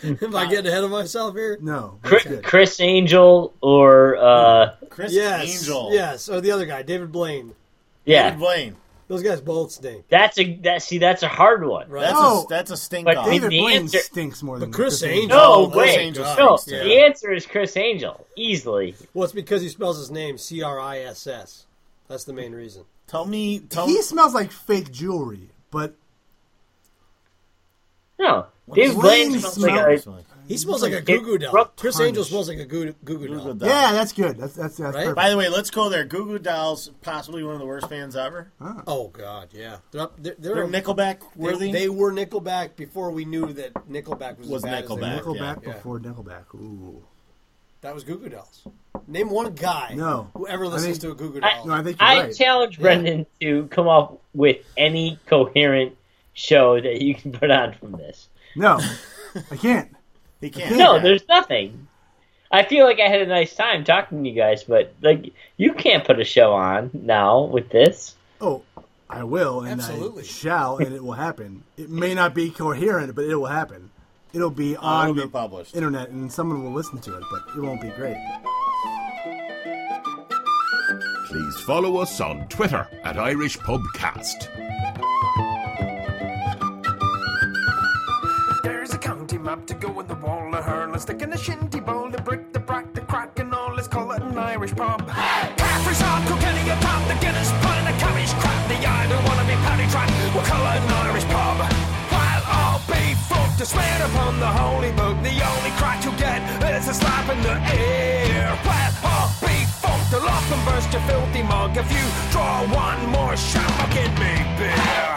Speaker 8: Am I getting ahead of myself here?
Speaker 6: no that's
Speaker 5: Chris,
Speaker 6: good.
Speaker 5: Chris Angel or uh,
Speaker 7: Chris
Speaker 8: Yes.
Speaker 7: Angel.
Speaker 8: Yes. Or the other guy, David Blaine.
Speaker 5: yeah,
Speaker 7: David Blaine.
Speaker 8: Those guys both stink.
Speaker 5: That's a that. See, that's a hard one.
Speaker 8: Right.
Speaker 7: That's
Speaker 6: No.
Speaker 7: a that's a stink
Speaker 5: But
Speaker 7: up.
Speaker 5: they-
Speaker 6: David
Speaker 5: the
Speaker 6: Blaine
Speaker 5: answer-
Speaker 6: stinks more than
Speaker 8: But Chris Angel-
Speaker 5: No
Speaker 7: Chris
Speaker 5: way.
Speaker 7: Angel
Speaker 5: No,
Speaker 7: stinks,
Speaker 5: the
Speaker 7: yeah.
Speaker 5: answer is Chris Angel easily.
Speaker 8: Well, it's because he spells his name C R I S S. That's the main reason.
Speaker 7: Tell me, tell
Speaker 6: He smells like fake jewelry, but
Speaker 5: No,
Speaker 7: does
Speaker 5: David Blaine
Speaker 6: Blaine
Speaker 5: smells
Speaker 6: smell?
Speaker 5: like
Speaker 7: me.
Speaker 5: a,
Speaker 8: He smells like a
Speaker 5: It
Speaker 8: goo goo doll.
Speaker 5: rubbed
Speaker 8: Chris Angel smells like a goo goo doll.
Speaker 6: yeah, that's good. That's that's that's
Speaker 8: Right?
Speaker 6: perfect.
Speaker 7: By the way, let's go there. Goo Goo Dolls, possibly one of the worst bands ever.
Speaker 8: Oh God, yeah. They're up, they're, they're,
Speaker 7: They're Nickelback worthy.
Speaker 8: They, they were Nickelback before we knew that Nickelback was,
Speaker 7: Was
Speaker 8: as bad as they
Speaker 7: Nickelback.
Speaker 8: were.
Speaker 6: Nickelback
Speaker 8: yeah.
Speaker 6: before Nickelback. Ooh.
Speaker 8: That was Goo Goo Dolls. Name one guy
Speaker 6: No.
Speaker 8: who ever
Speaker 6: I
Speaker 8: listens
Speaker 6: think-
Speaker 8: to a Goo Goo
Speaker 5: I,
Speaker 8: Doll.
Speaker 6: No, I think you're
Speaker 5: I
Speaker 6: right.
Speaker 5: challenge Brendan to come up with any coherent show that you can put on from this.
Speaker 6: No, I can't.
Speaker 7: They can't.
Speaker 5: No, there's nothing. I feel like I had a nice time talking to you guys, but like you can't put a show on now with this.
Speaker 6: Oh, I will, and
Speaker 8: Absolutely.
Speaker 6: I shall, and it will happen. It may not be coherent, but it will happen. It'll be on
Speaker 7: it'll be
Speaker 6: the
Speaker 7: published.
Speaker 6: internet, and someone will listen to it, but it won't be great.
Speaker 2: Please follow us on Twitter at Irish Pubcast.
Speaker 3: There's a county map to go in the wall of her. Let's stick in the shinty bowl, the brick, the brack, the crack, and all. Let's call it an Irish pub. Caffrey's hard, Kilkenny, a pub, the Guinness, pint, and the cabbage crap. The I don't wanna be paddy trapped. We'll call it an Irish pub. While all beef folk displayed upon the holy book, the only crack you get is a slap in the ear. While all beef folk, the lock and burst your filthy mug. If you draw one more shot, I'll get me beer.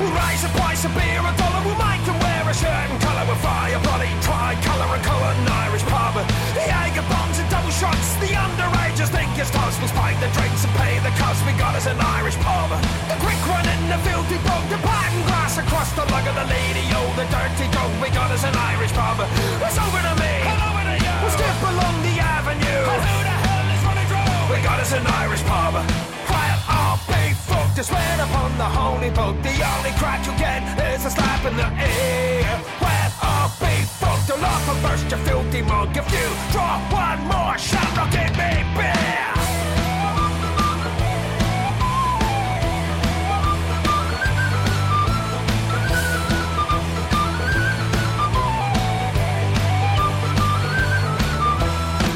Speaker 3: We'll raise a price of beer, a dollar, we'll make them wear a shirt and colour, we'll fry a bloody tricolour, a colour, an Irish pub. The Jager bombs and double shots, the underagers think it's toss, we'll spike the drinks and pay the cost, we got us an Irish pub. The quick one in the filthy pub, the pattern grass across the lug of the lady, oh, the dirty dog, we got us an Irish pub. It's over to me, and over to you, we'll skip along the avenue. And who the hell is running through? We got us an Irish pub. Quiet all big folk to swear upon the holy book. The only crack you get is a slap in the ear. Quiet all big folk to laugh and burst your filthy mug. If you draw one more shot, I'll give me beer.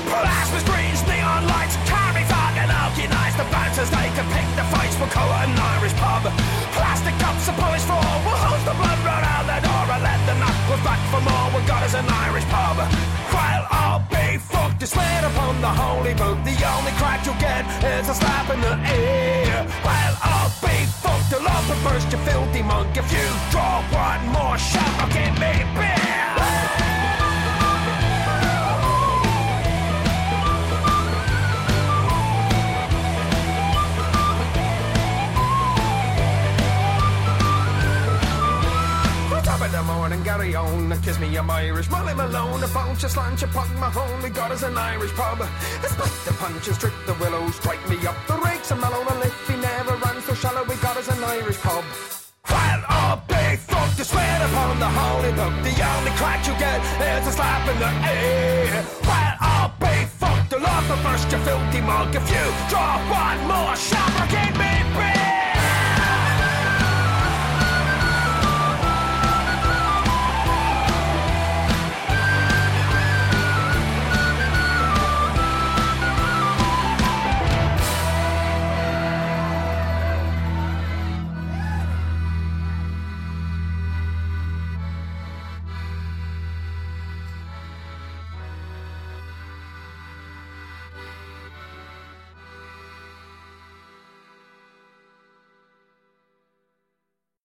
Speaker 3: Plasma screens, neon lights, carry fog and alkenize the bouncers. They can pick the fights. We'll call it an Irish pub. Plastic cups are polished for. We'll hose the blood right out the door and let the knuckles back for more. We've got us an Irish pub. While I'll be fucked, is swear upon the holy book. The only crack you'll get is a slap in the ear. While I'll be fucked, the love and burst, you filthy monk. If you draw one more shot, I'll give me beer. On top of the morning, Gary on. Kiss me, I'm Irish. Molly Malone, a bunch of slant, a punk, my only God is an Irish pub. Split the punches, strip the willows, strike me up the rakes, and Malone, a lift, he never runs so shallow, we got us an Irish pub. While all big folk to swear upon the holy book, the only crack you get is a slap in the ear. While all big folk to love the burst, your filthy mug, if you draw one more shot, I'll give me beer.